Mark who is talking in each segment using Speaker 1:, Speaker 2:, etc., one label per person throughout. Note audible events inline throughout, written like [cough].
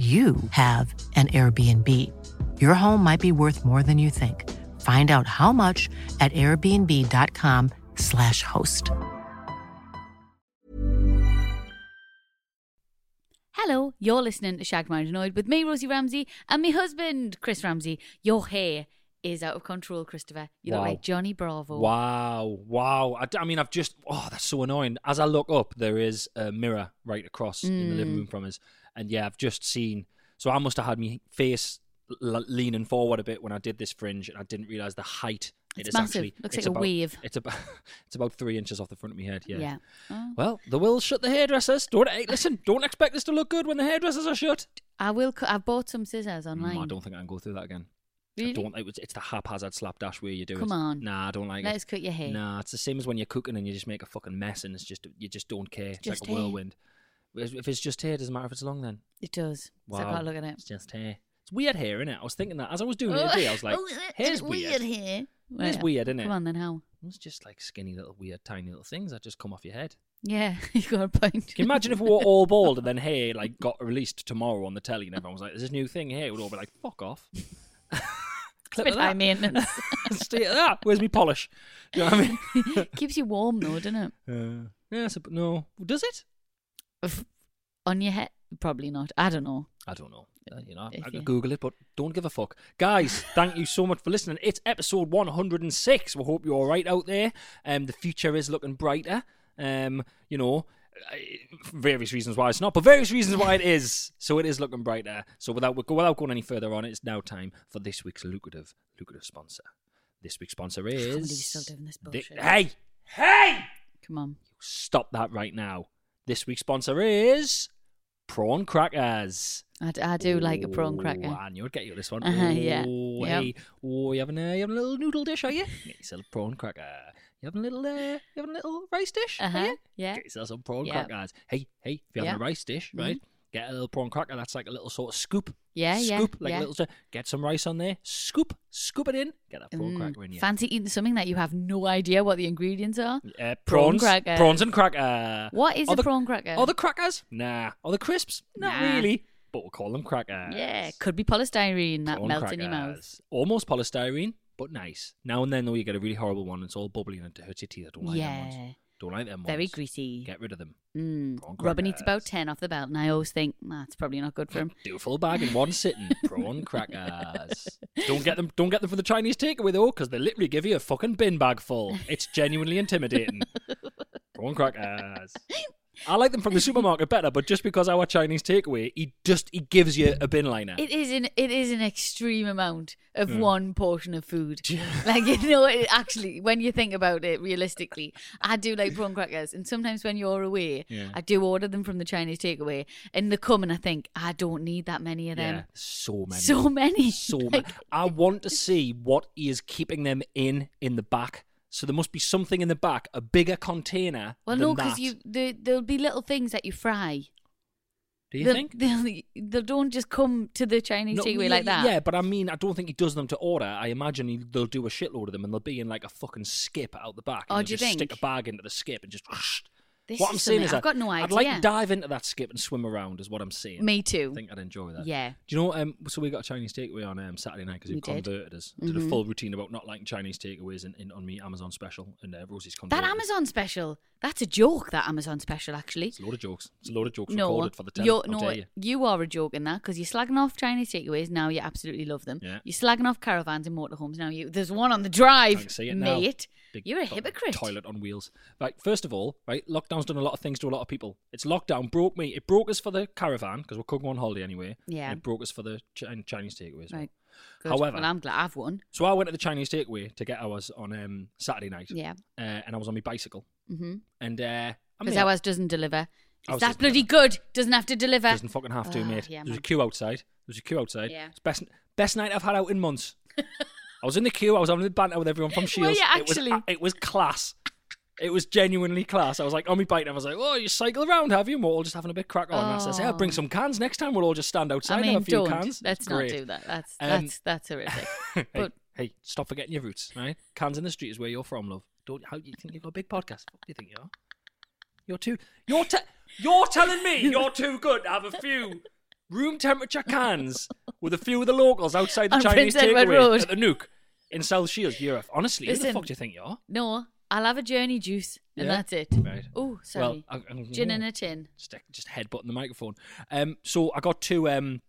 Speaker 1: you have an Airbnb. Your home might be worth more than you think. Find out how much at airbnb.com/slash host.
Speaker 2: Hello, you're listening to Shagged Mind Annoyed with me, Rosie Ramsey, and my husband, Chris Ramsey. Your hair is out of control, Christopher. You look
Speaker 3: Wow.
Speaker 2: like Johnny Bravo.
Speaker 3: Wow, wow. I, d- I mean, I've just, oh, that's so annoying. As I look up, there is a mirror right across in the
Speaker 2: Mm.
Speaker 3: living room from us. And yeah, I've just seen, so I must have had my face l- leaning forward a bit when I did this fringe and I didn't realize the height. It
Speaker 2: It's
Speaker 3: is
Speaker 2: massive.
Speaker 3: actually,
Speaker 2: Looks
Speaker 3: it's
Speaker 2: like a
Speaker 3: about,
Speaker 2: wave.
Speaker 3: It's about, [laughs] it's about three inches off the front of my head. Yeah.
Speaker 2: Yeah. Oh.
Speaker 3: Well, the will shut the hairdressers. Don't hey, listen. Don't expect this to look good when the hairdressers are shut.
Speaker 2: I will. Cu- I've bought some scissors online.
Speaker 3: Mm, I don't think I can go through that again.
Speaker 2: Really?
Speaker 3: I don't like it's the haphazard slapdash way you do it.
Speaker 2: Come on.
Speaker 3: Nah, I don't like it.
Speaker 2: Let's cut your hair.
Speaker 3: Nah, it's the same as when you're cooking and you just make a fucking mess and it's just you just don't care. It's
Speaker 2: just
Speaker 3: like a
Speaker 2: hair.
Speaker 3: whirlwind. Whereas If it's just hair, it doesn't matter if it's long then.
Speaker 2: It does.
Speaker 3: Wow.
Speaker 2: So I can't look at it.
Speaker 3: It's just hair. It's weird hair, innit? I was thinking that as I was doing it
Speaker 2: [laughs] Oh,
Speaker 3: today, I was like,
Speaker 2: oh, it-
Speaker 3: hair's
Speaker 2: it's
Speaker 3: weird.
Speaker 2: hair.
Speaker 3: Hair's weird, isn't it?
Speaker 2: Come on, then how?
Speaker 3: It's just like skinny little weird tiny little things that just come off your head.
Speaker 2: Yeah, [laughs] you got a point.
Speaker 3: Can you imagine if
Speaker 2: [laughs]
Speaker 3: we were all bald and then hair like got released tomorrow on the telly and everyone was like, There's this new thing here, we'd all be like, Fuck
Speaker 2: [laughs]
Speaker 3: off.
Speaker 2: It's a
Speaker 3: Clip
Speaker 2: bit
Speaker 3: of
Speaker 2: high
Speaker 3: [laughs] that.
Speaker 2: maintenance. [laughs]
Speaker 3: Stay at that. Where's me polish? Do you know what
Speaker 2: Keeps you warm though, doesn't it?
Speaker 3: I mean? Uh, yeah, so, no. Does it?
Speaker 2: On your head, probably not. I don't know.
Speaker 3: I don't know. Uh, you know, I,
Speaker 2: If
Speaker 3: I
Speaker 2: you-
Speaker 3: could Google it, but don't give a fuck.
Speaker 2: [laughs]
Speaker 3: Guys, thank you so much for listening. It's episode 106. We hope you're all right out there. Um, the future is looking brighter. Um, you know, I- various reasons why it's not, but various reasons
Speaker 2: [laughs]
Speaker 3: why it is. So it is looking brighter. So without without going any further on, it's now time for this week's lucrative lucrative sponsor. This week's sponsor is.
Speaker 2: Can't believe you're still doing this
Speaker 3: The-
Speaker 2: bullshit.
Speaker 3: hey, hey!
Speaker 2: Come on.
Speaker 3: Stop that right now. This week's sponsor is prawn crackers.
Speaker 2: I, d- I do like a prawn
Speaker 3: Ooh,
Speaker 2: cracker.
Speaker 3: And you'll get you this one.
Speaker 2: Uh-huh, yeah.
Speaker 3: Ooh,
Speaker 2: Yep.
Speaker 3: hey. Oh, you having a you having a little noodle dish, are you? Get yourself a prawn cracker. You having a little uh, you having a little rice dish? are
Speaker 2: Uh-huh,
Speaker 3: you?
Speaker 2: yeah.
Speaker 3: Get yourself some prawn
Speaker 2: Yeah.
Speaker 3: crackers. Hey, hey, if you're having
Speaker 2: Yeah.
Speaker 3: a rice dish,
Speaker 2: Mhm.
Speaker 3: right? Get a little prawn cracker. That's like a little sort of scoop.
Speaker 2: Yeah, yeah,
Speaker 3: Scoop, like
Speaker 2: yeah.
Speaker 3: a little. uh, Get some rice on there. Scoop, scoop it in. Get that prawn
Speaker 2: Mm,
Speaker 3: cracker in you.
Speaker 2: Fancy eating something that you have no idea what the ingredients are?
Speaker 3: uh,
Speaker 2: Prawn
Speaker 3: prawns,
Speaker 2: cracker.
Speaker 3: prawns and cracker.
Speaker 2: What is
Speaker 3: Are
Speaker 2: a
Speaker 3: the-
Speaker 2: prawn cracker?
Speaker 3: Are the crackers? Nah. Are the crisps? Not
Speaker 2: Nah.
Speaker 3: really. But we'll call them crackers.
Speaker 2: yeah, could be polystyrene that
Speaker 3: Prawn
Speaker 2: melts in your mouth.
Speaker 3: crackers. Almost polystyrene, but nice. Now and then, though, you get a really horrible one. It's all bubbly and it hurts your teeth. I don't like them
Speaker 2: Yeah.
Speaker 3: ones. Don't like them ones.
Speaker 2: Very greasy.
Speaker 3: Get rid of them.
Speaker 2: Mm.
Speaker 3: Prawn
Speaker 2: Robin eats about
Speaker 3: crackers.
Speaker 2: 10 off the belt, and I always think, that's probably not good for
Speaker 3: [laughs]
Speaker 2: him.
Speaker 3: Do a full bag in one
Speaker 2: [laughs]
Speaker 3: sitting. Prawn crackers. Don't get them. Don't get them for the Chinese takeaway though, because they literally give you a fucking bin bag full. It's genuinely
Speaker 2: [laughs]
Speaker 3: intimidating. Prawn crackers. I like them from the supermarket better, but just because our Chinese takeaway, he just he gives you a bin liner.
Speaker 2: [laughs] It is an it is an extreme amount of
Speaker 3: Mm.
Speaker 2: one portion of food.
Speaker 3: [laughs] Do you-
Speaker 2: like you know, it actually, when you think about it realistically, I do like prawn crackers, and sometimes when you're away,
Speaker 3: Yeah.
Speaker 2: I do order them from the Chinese takeaway, and they come, and I think I don't need that many of
Speaker 3: yeah,
Speaker 2: them.
Speaker 3: so many.
Speaker 2: So many. [laughs]
Speaker 3: so
Speaker 2: Like,
Speaker 3: I want to see what is keeping them in in the back. So there must be something in the back, a bigger container.
Speaker 2: well,
Speaker 3: than
Speaker 2: no, because
Speaker 3: that.
Speaker 2: you there, there'll be little things that you fry.
Speaker 3: do you
Speaker 2: They'll-
Speaker 3: think
Speaker 2: they'll, they don't just come to the Chinese
Speaker 3: No,
Speaker 2: takeaway
Speaker 3: yeah,
Speaker 2: like that?
Speaker 3: Yeah, but I mean, I don't think he does them to order. I imagine he, they'll do a shitload of them, and they'll be in like a fucking skip out the back. and
Speaker 2: Oh,
Speaker 3: they'll
Speaker 2: do you
Speaker 3: just [laughs]
Speaker 2: think?
Speaker 3: Stick a bag into the skip and just.
Speaker 2: This
Speaker 3: what
Speaker 2: is
Speaker 3: I'm saying
Speaker 2: something-
Speaker 3: is
Speaker 2: I've
Speaker 3: that
Speaker 2: got no
Speaker 3: I'd like to
Speaker 2: idea.
Speaker 3: dive into that skip and swim around. Is what I'm saying.
Speaker 2: Me
Speaker 3: I
Speaker 2: too.
Speaker 3: think I'd enjoy that.
Speaker 2: Yeah.
Speaker 3: Do you know? Um, so we got a Chinese takeaway on um, Saturday night because you
Speaker 2: We did. Mm-hmm.
Speaker 3: converted us to the full routine about not liking Chinese takeaways in, in on me Amazon special and uh, Rosie's
Speaker 2: That
Speaker 3: converted. us.
Speaker 2: Amazon special. That's a joke. That Amazon special, actually.
Speaker 3: It's a load of jokes. It's a load of jokes
Speaker 2: No,
Speaker 3: recorded for the telly.
Speaker 2: you're,
Speaker 3: How
Speaker 2: no,
Speaker 3: dare you.
Speaker 2: you are a joke in that because you're slagging off Chinese takeaways. Now you absolutely love them.
Speaker 3: Yeah.
Speaker 2: You're slagging off caravans and motorhomes. Now you there's one on the drive,
Speaker 3: I can see it now.
Speaker 2: mate.
Speaker 3: Big
Speaker 2: You're a
Speaker 3: fucking
Speaker 2: hypocrite.
Speaker 3: Toilet on wheels. Right, first of all, right, lockdown's done a lot of things to a lot of people. It's lockdown broke me. It broke us for the caravan because we're cooking on holiday anyway.
Speaker 2: Yeah.
Speaker 3: And it broke us for the Chi- Chinese takeaways. as well.
Speaker 2: Right. Good.
Speaker 3: However-
Speaker 2: well, I'm glad I've won.
Speaker 3: So I went to the Chinese takeaway to get ours on um, Saturday night.
Speaker 2: Yeah, Mm-hmm.
Speaker 3: Uh, and I was on my bicycle.
Speaker 2: because
Speaker 3: And uh, I
Speaker 2: mm-hmm.
Speaker 3: mean,
Speaker 2: ours doesn't deliver. It's
Speaker 3: Ours
Speaker 2: that
Speaker 3: doesn't
Speaker 2: bloody good. Doesn't have to deliver.
Speaker 3: doesn't fucking have to,
Speaker 2: Ah,
Speaker 3: mate.
Speaker 2: yeah,
Speaker 3: There's a
Speaker 2: man.
Speaker 3: queue outside. There's a queue outside.
Speaker 2: Yeah.
Speaker 3: It's best best night I've had out in
Speaker 2: [laughs]
Speaker 3: months. I was in the queue. I was having the banter with everyone from Shields.
Speaker 2: yeah,
Speaker 3: it was,
Speaker 2: actually.
Speaker 3: a- it was class. It was genuinely class. I was like on my bike, and I was like, "Oh, you cycle around, have you?" And we're all just having a bit crack on. And I says, "Hey, I'll bring
Speaker 2: Oh.
Speaker 3: some cans next time. We'll all just stand outside
Speaker 2: I
Speaker 3: and
Speaker 2: mean,
Speaker 3: have a few
Speaker 2: don't.
Speaker 3: cans." It's
Speaker 2: Let's not
Speaker 3: great.
Speaker 2: do that. That's
Speaker 3: Um,
Speaker 2: that's that's horrific.
Speaker 3: [laughs] hey,
Speaker 2: but-
Speaker 3: hey, stop forgetting your roots, right? Cans in the street is where you're from, love. Don't how you think you've got a big podcast? What do you think you are? You're too. You're te- You're telling me you're too good to have a few room temperature cans with a few of the locals outside the
Speaker 2: On
Speaker 3: Chinese
Speaker 2: Prince Edward
Speaker 3: takeaway
Speaker 2: Road.
Speaker 3: at the Nuke in South Shields, Europe. Honestly, who the
Speaker 2: Listen.
Speaker 3: fuck do you think you are?
Speaker 2: no, I'll have a journey juice and
Speaker 3: Yeah?
Speaker 2: that's it.
Speaker 3: Right.
Speaker 2: Oh, sorry.
Speaker 3: Well, I- uh, I'm-
Speaker 2: Gin in a tin.
Speaker 3: just just headbutting the microphone. Um, so I got two. Um,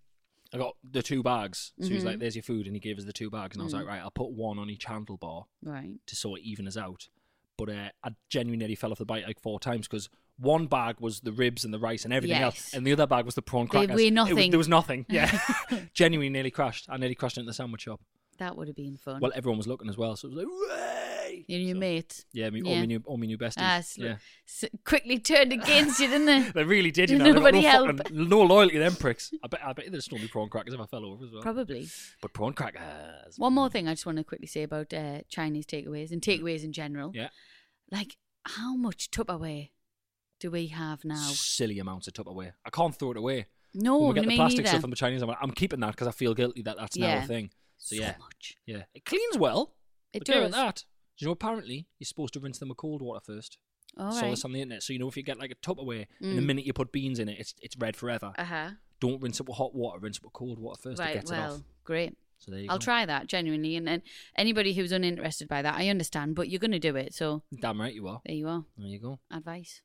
Speaker 3: I got the two bags. So
Speaker 2: Mm-hmm.
Speaker 3: he's like, "There's your food," and he gave us the two bags, and I was like, "Right, I'll put one on each handlebar."
Speaker 2: Right.
Speaker 3: to sort of even us out. But uh, I genuinely nearly fell off the bike like four times because one bag was the ribs and the rice and everything else,
Speaker 2: Yes.
Speaker 3: and the other bag was the prawn
Speaker 2: They
Speaker 3: crackers.
Speaker 2: were
Speaker 3: It was-
Speaker 2: nothing.
Speaker 3: there was
Speaker 2: [laughs]
Speaker 3: nothing. Yeah, [laughs] genuinely nearly crashed. I nearly crashed into the sandwich shop.
Speaker 2: That would have been fun.
Speaker 3: Well, everyone was looking as well, so it was like, Way!
Speaker 2: you and your
Speaker 3: So,
Speaker 2: mate.
Speaker 3: Yeah, me, all
Speaker 2: Yeah.
Speaker 3: my new, all my new besties.
Speaker 2: Ah, sl-
Speaker 3: yeah.
Speaker 2: s- quickly turned against you, didn't
Speaker 3: [laughs]
Speaker 2: they?
Speaker 3: They really did, you
Speaker 2: Did
Speaker 3: know. they got
Speaker 2: nobody
Speaker 3: no,
Speaker 2: help?
Speaker 3: fucking- no loyalty, to them pricks. I bet, I bet they'd still be prawn crackers if I fell over as well.
Speaker 2: Probably.
Speaker 3: But prawn crackers.
Speaker 2: One more thing I just want to quickly say about uh, Chinese takeaways and takeaways in general.
Speaker 3: Yeah.
Speaker 2: Like, how much Tupperware do we have now?
Speaker 3: Silly amounts of Tupperware. I can't throw it away.
Speaker 2: No,
Speaker 3: when we get
Speaker 2: Oh, me
Speaker 3: the plastic
Speaker 2: neither.
Speaker 3: stuff from the Chinese, I'm, like, I'm keeping that because I feel guilty that that's now
Speaker 2: Yeah.
Speaker 3: a thing. So yeah,
Speaker 2: much.
Speaker 3: yeah, it cleans well.
Speaker 2: It
Speaker 3: but yeah, with
Speaker 2: does.
Speaker 3: that. Do you know apparently you're supposed to rinse them with cold water first?
Speaker 2: All
Speaker 3: Saw
Speaker 2: right.
Speaker 3: this on the internet. So you know if you get like a Tupperware and the
Speaker 2: Mm.
Speaker 3: minute you put beans in it, it's it's red forever.
Speaker 2: Uh huh.
Speaker 3: Don't rinse it with hot water. Rinse it with cold water first. it
Speaker 2: Right.
Speaker 3: gets it off.
Speaker 2: Well, great.
Speaker 3: So there you
Speaker 2: I'll
Speaker 3: go.
Speaker 2: try that genuinely. And, and anybody who's uninterested by that, I understand, but you're going to do it. So
Speaker 3: Damn right you are.
Speaker 2: there you are.
Speaker 3: There you go.
Speaker 2: Advice.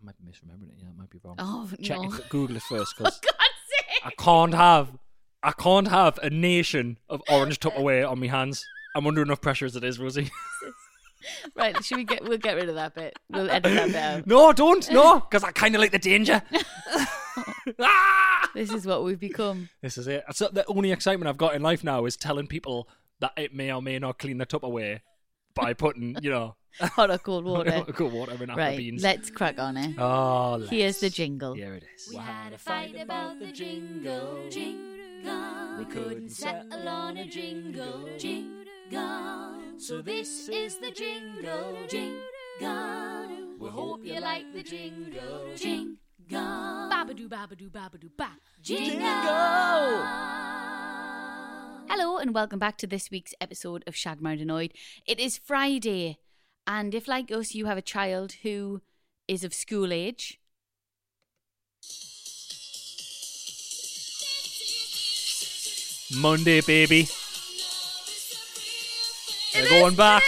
Speaker 3: I might be misremembering it. Yeah, I might be wrong.
Speaker 2: Oh,
Speaker 3: Check [laughs]
Speaker 2: no. [laughs]
Speaker 3: it, Google it first
Speaker 2: For
Speaker 3: because
Speaker 2: God's sake.
Speaker 3: I can't have I can't have a nation of orange Tupperware on my hands. I'm under enough pressure as it is, Rosie.
Speaker 2: right. Should we get, we'll get rid of that bit. We'll edit that bit [laughs] out.
Speaker 3: No, don't. No, because I kind of like the danger. Ah!
Speaker 2: This is what we've become.
Speaker 3: [laughs] This is it. That's the only excitement I've got in life now is telling people that it may or may not clean the Tupperware by putting, you know,
Speaker 2: Hot or cold
Speaker 3: [laughs]
Speaker 2: water.
Speaker 3: good water in apple
Speaker 2: right.
Speaker 3: beans.
Speaker 2: Let's crack on it.
Speaker 3: oh, let's.
Speaker 2: Here's the jingle.
Speaker 3: Here it is.
Speaker 4: We had a fight about the jingle, jingle. We couldn't settle on a jingle, jingle. So this is the jingle, jingle. We hope you like the jingle, jingle. Babadoo, babadoo, babadoo, ba. Jingle.
Speaker 2: Hello and welcome back to this week's episode of Shag Mound Annoyed. It is Friday, and if like us you have a child who is of school age,
Speaker 3: Monday, baby. We're going back.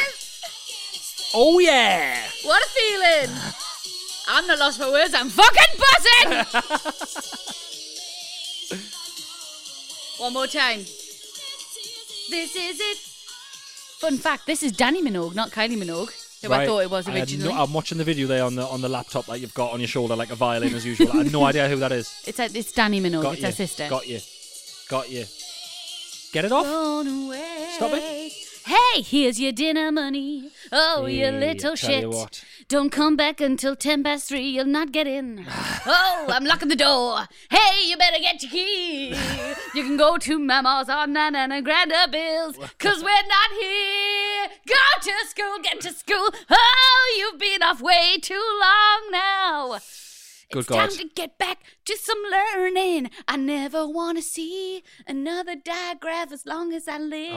Speaker 3: Oh, yeah.
Speaker 2: what a feeling! I'm not lost for words. I'm fucking buzzing. [laughs] One more time. This is it. Fun fact: This is Danny Minogue, not Kylie Minogue, who I
Speaker 3: Right.
Speaker 2: thought it was
Speaker 3: I had no-
Speaker 2: originally.
Speaker 3: I'm watching the video there on the on the laptop that you've got on your shoulder like a violin as usual. I
Speaker 2: [laughs]
Speaker 3: had no idea who that is.
Speaker 2: it's a, it's Danny Minogue.
Speaker 3: Got
Speaker 2: it's
Speaker 3: you.
Speaker 2: her sister.
Speaker 3: Got you. Got you. Get it off.
Speaker 2: Gone away.
Speaker 3: Stop it.
Speaker 2: Hey, here's your dinner money. Oh,
Speaker 3: Hey,
Speaker 2: you little
Speaker 3: I tell
Speaker 2: shit.
Speaker 3: you what.
Speaker 2: Don't come back until 10 past 3. You'll not get
Speaker 3: [sighs]
Speaker 2: in. oh, I'm locking the door. Hey, you better get your key. you can go to Mama's on Nan and Granda Bills, because we're not here. Go to school, get to school. Oh, you've been off way too long now.
Speaker 3: Good
Speaker 2: it's
Speaker 3: God.
Speaker 2: time to get back to some learning. I never want to see another diagraph as long as I live.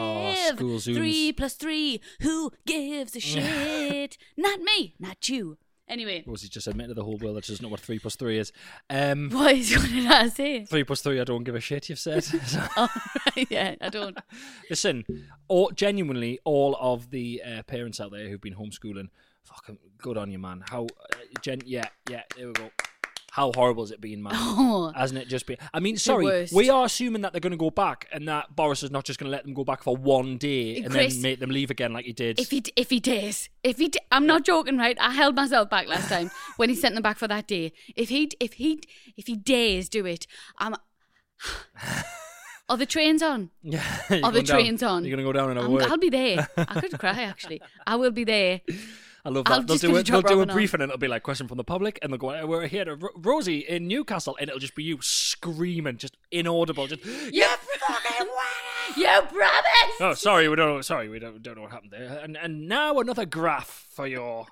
Speaker 3: Oh, school Zooms. [laughs]
Speaker 2: Three plus three. Who gives a shit? not me, not you. Anyway,
Speaker 3: Rosie just admitted to the whole world that she doesn't know what three plus three is. Um,
Speaker 2: what is what [laughs] did I say?
Speaker 3: [laughs] three plus three, I don't give a shit. You've said. [laughs]
Speaker 2: Oh, yeah, I don't.
Speaker 3: Listen, all, genuinely, all of the uh, parents out there who've been homeschooling, fucking good on you, man. How, uh, gen- yeah, yeah, there we go. How horrible has it
Speaker 2: [laughs]
Speaker 3: been, man?
Speaker 2: Oh,
Speaker 3: Hasn't it just been? I mean, sorry,
Speaker 2: worst.
Speaker 3: we are assuming that they're going to go back, and that Boris is not just going to let them go back for one day and
Speaker 2: Chris,
Speaker 3: then make them leave again like he did. [laughs]
Speaker 2: if he d- if he dares, if he, d- I'm not joking, right? I held myself back last time when he sent them back for that day. If he d- if he d- if he dares do it,
Speaker 3: [laughs]
Speaker 2: I'm. Are the trains on?
Speaker 3: yeah,
Speaker 2: Are the trains on?
Speaker 3: You're going to go down in a
Speaker 2: I'm-
Speaker 3: word.
Speaker 2: I'll be there. I
Speaker 3: [laughs]
Speaker 2: could cry actually. I will be there.
Speaker 3: I love
Speaker 2: I'll
Speaker 3: that. They'll
Speaker 2: just
Speaker 3: do,
Speaker 2: put
Speaker 3: a,
Speaker 2: a job
Speaker 3: they'll do a
Speaker 2: rolling on.
Speaker 3: briefing and it'll be like question from the public, and they'll go, "We're here to Ro- Rosie in Newcastle," and it'll just be you screaming, just inaudible, just yeah.
Speaker 2: You promise?
Speaker 3: [laughs] Oh, sorry, we don't. Sorry, we don't, don't know what happened there. And and now another graph
Speaker 2: [laughs]
Speaker 3: for your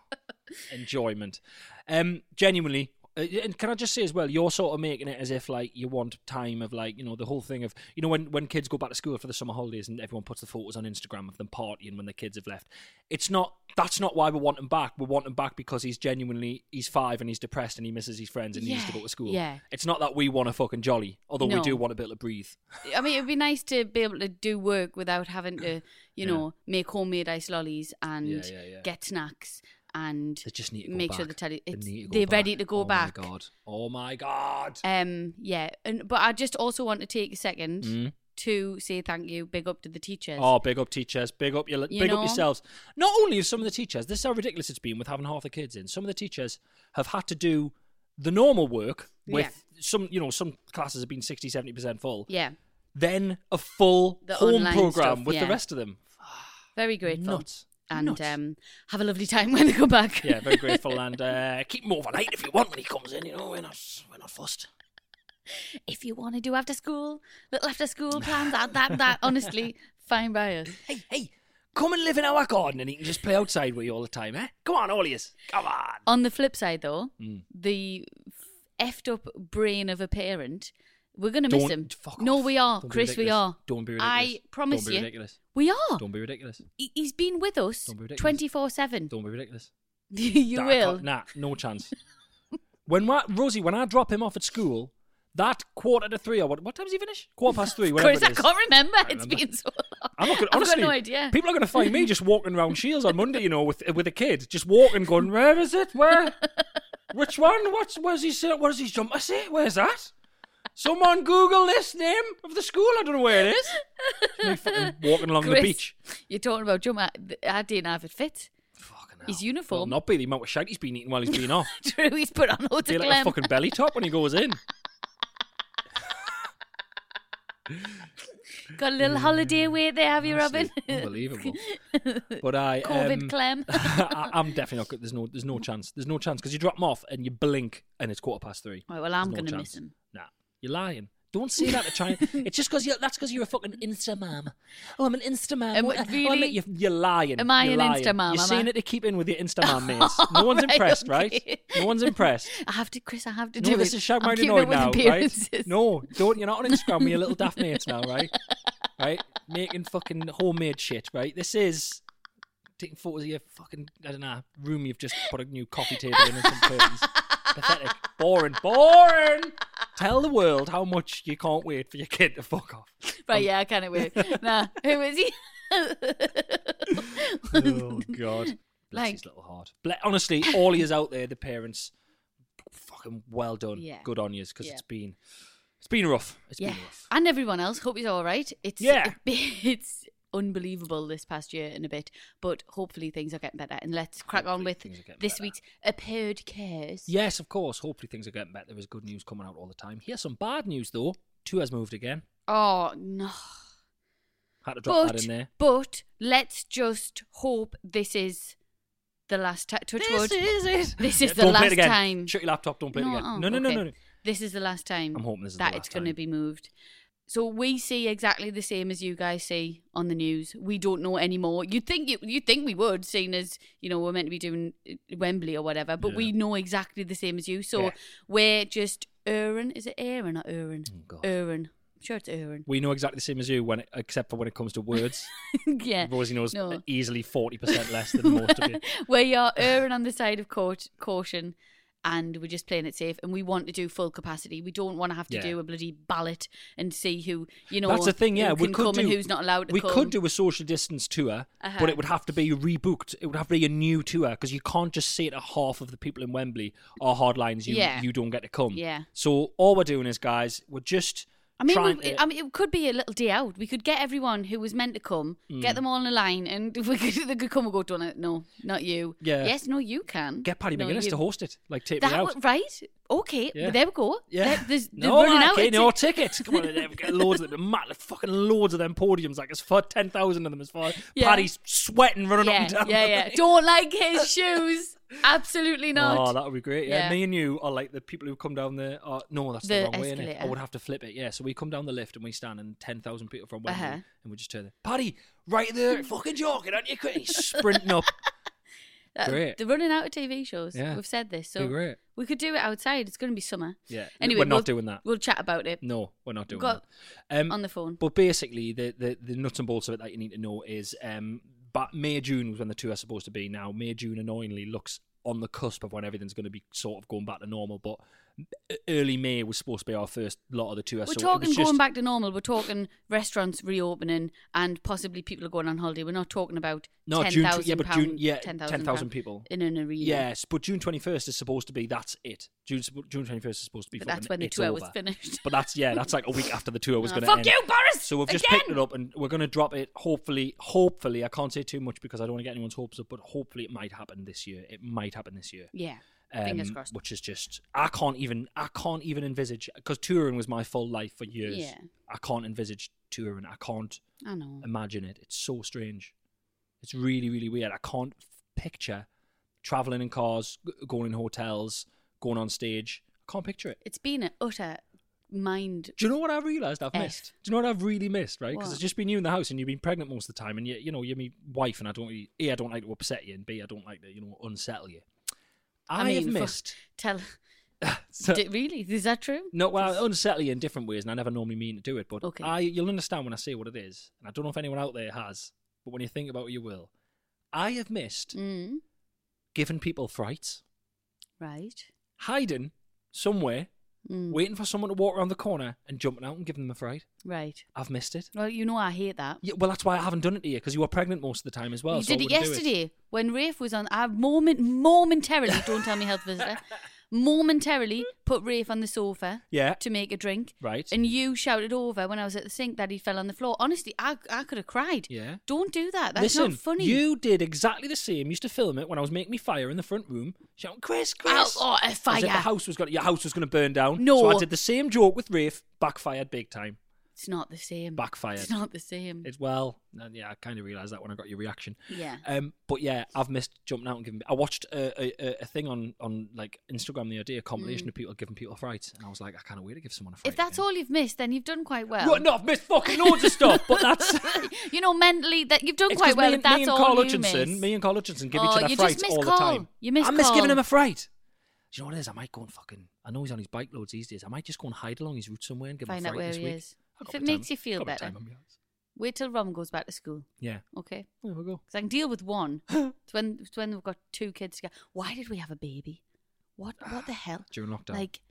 Speaker 3: enjoyment. Um, genuinely. uh, And can I just say as well, you're sort of making it as if like you want time of like you know the whole thing of you know when when kids go back to school for the summer holidays and everyone puts the photos on Instagram of them partying when the kids have left. It's not that's not why we want him back. We want him back because he's genuinely he's five and he's depressed and he misses his friends and he needs to
Speaker 2: Yeah,
Speaker 3: go to school.
Speaker 2: yeah.
Speaker 3: it's not that we want to fucking jolly, although we
Speaker 2: No.
Speaker 3: do want to be able to breathe.
Speaker 2: I mean, it'd be nice to be able to do work without having to, you
Speaker 3: Yeah.
Speaker 2: know, make homemade ice lollies and
Speaker 3: Yeah, yeah, yeah.
Speaker 2: get snacks and
Speaker 3: They just need to go
Speaker 2: make sure
Speaker 3: back.
Speaker 2: the telly
Speaker 3: They
Speaker 2: it's,
Speaker 3: need to go
Speaker 2: they're
Speaker 3: back.
Speaker 2: ready to go
Speaker 3: oh
Speaker 2: back.
Speaker 3: Oh my god! Oh my god!
Speaker 2: Um, yeah, and but I just also want to take a second to say thank you, big up to the teachers.
Speaker 3: Hmm? Oh, big up teachers! Big up your,
Speaker 2: You
Speaker 3: big
Speaker 2: know?
Speaker 3: up yourselves. Not only have some of the teachers, this is how ridiculous it's been with having half the kids in. Some of the teachers have had to do the normal work with some, you know, some classes have been 60 70 percent full.
Speaker 2: Yeah,
Speaker 3: Then a full
Speaker 2: The
Speaker 3: home
Speaker 2: online
Speaker 3: program
Speaker 2: stuff,
Speaker 3: with the
Speaker 2: yeah.
Speaker 3: rest of them.
Speaker 2: very grateful.
Speaker 3: Nuts.
Speaker 2: And
Speaker 3: Nuts.
Speaker 2: um, have a lovely time [laughs] when they come back.
Speaker 3: yeah, very grateful and uh, keep him overnight if you want when he comes in. You know, we're not we're not fussed.
Speaker 2: [laughs] if you want to do after school, little after school plans, that that that honestly, fine by us.
Speaker 3: Hey, hey, come and live in our garden and he can just play outside with you all the time, eh? Come on, all of yous. Come on.
Speaker 2: On the flip side, though,
Speaker 3: Mm.
Speaker 2: the effed up brain of a parent, we're going to miss
Speaker 3: Don't-
Speaker 2: him.
Speaker 3: fuck
Speaker 2: no,
Speaker 3: off.
Speaker 2: we are,
Speaker 3: Don't be
Speaker 2: Chris. We
Speaker 3: ridiculous.
Speaker 2: are.
Speaker 3: Don't be
Speaker 2: I
Speaker 3: ridiculous.
Speaker 2: promise
Speaker 3: Don't be
Speaker 2: you,
Speaker 3: ridiculous.
Speaker 2: we are.
Speaker 3: Don't be ridiculous.
Speaker 2: He- He's been with us
Speaker 3: Don't be ridiculous.
Speaker 2: twenty four seven.
Speaker 3: Don't be ridiculous.
Speaker 2: [laughs] You
Speaker 3: Nah, I
Speaker 2: will.
Speaker 3: can't- Nah, no chance. [laughs] when my, Rosie, when I drop him off at school, that quarter to three or what? What time does he finish? Quarter past three. Whatever
Speaker 2: [laughs] Chris,
Speaker 3: it
Speaker 2: I
Speaker 3: is.
Speaker 2: can't remember.
Speaker 3: Can't
Speaker 2: It's
Speaker 3: remember.
Speaker 2: been so long.
Speaker 3: I'm not gonna,
Speaker 2: I've
Speaker 3: honestly,
Speaker 2: got no idea.
Speaker 3: People are going to
Speaker 2: [laughs]
Speaker 3: find me just walking around Shields on Monday, you know, with with a kid, just walking, going, "Where is it? Where?
Speaker 2: [laughs]
Speaker 3: Which one? What's where's he? Where's his jumper set? Where's that? Someone Google this name of the school. I don't know where it
Speaker 2: [laughs]
Speaker 3: is. Me fucking walking along the
Speaker 2: Chris,
Speaker 3: beach.
Speaker 2: You're talking about Joe. I, I didn't have it fit. [laughs]
Speaker 3: Fucking
Speaker 2: His
Speaker 3: hell.
Speaker 2: uniform.
Speaker 3: Well, not be the amount of shite he's been eating while he's
Speaker 2: [laughs]
Speaker 3: been off.
Speaker 2: True, he's put on loads
Speaker 3: Be
Speaker 2: of
Speaker 3: like a
Speaker 2: glam.
Speaker 3: fucking belly top when he
Speaker 2: [laughs]
Speaker 3: goes in.
Speaker 2: Got a little holiday weight there, have you, Robin?
Speaker 3: Mm, Honestly, Unbelievable. But I
Speaker 2: [laughs] COVID
Speaker 3: um, [laughs]
Speaker 2: clam.
Speaker 3: I, I'm definitely not. good. There's no. There's no chance. There's no chance because you drop them off and you blink and it's quarter past three.
Speaker 2: Right, well, I'm
Speaker 3: There's
Speaker 2: gonna
Speaker 3: no chance.
Speaker 2: miss 'em.
Speaker 3: Nah, you're lying. Don't say that to
Speaker 2: [laughs]
Speaker 3: try. it's just because you're. That's because you're a fucking insta mom. Oh, I'm an insta mom.
Speaker 2: Am I
Speaker 3: oh, I'm-
Speaker 2: really? Am I
Speaker 3: You're
Speaker 2: an
Speaker 3: lying.
Speaker 2: Instamam,
Speaker 3: You're
Speaker 2: am
Speaker 3: saying
Speaker 2: I?
Speaker 3: it to keep in with your insta
Speaker 2: [laughs]
Speaker 3: mom mates. No one's
Speaker 2: Right,
Speaker 3: impressed,
Speaker 2: okay.
Speaker 3: right? No one's impressed.
Speaker 2: I have to, Chris. I have to do
Speaker 3: No,
Speaker 2: it.
Speaker 3: this is Shag
Speaker 2: I'm
Speaker 3: Mind
Speaker 2: keeping
Speaker 3: Annoyed
Speaker 2: up with
Speaker 3: now,
Speaker 2: appearances.
Speaker 3: right? No, don't. You're not on Instagram with your little daft mates now, right? Right? Making fucking homemade shit, right? This is taking photos of your fucking, I don't know, room you've just put a new coffee table in and some curtains. Pathetic. Boring. Boring! Tell the world how much you can't wait for your kid to fuck off.
Speaker 2: Right, yeah, I can't wait.
Speaker 3: [laughs]
Speaker 2: nah, who is he?
Speaker 3: Oh, God. [laughs] Bless
Speaker 2: Like-
Speaker 3: his little heart. Ble- Honestly, all he is out there, the parents, fucking well done.
Speaker 2: Yeah.
Speaker 3: Good on you, because
Speaker 2: Yeah.
Speaker 3: it's been, it's been rough. It's
Speaker 2: yeah,
Speaker 3: been rough.
Speaker 2: and everyone else. Hope he's all right. It's
Speaker 3: Yeah.
Speaker 2: [laughs] it's unbelievable this past year and a bit, but hopefully things are getting better. And let's crack on
Speaker 3: Hopefully
Speaker 2: with
Speaker 3: things are getting
Speaker 2: this
Speaker 3: better.
Speaker 2: week's appeared cares.
Speaker 3: Yes, of course. Hopefully things are getting better. There is good news coming out all the time. Here's some bad news though. Two has moved again.
Speaker 2: Oh no.
Speaker 3: Had to drop
Speaker 2: but
Speaker 3: that in there.
Speaker 2: but let's just hope this is the last time. Touch wood.
Speaker 3: is it.
Speaker 2: [laughs] This is the
Speaker 3: don't play
Speaker 2: last
Speaker 3: it again.
Speaker 2: time.
Speaker 3: Shut your laptop. Don't play it again.
Speaker 2: oh,
Speaker 3: no, no, no,
Speaker 2: okay.
Speaker 3: no, no.
Speaker 2: This is the last time.
Speaker 3: I'm hoping this is the
Speaker 2: that
Speaker 3: last
Speaker 2: it's going to
Speaker 3: time.
Speaker 2: be moved. So we see exactly the same as you guys see on the news. We don't know anymore. You'd think you you'd think we would, seeing as you know we're meant to be doing uh, Wembley or whatever, but we
Speaker 3: Yeah.
Speaker 2: know exactly the same as you. So
Speaker 3: Yeah.
Speaker 2: we're just erring. Is it Aaron or Aaron?
Speaker 3: Oh, God.
Speaker 2: Aaron. sure it's Aaron.
Speaker 3: We know exactly the same as you, when it, except for when it comes to words.
Speaker 2: [laughs] yeah.
Speaker 3: Rosie knows
Speaker 2: No.
Speaker 3: easily forty percent
Speaker 2: [laughs]
Speaker 3: less than most of you.
Speaker 2: where you're erring on the side of caut- caution and we're just playing it safe and we want to do full capacity we don't want to have to
Speaker 3: Yeah.
Speaker 2: do a bloody ballot and see who you know
Speaker 3: That's the thing, yeah.
Speaker 2: who
Speaker 3: we
Speaker 2: can
Speaker 3: could
Speaker 2: come
Speaker 3: do,
Speaker 2: and who's not allowed to
Speaker 3: We
Speaker 2: come
Speaker 3: could do a social distance tour,
Speaker 2: Uh-huh.
Speaker 3: but it would have to be rebooked. It would have to be a new tour because you can't just say to half of the people in Wembley or hardlines, you
Speaker 2: Yeah.
Speaker 3: you don't get to come.
Speaker 2: Yeah.
Speaker 3: So all we're doing is, guys, we're just
Speaker 2: I mean,
Speaker 3: trying
Speaker 2: we,
Speaker 3: to.
Speaker 2: I mean, it could be a little day out. We could get everyone who was meant to come, get
Speaker 3: Mm.
Speaker 2: them all in a line, and [laughs] we could, they could come and go, don't it? No, not you.
Speaker 3: Yeah.
Speaker 2: Yes, no, you can.
Speaker 3: Get Paddy
Speaker 2: no,
Speaker 3: McGuinness
Speaker 2: you-
Speaker 3: to host it. Like, take
Speaker 2: That
Speaker 3: me out.
Speaker 2: would- right? Okay.
Speaker 3: Yeah.
Speaker 2: Well, there we go.
Speaker 3: Yeah.
Speaker 2: There-
Speaker 3: [laughs]
Speaker 2: there's- they're
Speaker 3: no,
Speaker 2: running
Speaker 3: I
Speaker 2: out.
Speaker 3: get
Speaker 2: It's-
Speaker 3: no tickets. Come on, they've got loads of them. [laughs] Matt, fucking loads of them podiums. Like, it's for 10,000 of them. As far
Speaker 2: Yeah.
Speaker 3: Paddy's sweating, running up
Speaker 2: yeah,
Speaker 3: and down.
Speaker 2: yeah,
Speaker 3: [laughs]
Speaker 2: yeah. Don't like his shoes. Absolutely not.
Speaker 3: Oh, that would be great. Yeah.
Speaker 2: Yeah.
Speaker 3: me and you are like the people who come down the. Uh, no, that's the,
Speaker 2: The
Speaker 3: wrong way. Innit? I
Speaker 2: escalator.
Speaker 3: would have to flip it. Yeah, so we come down the lift and we stand, and ten thousand people from Wembley,
Speaker 2: Uh-huh.
Speaker 3: and we just turn. There. Paddy, right
Speaker 2: [laughs]
Speaker 3: there, fucking joking, aren't you? Quick, he's sprinting up.
Speaker 2: Uh,
Speaker 3: Great.
Speaker 2: They're running out of TV shows.
Speaker 3: Yeah.
Speaker 2: We've said this, so
Speaker 3: Be great.
Speaker 2: we could do it outside. It's going to be summer.
Speaker 3: Yeah,
Speaker 2: Anyway,
Speaker 3: we're not
Speaker 2: we'll-
Speaker 3: doing that.
Speaker 2: We'll chat about it
Speaker 3: No, we're not doing
Speaker 2: Got
Speaker 3: that. Um,
Speaker 2: on the phone.
Speaker 3: But basically, the, the the nuts and bolts of it that you need to know is, um, but May June was when the two are supposed to be. Now May June annoyingly looks on the cusp of when everything's going to be sort of going back to normal, but e-, early May was supposed to be our first lot of the two.
Speaker 2: We're
Speaker 3: so it
Speaker 2: talking
Speaker 3: was just-
Speaker 2: going back to normal. We're talking restaurants reopening and possibly people are going on holiday. We're not talking about
Speaker 3: No,
Speaker 2: ten
Speaker 3: June tw- yeah,
Speaker 2: thousand
Speaker 3: but June-
Speaker 2: pound,
Speaker 3: yeah,
Speaker 2: ten thousand
Speaker 3: 10,000 people.
Speaker 2: in an arena.
Speaker 3: Yes, but June twenty first is supposed to be that's it. June June twenty first is supposed to be.
Speaker 2: but that's
Speaker 3: fucking
Speaker 2: when the
Speaker 3: it's
Speaker 2: tour
Speaker 3: over.
Speaker 2: was finished.
Speaker 3: But that's yeah, that's like a week after the tour was
Speaker 2: Oh,
Speaker 3: going to
Speaker 2: fuck
Speaker 3: end.
Speaker 2: you, Boris!
Speaker 3: So we've just
Speaker 2: Again!
Speaker 3: picked it up and we're going to drop it. Hopefully, hopefully, I can't say too much because I don't want to get anyone's hopes up. But hopefully, it might happen this year. It might happen this year.
Speaker 2: yeah, fingers
Speaker 3: Um,
Speaker 2: crossed.
Speaker 3: Which is just I can't even I can't even envisage because touring was my full life for years.
Speaker 2: Yeah.
Speaker 3: I can't envisage touring. I can't
Speaker 2: I know.
Speaker 3: imagine it. It's so strange. It's really, really weird. I can't f- picture traveling in cars, g- going in hotels, going on stage. I can't picture it.
Speaker 2: It's been an utter mind.
Speaker 3: Do you know what I realised I've
Speaker 2: F.
Speaker 3: missed? Do you know what I've really missed, right? Because
Speaker 2: What?
Speaker 3: it's just been you in the house and you've been pregnant most of the time and you, you know, you're my wife and I don't, really- A, I don't like to upset you and B, I don't like to, you know, unsettle you. I, have
Speaker 2: mean, fuck,
Speaker 3: missed. [laughs]
Speaker 2: Tell [laughs]
Speaker 3: So-
Speaker 2: D- really? Is that true?
Speaker 3: No, well, oh, I unsettle you in different ways, and I never normally mean to do it, but
Speaker 2: Okay.
Speaker 3: I, you'll understand when I say what it is. And I don't know if anyone out there has, but when you think about it, you will. I have missed
Speaker 2: Mm,
Speaker 3: giving people frights,
Speaker 2: right.
Speaker 3: hiding somewhere,
Speaker 2: Mm,
Speaker 3: waiting for someone to walk around the corner and jumping out and giving them a fright.
Speaker 2: right.
Speaker 3: I've missed it.
Speaker 2: Well, you know I hate that.
Speaker 3: Yeah, well, that's why I haven't done it to you because you were pregnant most of the time as well.
Speaker 2: you
Speaker 3: so I
Speaker 2: did it
Speaker 3: wouldn't do
Speaker 2: yesterday when Rafe was on. I moment
Speaker 3: [laughs]
Speaker 2: momentarily don't tell me health visitor. Momentarily put Rafe on the sofa
Speaker 3: Yeah.
Speaker 2: to make a drink,
Speaker 3: Right.
Speaker 2: and you shouted over when I was at the sink that he fell on the floor. Honestly, I I could have cried.
Speaker 3: Yeah.
Speaker 2: Don't do that. That's
Speaker 3: Listen,
Speaker 2: not funny.
Speaker 3: you did exactly the same. Used to film it when I was making me fire in the front room, shouting, "Chris, Chris!"
Speaker 2: oh, a
Speaker 3: As if The
Speaker 2: fire.
Speaker 3: house was going. Your house was going to burn down.
Speaker 2: No.
Speaker 3: So I did the same joke with Rafe. Backfired big time.
Speaker 2: It's not the same.
Speaker 3: Backfired.
Speaker 2: It's not the same.
Speaker 3: It's well, uh, yeah, I kind of realised that when I got your reaction.
Speaker 2: Yeah.
Speaker 3: Um, but yeah, I've missed jumping out and giving. I watched a, a, a- a thing on on like Instagram the other day, a compilation of people giving people fright, and I was like, I can't wait to give someone a fright.
Speaker 2: Mm. if that's
Speaker 3: again.
Speaker 2: all you've missed, then you've done quite well.
Speaker 3: Right, no, I've missed fucking loads of stuff, but that's
Speaker 2: [laughs] You know, mentally, that you've done
Speaker 3: It's
Speaker 2: quite
Speaker 3: 'cause
Speaker 2: well.
Speaker 3: Me,
Speaker 2: if
Speaker 3: and-
Speaker 2: that's
Speaker 3: me and
Speaker 2: all
Speaker 3: Carl
Speaker 2: you
Speaker 3: Hutchinson,
Speaker 2: miss.
Speaker 3: me and Carl Hutchinson give
Speaker 2: Oh,
Speaker 3: each other
Speaker 2: you just
Speaker 3: frights
Speaker 2: miss
Speaker 3: all
Speaker 2: Carl.
Speaker 3: the time.
Speaker 2: You miss
Speaker 3: I miss
Speaker 2: Carl.
Speaker 3: giving him a fright. Do you know what it is? I might go and fucking. I know he's on his bike loads these days. I might just go and hide along his route somewhere and give
Speaker 2: Find
Speaker 3: him a
Speaker 2: out
Speaker 3: fright
Speaker 2: where
Speaker 3: this
Speaker 2: he
Speaker 3: week.
Speaker 2: is.
Speaker 3: I got
Speaker 2: If it
Speaker 3: my time-
Speaker 2: makes you feel
Speaker 3: I got my
Speaker 2: better.
Speaker 3: time on my hands.
Speaker 2: Wait till Rom goes back to school.
Speaker 3: Yeah.
Speaker 2: Okay.
Speaker 3: There we go.
Speaker 2: Because I can deal with one. it's when it's when we've got two kids together. Why did we have a baby? What what the hell?
Speaker 3: During lockdown,
Speaker 2: Like,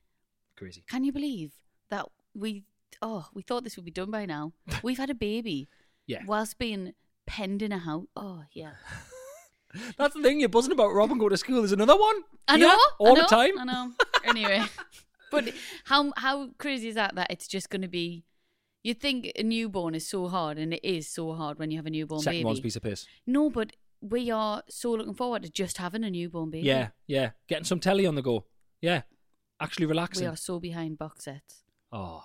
Speaker 3: crazy.
Speaker 2: can you believe that we? Oh, we thought this would be done by now.
Speaker 3: [laughs]
Speaker 2: We've had a baby
Speaker 3: Yeah.
Speaker 2: whilst being penned in a house. Oh
Speaker 3: [laughs]
Speaker 2: yeah,
Speaker 3: That's the thing. You're buzzing about Robin going to school. There's another one.
Speaker 2: I
Speaker 3: Yeah,
Speaker 2: know.
Speaker 3: all
Speaker 2: I know,
Speaker 3: the time.
Speaker 2: I know. Anyway, [laughs] but how how crazy is that? That it's just going to be. You think a newborn is so hard, and it is so hard when you have a newborn
Speaker 3: Second
Speaker 2: baby.
Speaker 3: one's a piece of piss.
Speaker 2: No, but we are so looking forward to just having a newborn baby.
Speaker 3: Yeah, yeah. Getting some telly on the go. Yeah. Actually
Speaker 2: We
Speaker 3: relaxing.
Speaker 2: are so behind box sets.
Speaker 3: Oh,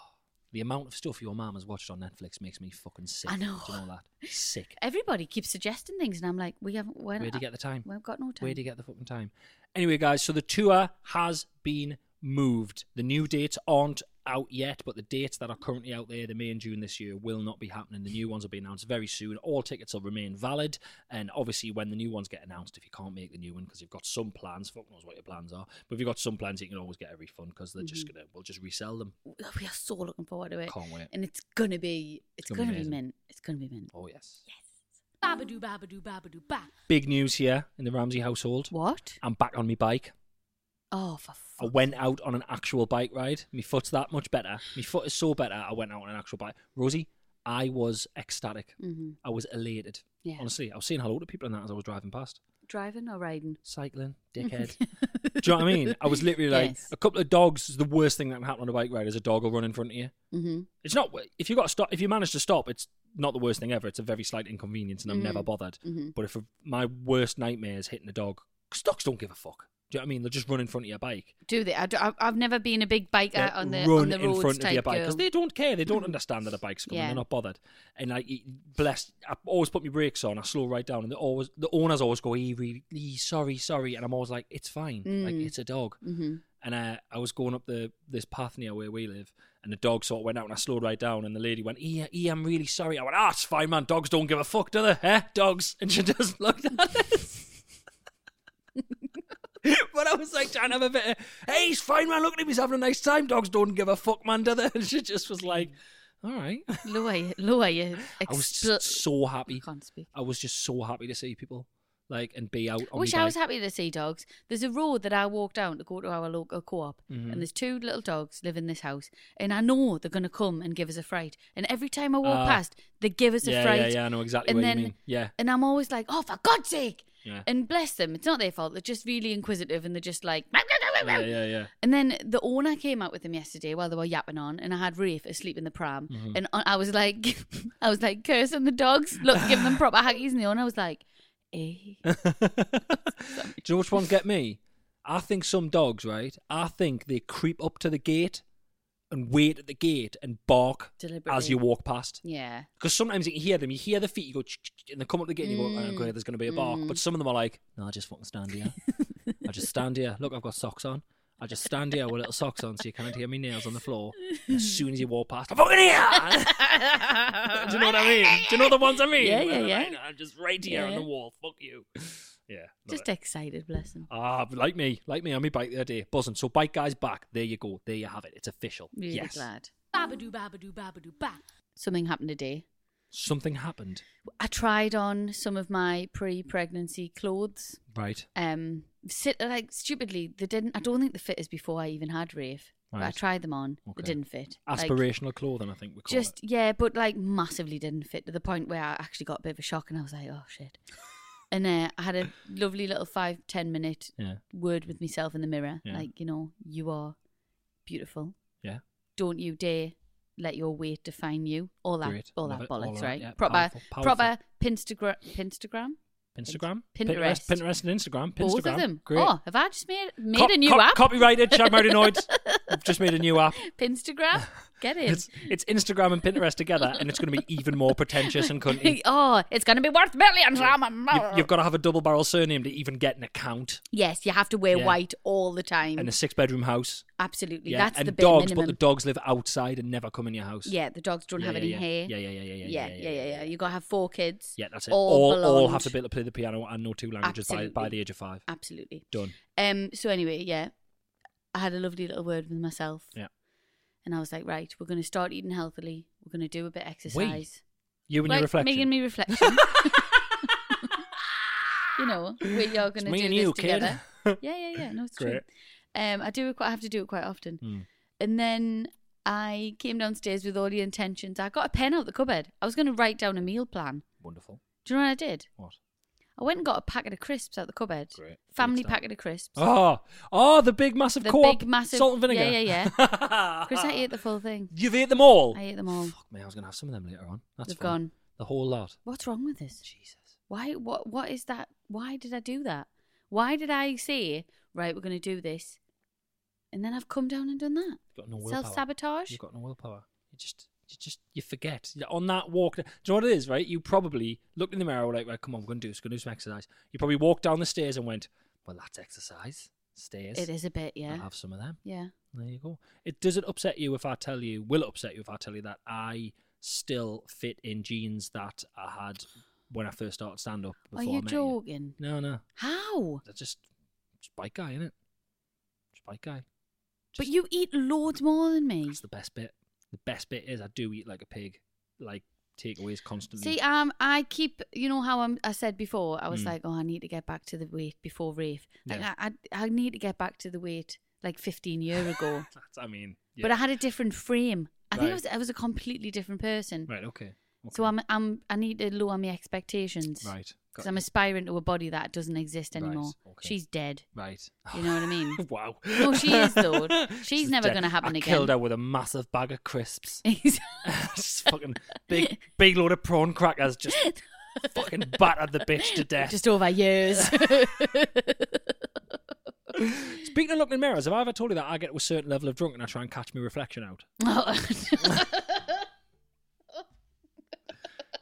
Speaker 3: the amount of stuff your mum has watched on Netflix makes me fucking sick.
Speaker 2: I know.
Speaker 3: Do you know that?
Speaker 2: [laughs]
Speaker 3: Sick.
Speaker 2: Everybody keeps suggesting things, and I'm like, we haven't. When,
Speaker 3: Where do you get the time?
Speaker 2: We've got no time.
Speaker 3: Where do you get the fucking time? Anyway, guys, so the tour has been moved. The new dates aren't out yet, but the dates that are currently out there, the May and June this year, will not be happening. The new ones will be announced very soon. All tickets will remain valid. And obviously, when the new ones get announced, if you can't make the new one because you've got some plans, fuck knows what your plans are, but if you've got some plans, you can always get a refund because they're just gonna, we'll just resell them.
Speaker 2: We are so looking forward to it.
Speaker 3: Can't wait.
Speaker 2: And it's gonna be, it's,
Speaker 3: gonna be
Speaker 2: gonna, be
Speaker 3: amazing.
Speaker 2: mint. It's gonna be mint.
Speaker 3: Oh, yes.
Speaker 2: Babadoo, babadoo, babadoo, ba.
Speaker 3: Big news here in the Ramsey household.
Speaker 2: What?
Speaker 3: I'm back on my bike.
Speaker 2: Oh, for
Speaker 3: I
Speaker 2: fuck.
Speaker 3: went out on an actual bike ride. My foot's that much better. My foot is so better. I went out on an actual bike. Rosie, I was ecstatic.
Speaker 2: Mm-hmm.
Speaker 3: I was elated.
Speaker 2: Yeah.
Speaker 3: Honestly, I was saying hello to people and that as I was driving past.
Speaker 2: Driving or riding?
Speaker 3: Cycling,
Speaker 2: [laughs]
Speaker 3: dickhead. Do you know what I mean? I was literally like,
Speaker 2: Yes.
Speaker 3: a couple of dogs is the worst thing that can happen on a bike ride is a dog will run in front of you.
Speaker 2: Mm-hmm.
Speaker 3: It's not if you got to stop. If you manage to stop, it's not the worst thing ever. It's a very slight inconvenience, and I'm
Speaker 2: Mm-hmm.
Speaker 3: never bothered. But if my worst nightmare is hitting a dog, 'cause dogs don't give a fuck. Do you know what I mean? They'll just run in front of your bike.
Speaker 2: Do they? I, d- I- I've never been a big biker
Speaker 3: They'll
Speaker 2: on the
Speaker 3: run
Speaker 2: on the roads
Speaker 3: in front
Speaker 2: type
Speaker 3: of your bike
Speaker 2: girl.
Speaker 3: because they don't care. They don't understand that a bike's coming.
Speaker 2: Yeah.
Speaker 3: They're not bothered. And like, it- bless, I always put my brakes on. I slow right down, and they always the owners always go, "Ee, really, ee, sorry, sorry," and I'm always like, "It's fine. Like,
Speaker 2: Mm.
Speaker 3: it's a dog."
Speaker 2: mm-hmm.
Speaker 3: and uh, I, I was going up the this path near where we live, and the dog sort of went out, and I slowed right down, and the lady went, "Yeah, yeah, I'm really sorry." I went, "Ah, it's fine, man. Dogs don't give a fuck, do they? Eh? Dogs." And she [laughs] just looked at us. [laughs] but I was like trying to have a bit of, "Hey, he's fine, man. Look at him. He's having a nice time. Dogs don't give a fuck, man, do they?" [laughs] And she just was like, "All right." I
Speaker 2: [laughs] Lower you, lower you.
Speaker 3: was
Speaker 2: Expl-
Speaker 3: just so happy.
Speaker 2: can't speak.
Speaker 3: I was just so happy to see people like and be out.
Speaker 2: I
Speaker 3: on
Speaker 2: wish
Speaker 3: my
Speaker 2: I was
Speaker 3: bike.
Speaker 2: happy to see dogs. There's a road that I walk down to go to our local uh, co-op,
Speaker 3: Mm-hmm.
Speaker 2: and there's two little dogs live in this house, and I know they're gonna come and give us a fright. And every time I walk
Speaker 3: Ah.
Speaker 2: past, they give us
Speaker 3: Yeah,
Speaker 2: a fright.
Speaker 3: yeah, yeah. I know exactly
Speaker 2: and
Speaker 3: what
Speaker 2: then,
Speaker 3: you mean. Yeah,
Speaker 2: And I'm always like, oh, for God's sake!
Speaker 3: yeah,
Speaker 2: And bless them, it's not their fault. They're just really inquisitive, and they're just like.
Speaker 3: yeah, yeah, yeah.
Speaker 2: And then the owner came out with them yesterday while they were yapping on, and I had Rafe asleep in the pram,
Speaker 3: Mm-hmm.
Speaker 2: and I I was like, [laughs] I was like cursing the dogs, look, giving them proper huggies, and the owner was like,
Speaker 3: [laughs]
Speaker 2: "Eh,
Speaker 3: Do you know which one get me? I think some dogs, right? I think they creep up to the gate and wait at the gate and bark
Speaker 2: Deliberately.
Speaker 3: as you walk past.
Speaker 2: yeah,
Speaker 3: Because sometimes you can hear them, you hear the feet, you go, "Ch- ch- ch," and they come up the gate and you go,
Speaker 2: Mm.
Speaker 3: oh, okay, there's going to be a bark. But some of them are like, no, I just fucking stand here. I just stand here. Look, I've got socks on. I just stand here with little socks on so you can't hear me nails on the floor. As soon as you walk past, I'm fucking here! [laughs] Do you know what I mean? Do you know the ones I mean?
Speaker 2: Yeah,
Speaker 3: Where
Speaker 2: yeah,
Speaker 3: they're
Speaker 2: yeah.
Speaker 3: like, I'm just right here on
Speaker 2: Yeah.
Speaker 3: the wall. Fuck you. [laughs] Yeah. [laughs] love it.
Speaker 2: just excited, bless them."
Speaker 3: Ah, but like me, like me on my bike the other day, buzzing. So bike guys back. There you go. There you have it. It's official.
Speaker 2: Really
Speaker 3: yes.
Speaker 2: glad
Speaker 4: Babadoo, babadoo, babadoo, ba.
Speaker 2: something happened today.
Speaker 3: Something happened.
Speaker 2: I tried on some of my pre-pregnancy clothes.
Speaker 3: Right.
Speaker 2: um sit like stupidly they didn't i don't think the fit is before i even had rafe but i
Speaker 3: Right.
Speaker 2: tried them on
Speaker 3: Okay.
Speaker 2: they didn't fit Like,
Speaker 3: Aspirational clothing, I think we call
Speaker 2: just
Speaker 3: it.
Speaker 2: yeah but like massively didn't fit to the point where i actually got a bit of a shock and i was like oh
Speaker 3: [laughs]
Speaker 2: shit and uh, i had a lovely little five ten minute
Speaker 3: Yeah.
Speaker 2: word with myself in the mirror
Speaker 3: Yeah.
Speaker 2: like you know you are beautiful
Speaker 3: Yeah.
Speaker 2: don't you dare let your weight define you all that
Speaker 3: Great.
Speaker 2: all
Speaker 3: Love
Speaker 2: that
Speaker 3: it. All
Speaker 2: bollocks
Speaker 3: that,
Speaker 2: right
Speaker 3: yeah.
Speaker 2: proper
Speaker 3: Powerful,
Speaker 2: proper pinstagram pinstagram
Speaker 3: Instagram,
Speaker 2: Pinterest.
Speaker 3: Pinterest, and Instagram. Pintergram.
Speaker 2: both of them
Speaker 3: Great.
Speaker 2: oh have i just made made
Speaker 3: Cop-
Speaker 2: a new
Speaker 3: cop-
Speaker 2: app
Speaker 3: Copyrighted. Chad
Speaker 2: [laughs]
Speaker 3: Marinoid. I've just made a new app.
Speaker 2: Pinstagram?
Speaker 3: [laughs]
Speaker 2: Get it.
Speaker 3: It's, it's Instagram and Pinterest together, and it's going to be even more pretentious
Speaker 2: [laughs]
Speaker 3: and cunty.
Speaker 2: [laughs] oh, it's going to be worth millions.
Speaker 3: You've, you've got to have a double barrel surname to even get an account
Speaker 2: yes, you have to wear
Speaker 3: Yeah.
Speaker 2: white all the time.
Speaker 3: and a six bedroom house.
Speaker 2: Absolutely.
Speaker 3: Yeah,
Speaker 2: Mm. That's
Speaker 3: and
Speaker 2: the bare
Speaker 3: dogs,
Speaker 2: minimum.
Speaker 3: but the dogs live outside and never come in your house.
Speaker 2: yeah, the dogs don't
Speaker 3: Yeah,
Speaker 2: have
Speaker 3: yeah,
Speaker 2: any
Speaker 3: yeah.
Speaker 2: hair.
Speaker 3: Yeah, yeah, yeah, yeah,
Speaker 2: yeah, yeah, yeah, yeah. You got to have four kids.
Speaker 3: Yeah, that's it.
Speaker 2: All,
Speaker 3: All, all,
Speaker 2: blonde.
Speaker 3: have to be able to play the piano and know two languages by, by
Speaker 2: Absolutely.
Speaker 3: the age of five.
Speaker 2: Absolutely.
Speaker 3: Done.
Speaker 2: Um. So anyway, yeah, I had a lovely little word with myself.
Speaker 3: Yeah.
Speaker 2: And I was like, right, we're going to start eating healthily. We're going to do a bit of exercise.
Speaker 3: You and
Speaker 2: like,
Speaker 3: your reflection.
Speaker 2: Me and me
Speaker 3: [laughs]
Speaker 2: reflection. you know, we are going
Speaker 3: It's
Speaker 2: to do
Speaker 3: me and
Speaker 2: this
Speaker 3: you,
Speaker 2: together. [laughs]
Speaker 3: [laughs] kid.
Speaker 2: yeah, yeah, yeah. No, it's
Speaker 3: Great.
Speaker 2: true. Um, I do it quite. I have to do it quite often.
Speaker 3: Mm.
Speaker 2: And then I came downstairs with all the intentions. I got a pen out the cupboard. I was going to write down a meal plan.
Speaker 3: Wonderful.
Speaker 2: Do you know what I did?
Speaker 3: What?
Speaker 2: I went and got a packet of crisps out the cupboard.
Speaker 3: Great. Good
Speaker 2: Family
Speaker 3: start.
Speaker 2: packet of crisps.
Speaker 3: Oh, oh, the big massive
Speaker 2: The
Speaker 3: co-op
Speaker 2: big massive-
Speaker 3: salt and vinegar.
Speaker 2: yeah, yeah,
Speaker 3: [laughs] yeah.
Speaker 2: Chris, I ate the full thing.
Speaker 3: You've ate them all.
Speaker 2: I ate them all.
Speaker 3: Oh, Fuck me, I was gonna have some of them later on. That's
Speaker 2: They've
Speaker 3: fine.
Speaker 2: gone.
Speaker 3: The whole lot.
Speaker 2: What's wrong with this?
Speaker 3: Jesus.
Speaker 2: Why? What? What is that? Why did I do that? Why did I say, right, we're going to do this, and then I've come down and done that?
Speaker 3: You've got no willpower.
Speaker 2: Self-sabotage?
Speaker 3: You've got no willpower. You just, you just, you forget. You- On that walk, do you know what it is, right? You probably looked in the mirror, were like, right, come on, we're going to do this, going to do some exercise. You probably walked down the stairs and went, well, that's exercise. stairs.
Speaker 2: It is a bit, yeah.
Speaker 3: I'll have some of them.
Speaker 2: Yeah.
Speaker 3: There you go. It does it upset you if I tell you? Will it upset you if I tell you that I still fit in jeans that I had when I first started stand up?
Speaker 2: Are
Speaker 3: Before I
Speaker 2: you
Speaker 3: met
Speaker 2: joking?
Speaker 3: You. No, no.
Speaker 2: How?
Speaker 3: That's just just bike guy, innit? Just bike guy.
Speaker 2: But
Speaker 3: Just-
Speaker 2: you eat loads more than me.
Speaker 3: That's the best bit. The best bit is I do eat like a pig. Like takeaways constantly.
Speaker 2: See, um, I keep, you know how I'm, I said before, I was
Speaker 3: Mm.
Speaker 2: like, oh, I need to get back to the weight before Rafe. Like,
Speaker 3: Yeah.
Speaker 2: I, I, I need to get back to the weight like 15 year ago.
Speaker 3: That's, I mean, yeah.
Speaker 2: But I had a different frame. I think I
Speaker 3: Right.
Speaker 2: was, I was a completely different person.
Speaker 3: right. Okay.
Speaker 2: So
Speaker 3: okay.
Speaker 2: I'm, I'm, I need to lower my expectations.
Speaker 3: right. got
Speaker 2: Because I'm
Speaker 3: you.
Speaker 2: aspiring to a body that doesn't exist
Speaker 3: Right,
Speaker 2: anymore.
Speaker 3: okay.
Speaker 2: She's dead.
Speaker 3: Right.
Speaker 2: You know what I mean? [laughs]
Speaker 3: [sighs] [laughs] wow.
Speaker 2: No, she is,
Speaker 3: [laughs]
Speaker 2: though. She's never
Speaker 3: dead.
Speaker 2: gonna happen
Speaker 3: I
Speaker 2: again.
Speaker 3: Killed her with a massive bag of
Speaker 2: [laughs]
Speaker 3: crisps. [laughs]
Speaker 2: He's-
Speaker 3: just fucking big,
Speaker 2: [laughs]
Speaker 3: big load of prawn crackers. Just fucking battered the bitch to
Speaker 2: [laughs]
Speaker 3: death.
Speaker 2: Just over
Speaker 3: [laughs]
Speaker 2: years. [laughs]
Speaker 3: Speaking of looking in mirrors, have I ever told you that I get to a certain level of drunk and I try and catch my reflection out?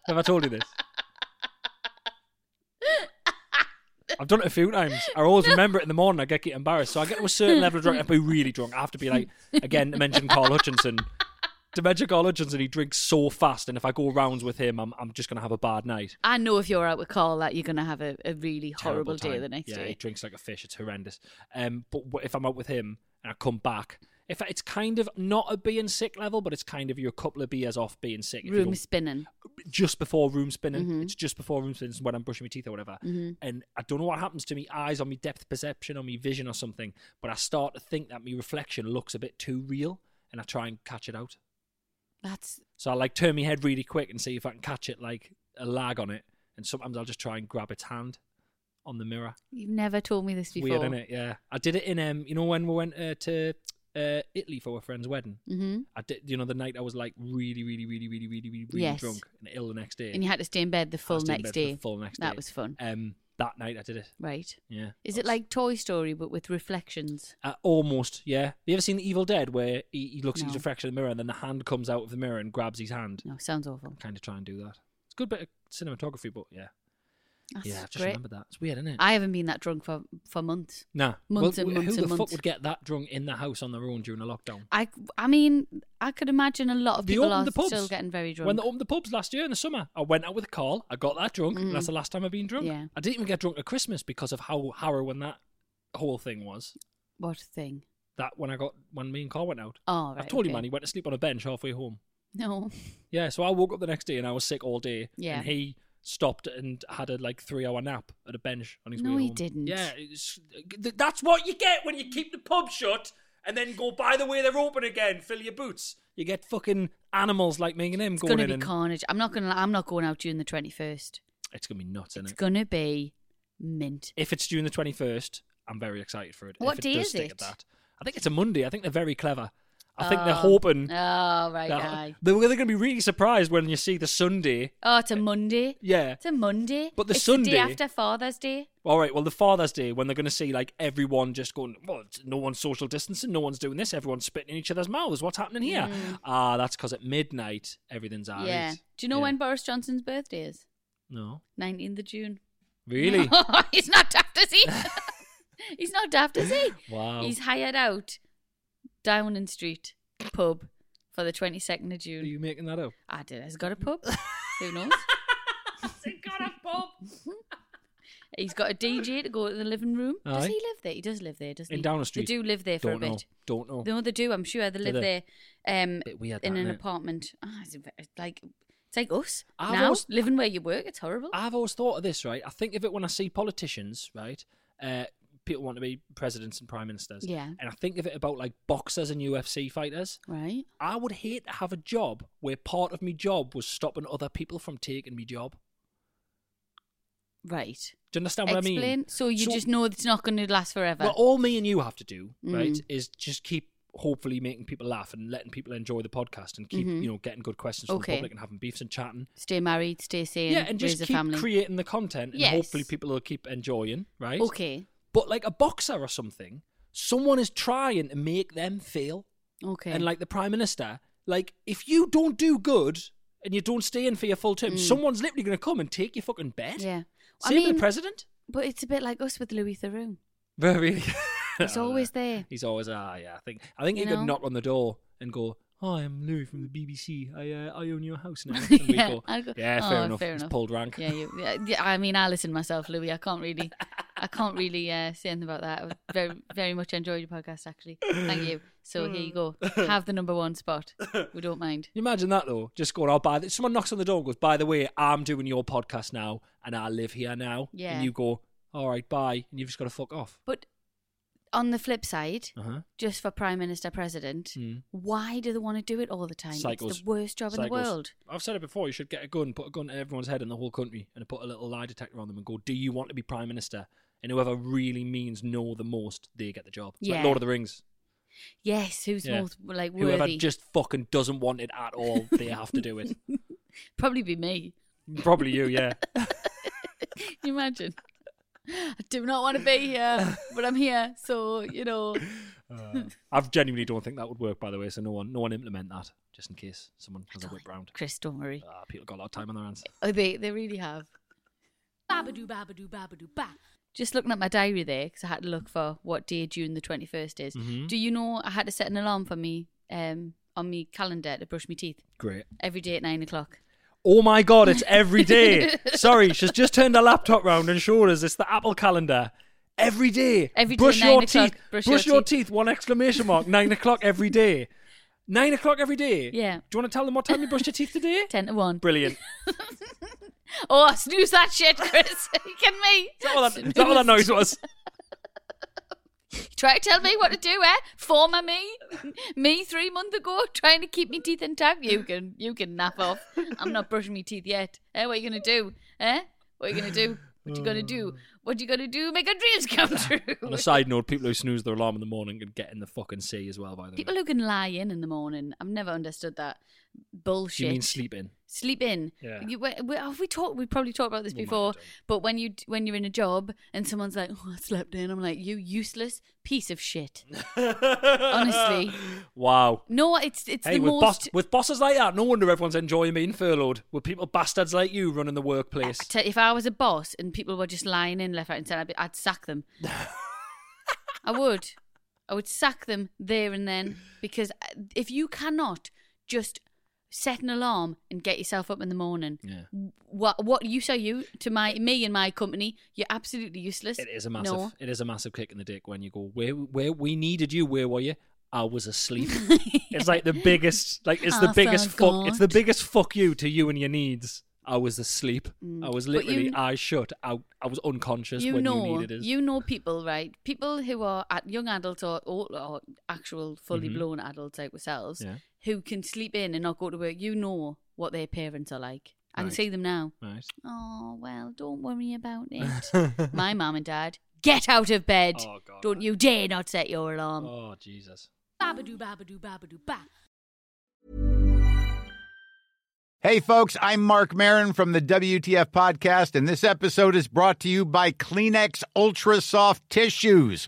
Speaker 3: Have I
Speaker 2: [laughs]
Speaker 3: told you this? I've done it a few times. I always remember it in the morning. I get get embarrassed, so I get to a certain level of drunk. I have to be really drunk. I have to be like again to mention Carl Hutchinson. To mention Carl Hutchinson, he drinks so fast, and if I go rounds with him, I'm I'm just gonna have a bad night.
Speaker 2: I know if you're out with Carl that you're going to have a, a really horrible
Speaker 3: Terrible
Speaker 2: day
Speaker 3: time.
Speaker 2: the next
Speaker 3: yeah, he
Speaker 2: day.
Speaker 3: drinks like a fish. It's horrendous. Um, but wh- if I'm out with him and I come back, if I- it's kind of not a being sick level, but it's kind of you're a couple of beers off being sick. if you
Speaker 2: Room
Speaker 3: don't
Speaker 2: spinning.
Speaker 3: just before room spinning.
Speaker 2: Mm-hmm.
Speaker 3: It's just before room spinning is when I'm brushing my teeth or whatever. And I don't know what happens to me eyes or my depth perception or my vision or something, but I start to think that my reflection looks a bit too real and I try and catch it out.
Speaker 2: That's
Speaker 3: So I like turn my head really quick and see if I can catch it like a lag on it. And sometimes I'll just try and grab its hand on the mirror.
Speaker 2: you've never told me this
Speaker 3: It's
Speaker 2: before.
Speaker 3: weird, isn't it? Yeah. I did it in um you know when we went uh, to uh, Italy for a friend's wedding.
Speaker 2: hmm
Speaker 3: I did you know the night I was like really, really, really, really, really, really, really
Speaker 2: Yes.
Speaker 3: drunk and ill the next day.
Speaker 2: And you had to stay in bed the
Speaker 3: I
Speaker 2: full
Speaker 3: was doing
Speaker 2: next
Speaker 3: bed for
Speaker 2: day.
Speaker 3: the full next
Speaker 2: that
Speaker 3: day.
Speaker 2: was fun.
Speaker 3: Um, that night I did it.
Speaker 2: Right.
Speaker 3: Yeah.
Speaker 2: Is
Speaker 3: that
Speaker 2: it
Speaker 3: was-
Speaker 2: like Toy Story but with reflections?
Speaker 3: Uh, almost, yeah. You ever seen The Evil Dead where he, he looks at his
Speaker 2: No.
Speaker 3: reflection in the mirror and then the hand comes out of the mirror and grabs his hand?
Speaker 2: No, sounds awful.
Speaker 3: Kind of try and do that. It's a good bit of cinematography, but yeah.
Speaker 2: That's
Speaker 3: yeah, I've just
Speaker 2: great.
Speaker 3: remembered that. It's weird, isn't it?
Speaker 2: I haven't been that drunk for, for months.
Speaker 3: nah.
Speaker 2: Months
Speaker 3: well,
Speaker 2: and
Speaker 3: who
Speaker 2: months
Speaker 3: the
Speaker 2: and
Speaker 3: fuck
Speaker 2: months.
Speaker 3: would get that drunk in the house on their own during a lockdown?
Speaker 2: I, I mean, I could imagine a lot of
Speaker 3: They
Speaker 2: people
Speaker 3: opened
Speaker 2: are
Speaker 3: the pubs.
Speaker 2: still getting very drunk.
Speaker 3: When they opened the pubs last year in the summer, I went out with Carl. I got that drunk.
Speaker 2: Mhm.
Speaker 3: And that's the last time I've been drunk.
Speaker 2: Yeah.
Speaker 3: I didn't even get drunk at Christmas because of how harrowing that whole thing was.
Speaker 2: What thing?
Speaker 3: That when I got when me and Carl went out.
Speaker 2: Oh,
Speaker 3: I
Speaker 2: right.
Speaker 3: told
Speaker 2: okay.
Speaker 3: him, man, he went to sleep on a bench halfway home.
Speaker 2: No.
Speaker 3: Yeah, so I woke up the next day and I was sick all day.
Speaker 2: Yeah.
Speaker 3: And he stopped and had a like three hour nap at a bench on his
Speaker 2: No,
Speaker 3: way
Speaker 2: he
Speaker 3: home.
Speaker 2: didn't.
Speaker 3: Yeah, it's, th- that's what you get when you keep the pub shut and then go by the way they're open again, fill your boots. You get fucking animals like me and him
Speaker 2: It's
Speaker 3: going
Speaker 2: gonna
Speaker 3: in
Speaker 2: be
Speaker 3: and
Speaker 2: carnage. I'm not gonna. I'm not going out June the 21st.
Speaker 3: it's gonna be nuts,
Speaker 2: It's
Speaker 3: innit?
Speaker 2: gonna be mint.
Speaker 3: if it's June the twenty first, I'm very excited for it. If
Speaker 2: What
Speaker 3: it
Speaker 2: day
Speaker 3: does
Speaker 2: is
Speaker 3: stick at
Speaker 2: it?
Speaker 3: that. I think it's a Monday. I think they're very clever. I think they're
Speaker 2: Oh.
Speaker 3: hoping
Speaker 2: Oh right,
Speaker 3: that- [laughs]
Speaker 2: aye.
Speaker 3: they're, they're going to be really surprised when you see the Sunday.
Speaker 2: Oh, it's a Monday.
Speaker 3: Yeah,
Speaker 2: It's a Monday.
Speaker 3: But the
Speaker 2: it's the
Speaker 3: Sunday-
Speaker 2: day after Father's Day.
Speaker 3: All right. Well, the Father's Day when they're going to see like everyone just going, well, it's- no one's social distancing, no one's doing this, everyone's spitting in each other's mouths. What's happening here? Ah, that's because at midnight everything's alright.
Speaker 2: Mm. yeah. Do you know
Speaker 3: Yeah.
Speaker 2: when Boris Johnson's birthday is?
Speaker 3: No,
Speaker 2: 19th of June.
Speaker 3: really?
Speaker 2: [laughs] He's not daft, is he? [laughs] He's not daft, is he?
Speaker 3: wow.
Speaker 2: He's hired out Downing Street pub for the 22nd of
Speaker 3: Are
Speaker 2: June.
Speaker 3: you making that up?
Speaker 2: I don't know. He's got a
Speaker 3: [laughs]
Speaker 2: pub. Who knows?
Speaker 3: Thank God I'm Bob.
Speaker 2: [laughs] He's got a DJ to go to the living room. Does
Speaker 3: Aye.
Speaker 2: he live there? He does live there, doesn't
Speaker 3: In
Speaker 2: he?
Speaker 3: Downing Street.
Speaker 2: They do live there for
Speaker 3: Don't
Speaker 2: a
Speaker 3: know.
Speaker 2: bit.
Speaker 3: Don't know.
Speaker 2: No, they do. I'm sure they
Speaker 3: Do
Speaker 2: live
Speaker 3: they?
Speaker 2: there um,
Speaker 3: Bit weird,
Speaker 2: in
Speaker 3: that,
Speaker 2: an
Speaker 3: innit?
Speaker 2: apartment. Ah, it's a bit- it's like it's like us
Speaker 3: I've
Speaker 2: now
Speaker 3: always-
Speaker 2: living where you work. It's horrible.
Speaker 3: I've always thought of this, right? I think of it when I see politicians, right? Uh, people want to be presidents and prime ministers.
Speaker 2: Yeah.
Speaker 3: And I think of it about like boxers and UFC fighters.
Speaker 2: right?
Speaker 3: I would hate to have a job where part of my job was stopping other people from taking me job.
Speaker 2: Right.
Speaker 3: Do you understand what
Speaker 2: Explain.
Speaker 3: I mean?
Speaker 2: So you just know it's not going to last forever.
Speaker 3: Well, all me and you have to do, right,
Speaker 2: Mhm.
Speaker 3: is just keep hopefully making people laugh and letting people enjoy the podcast and keep
Speaker 2: Mhm.
Speaker 3: you know getting good questions from
Speaker 2: Okay.
Speaker 3: the public and having beefs and chatting.
Speaker 2: stay married, stay sane,
Speaker 3: yeah, and just
Speaker 2: raise a
Speaker 3: keep
Speaker 2: family.
Speaker 3: creating the content, and
Speaker 2: Yes.
Speaker 3: hopefully people will keep enjoying, right?
Speaker 2: Okay.
Speaker 3: But like a boxer or something, someone is trying to make them fail.
Speaker 2: Okay.
Speaker 3: and like the prime minister, like if you don't do good and you don't stay in for your full term,
Speaker 2: Mm.
Speaker 3: someone's literally going to come and take your fucking bed.
Speaker 2: yeah. I
Speaker 3: Same with
Speaker 2: mean,
Speaker 3: the president.
Speaker 2: but it's a bit like us with Louis Theroux.
Speaker 3: Really?
Speaker 2: He's always there.
Speaker 3: He's always ah yeah. I think I think
Speaker 2: You
Speaker 3: he could
Speaker 2: know?
Speaker 3: knock on the door and go, "Hi, I'm Louis from the BBC. I uh, I own your house now."
Speaker 2: [laughs]
Speaker 3: And we
Speaker 2: Yeah,
Speaker 3: go,
Speaker 2: I go-
Speaker 3: yeah,
Speaker 2: oh,
Speaker 3: fair enough.
Speaker 2: fair
Speaker 3: He's
Speaker 2: enough."
Speaker 3: pulled rank.
Speaker 2: Yeah, you, yeah, yeah, I mean, I listen myself, Louis. I can't really, I can't really uh, say anything about that. I very, very much enjoyed your podcast, actually. Thank you. So here you
Speaker 3: [laughs]
Speaker 2: go. Have the number one spot. We don't mind.
Speaker 3: Can [laughs] you imagine that though? Just going, oh, by the, someone knocks on the door and goes, by the way, I'm doing your podcast now and I live here now.
Speaker 2: Yeah.
Speaker 3: And you go, all right, bye. And you've just got to fuck off.
Speaker 2: But on the flip side,
Speaker 3: Uh huh.
Speaker 2: just for prime minister, president,
Speaker 3: Mm.
Speaker 2: why do they want to do it all the time? It's
Speaker 3: Cycles.
Speaker 2: the worst job in the world.
Speaker 3: I've said it before. You should get a gun, put a gun to everyone's head in the whole country, and put a little lie detector on them and go, "Do you want to be prime minister?" And whoever really means no the most, they get the job. It's
Speaker 2: Yeah.
Speaker 3: like Lord of the Rings.
Speaker 2: Yes, who's
Speaker 3: Yeah.
Speaker 2: most like
Speaker 3: Whoever
Speaker 2: worthy?
Speaker 3: just fucking doesn't want it at all, they have to do it. [laughs]
Speaker 2: Probably be me.
Speaker 3: Probably you, yeah.
Speaker 2: Can you imagine? I do not want to be here, but I'm here. So you
Speaker 3: [laughs]
Speaker 2: know,
Speaker 3: I genuinely don't think that would work, by the way. So no one, no one implement that, just in case someone has a
Speaker 2: Don't-
Speaker 3: whip round.
Speaker 2: Chris, don't worry.
Speaker 3: Ah, people got a lot of time on their hands.
Speaker 2: Oh, they they really have.
Speaker 4: Babadoo, babadoo, babadoo, ba.
Speaker 2: Just looking at my diary there because I had to look for what day June the twenty first is.
Speaker 3: Mhm.
Speaker 2: Do you know I had to set an alarm for me um on me calendar to brush my teeth
Speaker 3: Great.
Speaker 2: every day at nine o'clock?
Speaker 3: Oh my god, it's
Speaker 2: [laughs]
Speaker 3: every day. Sorry, she's just turned her laptop round and showed us it's the Apple calendar. Every day.
Speaker 2: Every day,
Speaker 3: brush
Speaker 2: nine
Speaker 3: your
Speaker 2: o'clock,
Speaker 3: teeth.
Speaker 2: brush your
Speaker 3: your, teeth. One exclamation mark. Nine o'clock every day. Nine o'clock every day.
Speaker 2: Yeah.
Speaker 3: Do you want to tell them what time you brushed your teeth today?
Speaker 2: [laughs] Ten to one.
Speaker 3: Brilliant.
Speaker 2: Oh, I snooze that shit, Chris. [laughs] Are you kidding me?
Speaker 3: Is that
Speaker 2: [laughs]
Speaker 3: what that, is that, what that noise was?
Speaker 2: Try to tell me what to do, eh? Former me, me three months ago, trying to keep my teeth intact. You can, you can nap off. I'm not brushing my teeth yet. Eh, what are you gonna do? Eh, what are you gonna do? What you gonna do? What you gonna do? Make our dreams come [laughs]
Speaker 3: On a
Speaker 2: true.
Speaker 3: side note, people who snooze their alarm in the morning can get in the fucking sea as well, by the way.
Speaker 2: People who can lie in in the morning, I've never understood that bullshit.
Speaker 3: Do you mean sleep in?
Speaker 2: Sleep in.
Speaker 3: Yeah.
Speaker 2: You, we, we, have we talked? We probably talked about this
Speaker 3: We might
Speaker 2: before.
Speaker 3: have done.
Speaker 2: But when you when you're in a job and someone's like, "Oh, I slept in," I'm like, "You useless piece of
Speaker 3: [laughs]
Speaker 2: shit." Honestly.
Speaker 3: Wow.
Speaker 2: No, it's it's
Speaker 3: Hey,
Speaker 2: the
Speaker 3: with,
Speaker 2: most.
Speaker 3: boss,
Speaker 2: [laughs]
Speaker 3: with bosses like that, no wonder everyone's enjoying being furloughed. With people bastards like you running the workplace.
Speaker 2: I tell- if I was a boss and people were just lying in left, right, and centre, I'd, be, I'd sack
Speaker 3: [laughs]
Speaker 2: them. I would. I would sack them there and then because uh, if you cannot just set an alarm and get yourself up in the morning,
Speaker 3: Yeah.
Speaker 2: what what use are you to my me and my company? You're absolutely useless.
Speaker 3: It is a massive.
Speaker 2: No.
Speaker 3: It is a massive kick in the dick when you go where where we needed you. Where were you? I
Speaker 2: [laughs]
Speaker 3: was asleep. It's like the biggest. Like it's the
Speaker 2: I
Speaker 3: biggest fuck. It's the
Speaker 2: forgot.
Speaker 3: biggest fuck you to you and your needs. I was asleep. I was
Speaker 2: Mm. But
Speaker 3: literally
Speaker 2: you-
Speaker 3: eyes shut. I I was unconscious
Speaker 2: you
Speaker 3: when
Speaker 2: know,
Speaker 3: you
Speaker 2: you,
Speaker 3: needed us.
Speaker 2: know people, right? People who are at young adults or, or, or actual fully blown adults like ourselves,
Speaker 3: Mm-hmm. Yeah.
Speaker 2: who can sleep in and not go to work. You know what their parents are like. I can
Speaker 3: Right.
Speaker 2: see them now.
Speaker 3: Right.
Speaker 2: Oh well, don't worry
Speaker 3: [laughs]
Speaker 2: about it. My mum and dad, get out of bed.
Speaker 3: Oh, God.
Speaker 2: Don't you dare not set your alarm.
Speaker 3: oh Jesus.
Speaker 4: Babadoo, babadoo, babadoo, ba.
Speaker 5: Hey, folks, I'm Mark Marin from the WTF Podcast, and this episode is brought to you by Kleenex Ultra Soft Tissues,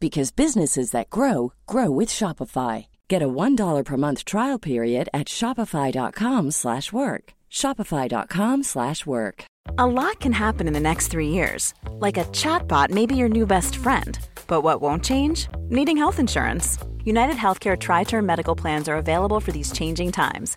Speaker 6: because businesses that grow grow with Shopify. Get a $1 per month trial period at shopify.com/work. slash work. shopify.com/work. slash work.
Speaker 7: A lot can happen in the next three years. Like a chatbot may be your new best friend. But what won't change? Needing health insurance. United Healthcare Tri Term Medical Plans are available for these changing times.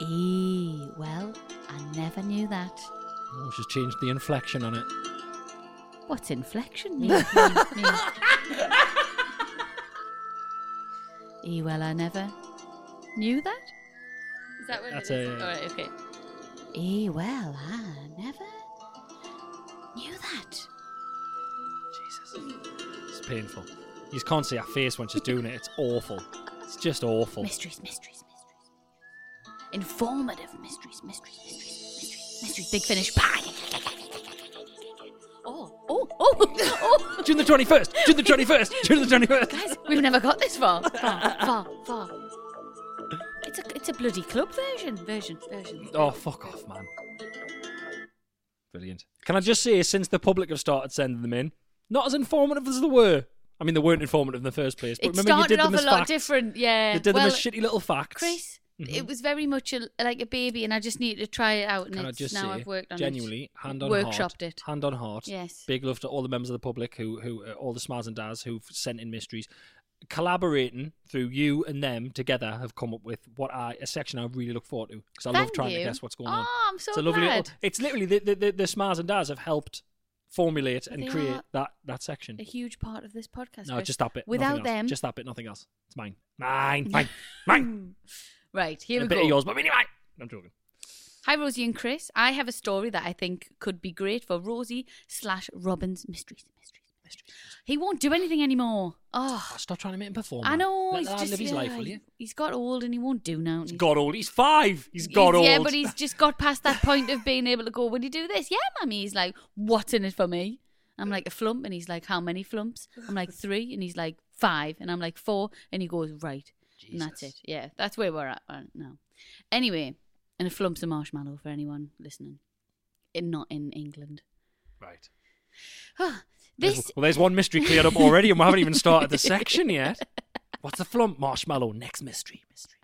Speaker 2: Eee, well, I never knew that.
Speaker 3: Oh, she's changed the inflection on it.
Speaker 2: What's inflection [laughs] mean? mean, mean? Eee, well, I never knew that. Is that what
Speaker 3: That's
Speaker 2: it is?
Speaker 3: it, yeah.
Speaker 2: All right, okay. Eee, well, I never knew that.
Speaker 3: It's painful. You just can't see her face when she's doing it. It's awful. It's just awful.
Speaker 2: Mysteries, mysteries, mysteries. Informative mysteries, mysteries, mysteries, mysteries, mysteries. Big finish. Bah! Oh, oh, oh, oh.
Speaker 3: June the 21st! June the 21st! June the 21st!
Speaker 2: Guys, we've never got this far. Far, far, far. It's a, it's a bloody club version. Version, version.
Speaker 3: Oh, fuck off, man. Brilliant. Can I just say, since the public have started sending them in, not as informative as they were. I mean, they weren't informative in the first place, but
Speaker 2: It
Speaker 3: remember you
Speaker 2: started
Speaker 3: did
Speaker 2: off
Speaker 3: them
Speaker 2: a
Speaker 3: as
Speaker 2: lot
Speaker 3: facts.
Speaker 2: different, yeah.
Speaker 3: You did
Speaker 2: well,
Speaker 3: them as shitty little facts. Mm-hmm.
Speaker 2: Chris, it was very much a, like a baby, and I just needed to try it out. And
Speaker 3: Can I
Speaker 2: it's,
Speaker 3: just
Speaker 2: now
Speaker 3: say,
Speaker 2: I've worked on
Speaker 3: genuinely,
Speaker 2: it.
Speaker 3: hand on
Speaker 2: workshopped
Speaker 3: heart,
Speaker 2: it.
Speaker 3: hand on heart.
Speaker 2: Yes.
Speaker 3: Big love to all the members of the public who, who, uh, all the smiles and dads who've sent in mysteries, collaborating through you and them together have come up with what I a section I really look forward to because I love
Speaker 2: Thank
Speaker 3: trying to
Speaker 2: you.
Speaker 3: guess what's going
Speaker 2: Oh,
Speaker 3: on.
Speaker 2: I'm so
Speaker 3: it's a lovely little-
Speaker 2: glad.
Speaker 3: It's literally the the, the the smiles and dads have helped formulate and
Speaker 2: They
Speaker 3: create
Speaker 2: are.
Speaker 3: that that section.
Speaker 2: a huge part of this podcast.
Speaker 3: No,
Speaker 2: Chris.
Speaker 3: just that bit. nothing
Speaker 2: Without
Speaker 3: else.
Speaker 2: them, [clears throat]
Speaker 3: just that bit, nothing else. It's mine,
Speaker 2: [laughs]
Speaker 3: mine, mine, mine.
Speaker 2: right here
Speaker 3: a
Speaker 2: we
Speaker 3: bit
Speaker 2: go.
Speaker 3: of yours, but mainly mine. I'm joking.
Speaker 2: Hi, Rosie and Chris. I have a story that I think could be great for Rosie slash Robin's mysteries. Mysteries. Mysteries. He won't do anything anymore. Oh,
Speaker 3: Oh, stop trying to make him perform.
Speaker 2: I
Speaker 3: man.
Speaker 2: know.
Speaker 3: Let
Speaker 2: he's
Speaker 3: the lad
Speaker 2: just
Speaker 3: live his
Speaker 2: yeah,
Speaker 3: life, will you?
Speaker 2: He's got old and he won't do now.
Speaker 3: He's got old. He's five. He's got old.
Speaker 2: Yeah, but
Speaker 3: [laughs]
Speaker 2: he's just got past that point of being able to go. Would you do this? Yeah, mummy. He's like, what's in it for me? I'm like a flump, and he's like, how many flumps? I'm like three, and he's like five, and I'm like four, and he goes right, and that's it.
Speaker 3: Jesus.
Speaker 2: Yeah, that's where we're at right now. Anyway, and a flump's a marshmallow for anyone listening, in not in England.
Speaker 3: right.
Speaker 2: This
Speaker 3: Well, there's one mystery cleared up already, and we haven't even started
Speaker 2: [laughs]
Speaker 3: the section yet. What's the flump marshmallow?
Speaker 2: [laughs]
Speaker 3: Next mystery. Mystery.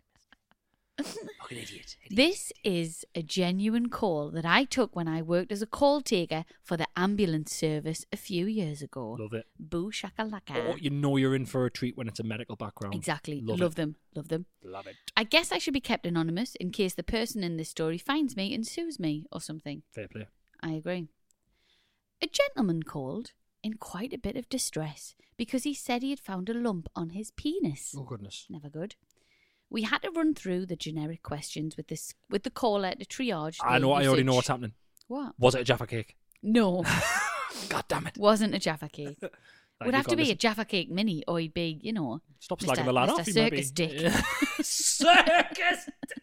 Speaker 3: mystery. Fucking idiot. idiot.
Speaker 2: This is a genuine call that I took when I worked as a call taker for the ambulance service a few years ago.
Speaker 3: Love it.
Speaker 2: Boo shakalaka.
Speaker 3: Oh, you know you're in for a treat when it's a medical background.
Speaker 2: Exactly.
Speaker 3: Love,
Speaker 2: Love,
Speaker 3: it.
Speaker 2: them. Love them.
Speaker 3: Love it.
Speaker 2: I guess I should be kept anonymous in case the person in this story finds me and sues me or something.
Speaker 3: Fair play.
Speaker 2: I agree. A gentleman called in quite a bit of distress because he said he had found a lump on his penis.
Speaker 3: Oh goodness.
Speaker 2: Never good. We had to run through the generic questions with this with the caller to triage.
Speaker 3: I
Speaker 2: their
Speaker 3: know. I already know
Speaker 2: usage.
Speaker 3: what's happening.
Speaker 2: What?
Speaker 3: Was it a jaffa cake? [laughs]
Speaker 2: No,
Speaker 3: God damn it.
Speaker 2: wasn't a Jaffa cake.
Speaker 3: Like,
Speaker 2: Would
Speaker 3: you
Speaker 2: have to
Speaker 3: can't
Speaker 2: be a
Speaker 3: listen.
Speaker 2: Jaffa cake mini, or he'd be, you know,
Speaker 3: Stop
Speaker 2: Mr.
Speaker 3: slagging the lad
Speaker 2: Mr.
Speaker 3: off. he might be-
Speaker 2: Circus Dick.
Speaker 3: [laughs] circus Dick.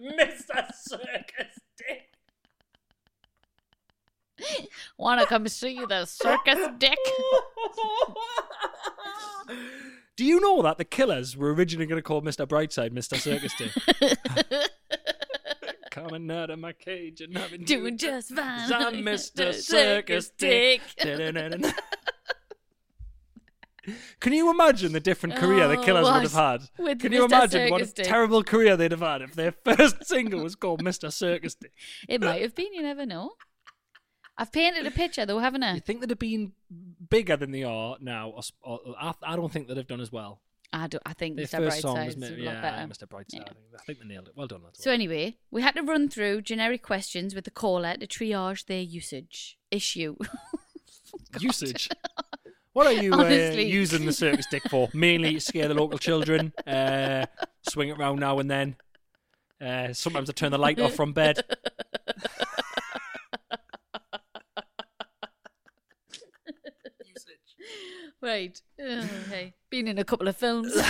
Speaker 3: Mr. Circus Dick.
Speaker 2: wanna come see the circus
Speaker 3: [laughs]
Speaker 2: dick?
Speaker 3: Do you know that the killers were originally going to call Mr. Brightside Mr. Circus
Speaker 2: [laughs]
Speaker 3: Dick? Coming out of my cage and having
Speaker 2: Doing just fine.
Speaker 3: [laughs]
Speaker 2: [laughs]
Speaker 3: I'm Mr. Circus Dick. Da-da-da-da-da. Can you imagine the different career the
Speaker 2: Oh,
Speaker 3: killers would have
Speaker 2: what?
Speaker 3: had?
Speaker 2: With
Speaker 3: Can you
Speaker 2: Mr.
Speaker 3: imagine what a
Speaker 2: Circus Dick.
Speaker 3: terrible career they'd have had if their [laughs] first single was called Mr. Circus Dick?
Speaker 2: It might have been, you never know. I've painted a picture though, haven't
Speaker 3: You
Speaker 2: I?
Speaker 3: think they'd have been bigger than they are now? Or, s- or, or- I, I don't think they'd have done as well.
Speaker 2: I, do, I think
Speaker 3: Their
Speaker 2: Mr.
Speaker 3: first song
Speaker 2: Brightside
Speaker 3: was
Speaker 2: is a
Speaker 3: mi-
Speaker 2: lot
Speaker 3: yeah,
Speaker 2: better.
Speaker 3: Mr. Brightside.
Speaker 2: Yeah.
Speaker 3: I, think, I think they nailed it. Well done. That's
Speaker 2: So anyway, we had to run through generic questions with the caller to triage their usage issue. [laughs]
Speaker 3: usage. What are you uh,
Speaker 2: Honestly.
Speaker 3: using the circus dick for? Mainly scare the local children, uh, swing it round now and then. Uh, sometimes I turn the light off
Speaker 2: [laughs]
Speaker 3: from bed.
Speaker 2: right. Oh,
Speaker 3: [laughs]
Speaker 2: hey. Been in a couple of films. [laughs]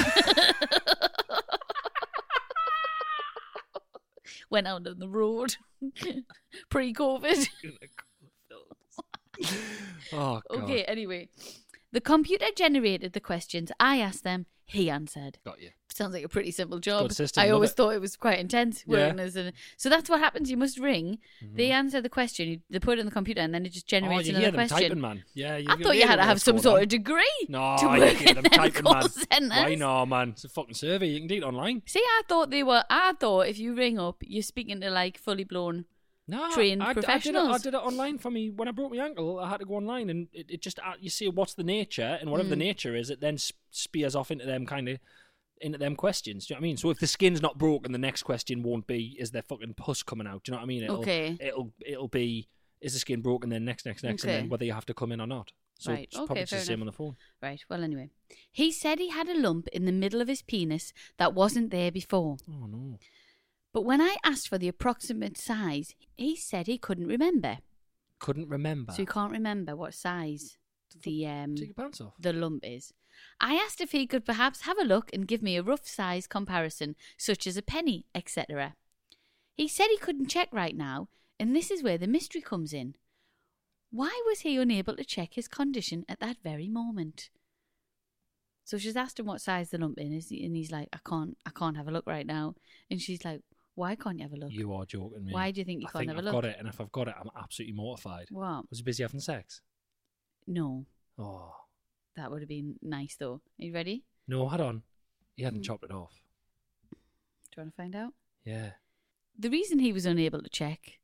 Speaker 2: Went out on the road [laughs] pre-COVID.
Speaker 3: Oh god,
Speaker 2: Okay, anyway. The computer generated the questions I asked them, he answered.
Speaker 3: got you.
Speaker 2: Sounds like a pretty simple job.
Speaker 3: Good system,
Speaker 2: I
Speaker 3: love
Speaker 2: always
Speaker 3: it.
Speaker 2: thought it was quite intense
Speaker 3: Yeah. Mm-hmm.
Speaker 2: working as an. So that's what happens. You must ring. They answer the question. You, they put it in the computer, and then it just
Speaker 3: Oh,
Speaker 2: generates
Speaker 3: you
Speaker 2: another
Speaker 3: hear them
Speaker 2: question.
Speaker 3: typing, man. Yeah, you,
Speaker 2: I
Speaker 3: you
Speaker 2: thought you
Speaker 3: hear
Speaker 2: had to
Speaker 3: what's
Speaker 2: have some
Speaker 3: going
Speaker 2: sort
Speaker 3: on.
Speaker 2: of degree
Speaker 3: No,
Speaker 2: [laughs] to
Speaker 3: you
Speaker 2: work
Speaker 3: hear
Speaker 2: in
Speaker 3: them
Speaker 2: them
Speaker 3: typing,
Speaker 2: call
Speaker 3: man.
Speaker 2: [laughs] centers.
Speaker 3: Why no, man? It's a fucking survey. You can do it online.
Speaker 2: See, I thought they were. I thought if you ring up, you're speaking to like fully blown.
Speaker 3: No,
Speaker 2: Trained
Speaker 3: I, I did it- I
Speaker 2: professionals.
Speaker 3: did it online for me when I broke my ankle. I had to go online, and it, it just uh, you see what's the nature, and whatever the
Speaker 2: Mm.
Speaker 3: nature is, it then sp- spears off into them kind of into them questions. Do you know what I mean? So if the skin's not broken, the next question won't be is there fucking pus coming out. Do you know what I mean? It'll,
Speaker 2: Okay.
Speaker 3: It'll it'll be is the skin broken? Then next, next, next, and
Speaker 2: Okay.
Speaker 3: then whether you have to come in or not. So
Speaker 2: Right,
Speaker 3: it's
Speaker 2: okay,
Speaker 3: probably just
Speaker 2: fair
Speaker 3: the same
Speaker 2: enough.
Speaker 3: on the phone.
Speaker 2: Right. Well, anyway, he said he had a lump in the middle of his penis that wasn't there before.
Speaker 3: Oh no.
Speaker 2: But when I asked for the approximate size, he said he couldn't remember.
Speaker 3: Couldn't remember.
Speaker 2: So he can't remember what size the um
Speaker 3: Take your pants off.
Speaker 2: the lump is. I asked if he could perhaps have a look and give me a rough size comparison, such as a penny, etc. He said he couldn't check right now, and this is where the mystery comes in. Why was he unable to check his condition at that very moment? So she's asked him what size the lump in is, and he's like, "I can't, I can't have a look right now." And she's like, "Why can't you have a look?"
Speaker 3: You are joking me.
Speaker 2: Why do you think you
Speaker 3: I
Speaker 2: can't
Speaker 3: think
Speaker 2: have a
Speaker 3: I've
Speaker 2: look?
Speaker 3: got it, and if I've got it, I'm absolutely mortified.
Speaker 2: What?
Speaker 3: Was he busy having sex?
Speaker 2: No,
Speaker 3: Oh.
Speaker 2: that would have been nice though. Are you ready?
Speaker 3: No, hold on. He hadn't chopped it off.
Speaker 2: Do you want to find out?
Speaker 3: Yeah.
Speaker 2: the reason he was unable to check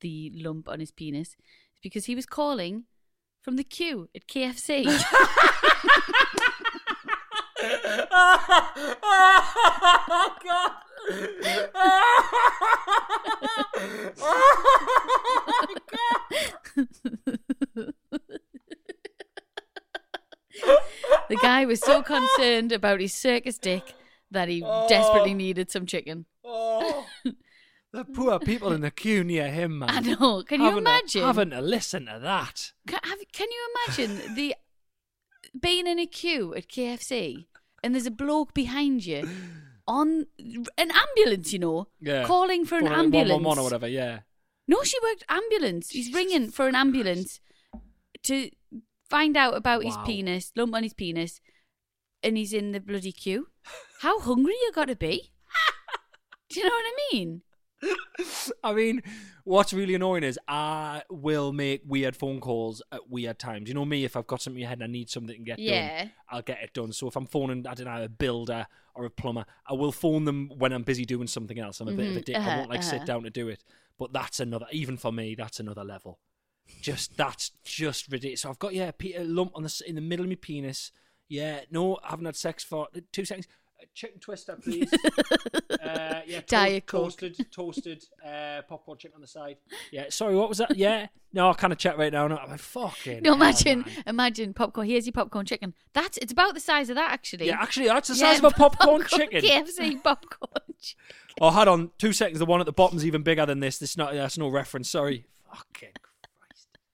Speaker 2: the lump on his penis is because he was calling from the queue at KFC. the guy was so concerned about his circus dick that he desperately needed some chicken.
Speaker 3: Oh. the poor people in the queue near him, man.
Speaker 2: [laughs] I know. Can you
Speaker 3: Having to-
Speaker 2: imagine?
Speaker 3: having to listen to that.
Speaker 2: Can, have, can you imagine the [laughs] being in a queue at KFC and there's a bloke behind you on an ambulance, you know,
Speaker 3: Yeah.
Speaker 2: calling for an
Speaker 3: Calling it
Speaker 2: ambulance.
Speaker 3: 111 or whatever, yeah.
Speaker 2: No, she worked ambulance. He's ringing for an ambulance to find out about his
Speaker 3: Wow.
Speaker 2: penis, lump on his penis, and he's in the bloody queue. How hungry you got to be? [laughs] Do you know what I mean?
Speaker 3: I mean, what's really annoying is I will make weird phone calls at weird times. You know me, if I've got something in my head and I need something to get
Speaker 2: Yeah.
Speaker 3: done, I'll get it done. So if I'm phoning, I don't know, a builder or a plumber, I will phone them when I'm busy doing something else. I'm a bit of a
Speaker 2: Mhm.
Speaker 3: dick. I
Speaker 2: Uh-huh,
Speaker 3: won't like sit
Speaker 2: uh-huh.
Speaker 3: down to do it. But that's another, even for me, that's another level. Just that's just ridiculous. So I've got yeah, pe- a lump on the s- in the middle of my penis. Yeah, no, I haven't had sex for two seconds. Uh, Chicken twister, please.
Speaker 2: [laughs]
Speaker 3: uh, yeah, toast-
Speaker 2: Diet Coke.
Speaker 3: toasted, toasted uh, popcorn chicken on the side. Yeah, sorry, what was that? Yeah, no, I can't chat right now. No, I'm like, fucking.
Speaker 2: No,
Speaker 3: hell,
Speaker 2: imagine,
Speaker 3: man.
Speaker 2: imagine popcorn. Here's your popcorn chicken. That's it's about the size of that actually.
Speaker 3: Yeah, actually, that's the
Speaker 2: Yeah, [laughs]
Speaker 3: size of a popcorn, chicken.
Speaker 2: KFC popcorn [laughs] chicken.
Speaker 3: Oh, hold on, two seconds. The one at the bottom's even bigger than this. This not that's no reference. Sorry. Fucking.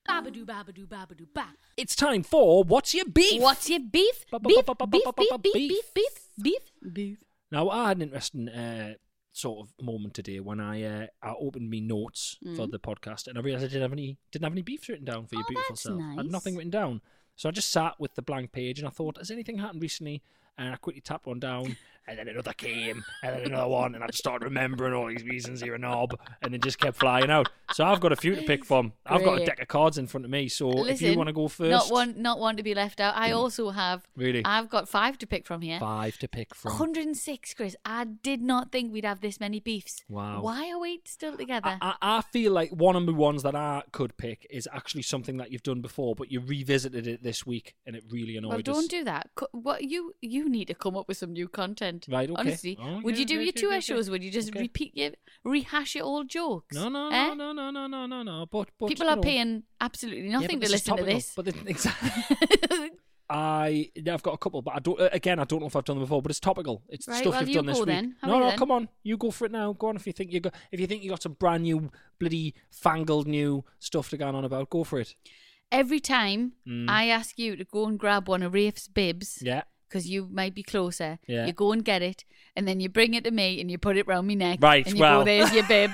Speaker 2: Babadoo, babadoo, babadoo, ba.
Speaker 3: It's time for what's your beef?
Speaker 2: What's your beef?
Speaker 3: Ba- ba-
Speaker 2: Beef,
Speaker 3: ba- ba-
Speaker 2: beef,
Speaker 3: ba- ba-
Speaker 2: beef,
Speaker 3: ba-
Speaker 2: beef,
Speaker 3: beef.
Speaker 2: beef, beef, beef, beef.
Speaker 3: Now, I had an interesting uh, sort of moment today when I uh, I opened me notes for the podcast, and I realised I didn't have any didn't have any beefs written down for your
Speaker 2: Mm. Oh,
Speaker 3: beautiful
Speaker 2: that's
Speaker 3: self. I had
Speaker 2: nice.
Speaker 3: nothing written down, so I just sat with the blank page, and I thought, has anything happened recently? And I quickly tapped
Speaker 2: [laughs]
Speaker 3: one down, and then another came, and then another one, and I just started remembering all these reasons you're a knob, and it just kept flying out. So I've got a few to pick from. I've got a
Speaker 2: Great.
Speaker 3: deck of cards in front of me, so if you
Speaker 2: Listen,
Speaker 3: want to go first, Mm.
Speaker 2: Not one, not one to be left out. I also have.
Speaker 3: Really?
Speaker 2: I've got five to pick from here.
Speaker 3: five to pick from.
Speaker 2: 106, Chris. I did not think we'd have this many beefs.
Speaker 3: Wow.
Speaker 2: Why are we still
Speaker 3: I,
Speaker 2: together?
Speaker 3: I I feel like one of the ones that I could pick is actually something that you've done before, but you revisited it this week, and it really annoyed
Speaker 2: well,
Speaker 3: us.
Speaker 2: don't do that. Co- What you you need to come up with some new content.
Speaker 3: Right, okay.
Speaker 2: Honestly,
Speaker 3: Oh,
Speaker 2: would
Speaker 3: okay,
Speaker 2: you do
Speaker 3: okay,
Speaker 2: your
Speaker 3: okay,
Speaker 2: two
Speaker 3: okay,
Speaker 2: hour shows? Would you just
Speaker 3: okay.
Speaker 2: repeat your rehash your old jokes?
Speaker 3: No, no,
Speaker 2: Eh?
Speaker 3: no, no, no, no, no, no, no. But, but
Speaker 2: People
Speaker 3: you
Speaker 2: are
Speaker 3: know.
Speaker 2: paying absolutely
Speaker 3: Yeah,
Speaker 2: nothing
Speaker 3: but
Speaker 2: to
Speaker 3: is
Speaker 2: listen to
Speaker 3: topical,
Speaker 2: this. [laughs]
Speaker 3: But this, exactly. I yeah, I've got a couple, but I don't. uh, Again, I don't know if I've done them before, but it's topical. It's
Speaker 2: Right,
Speaker 3: stuff
Speaker 2: well,
Speaker 3: you've
Speaker 2: you
Speaker 3: done this
Speaker 2: go
Speaker 3: week.
Speaker 2: then. Have
Speaker 3: No,
Speaker 2: a
Speaker 3: no,
Speaker 2: go
Speaker 3: come on, you go for it now. Go on if you think you got if you think you got some brand new bloody fangled new stuff to go on about. Go for it.
Speaker 2: [laughs] Every time
Speaker 3: Hmm.
Speaker 2: I ask you to go and grab one of Rafe's bibs
Speaker 3: Yeah.
Speaker 2: because you might be closer,
Speaker 3: Yeah.
Speaker 2: you go and get it, and then you bring it to me and you put it round my neck.
Speaker 3: Right,
Speaker 2: And you
Speaker 3: well.
Speaker 2: go, there's your
Speaker 3: [laughs]
Speaker 2: bib.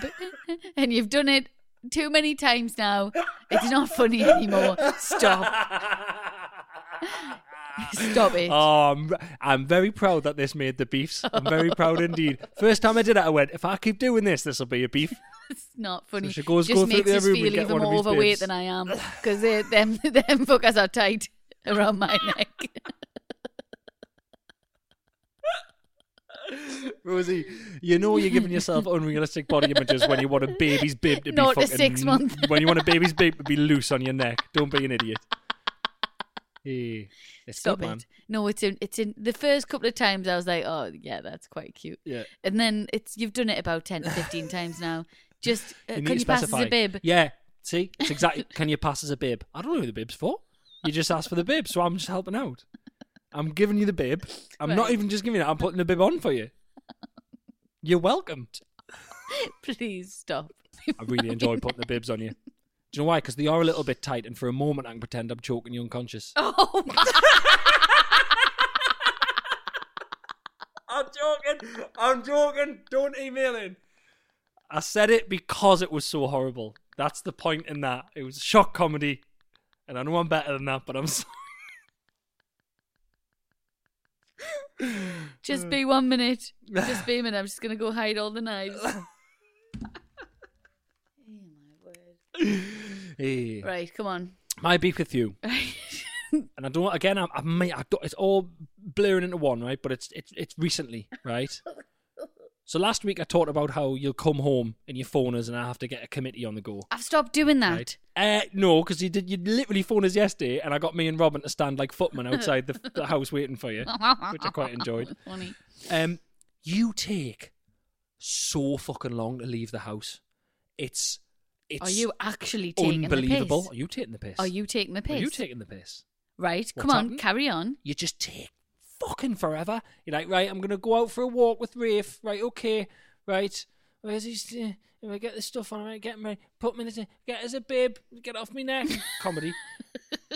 Speaker 2: and you've done it too many times now. It's not funny anymore. [laughs] Stop.
Speaker 8: Stop it.
Speaker 3: Oh, I'm, I'm very proud that this made the beefs. I'm very proud indeed. First time I did it, I went, if I keep doing this, this will be a beef.
Speaker 2: It's not funny.
Speaker 3: she goes-
Speaker 2: Just
Speaker 3: goes through
Speaker 2: makes
Speaker 3: the
Speaker 2: us
Speaker 3: room and
Speaker 2: feel
Speaker 3: get
Speaker 2: even
Speaker 3: one of
Speaker 2: more
Speaker 3: these
Speaker 2: overweight
Speaker 3: bibs.
Speaker 2: than I am because them [laughs] them fuckers are tight around
Speaker 3: [laughs]
Speaker 2: my neck.
Speaker 3: Rosie, you know you're giving yourself unrealistic body images when you want a baby's bib to be
Speaker 2: Not a
Speaker 3: fucking
Speaker 2: six month.
Speaker 3: when you want a baby's bib to be loose on your neck. Don't be an idiot. Hey, it's
Speaker 2: Stop
Speaker 3: good, man.
Speaker 2: it. No, it's in it's in the first couple of times I was like, oh yeah, that's quite cute.
Speaker 3: Yeah.
Speaker 2: And then it's you've done it about 10 to 15 times
Speaker 3: [laughs]
Speaker 2: now. Just uh,
Speaker 3: You need
Speaker 2: can
Speaker 3: to
Speaker 2: you pass as
Speaker 3: specify.
Speaker 2: a bib?
Speaker 3: Yeah. See, it's exactly. [laughs] can you pass as a bib? I don't know who the bib's for. You just asked for the bib, so I'm just helping out. I'm giving you the bib. I'm not
Speaker 2: Right.
Speaker 3: even just giving it. I'm putting the bib on for you. You're welcome.
Speaker 2: Please
Speaker 3: [laughs]
Speaker 2: stop. [laughs]
Speaker 3: I really enjoy putting the bibs on you. Do you know why? Because they are a little bit tight, and for a moment I can pretend I'm choking you unconscious.
Speaker 2: [laughs] Oh my
Speaker 3: [laughs] I'm joking. I'm joking. Don't email in. I said it because it was so horrible. That's the point in that. It was shock comedy, and I know I'm better than that, but I'm [laughs] sorry.
Speaker 2: Just be one minute. Just be a minute. I'm just gonna go hide all the
Speaker 3: [laughs]
Speaker 2: knives. [laughs]
Speaker 3: [laughs] Hey.
Speaker 2: Right, come on.
Speaker 3: My beef
Speaker 2: [laughs]
Speaker 3: with you, and I don't. Again, I, I, may, I don't, it's all blurring into one, right? But it's it's it's recently,
Speaker 2: [laughs]
Speaker 3: right? so last week I talked about how you'll come home and you phone us, and I have to get a committee on the go.
Speaker 2: I've stopped doing that.
Speaker 3: Right. Uh, no, because you did. You literally phoned us yesterday, and I got me and Robin to stand like footmen outside the, the house
Speaker 2: [laughs]
Speaker 3: waiting for you, which I quite enjoyed.
Speaker 2: Funny.
Speaker 3: Um, you take so fucking long to leave the house. It's it's
Speaker 2: Are you actually taking
Speaker 3: unbelievable.
Speaker 2: the
Speaker 3: Are
Speaker 2: piss?
Speaker 3: you taking the piss?
Speaker 2: Are Oh, you taking the
Speaker 3: Are
Speaker 2: piss?
Speaker 3: you taking the piss?
Speaker 2: right,
Speaker 3: What's
Speaker 2: come on,
Speaker 3: happened?
Speaker 2: carry on. [laughs]
Speaker 3: You just take fucking forever. You're like, right, I'm gonna go out for a walk with Rafe. Right, okay, right. Where's his? Uh, if I get this stuff on, right, get him right. Put him in the get as a bib. Get off me neck. Comedy.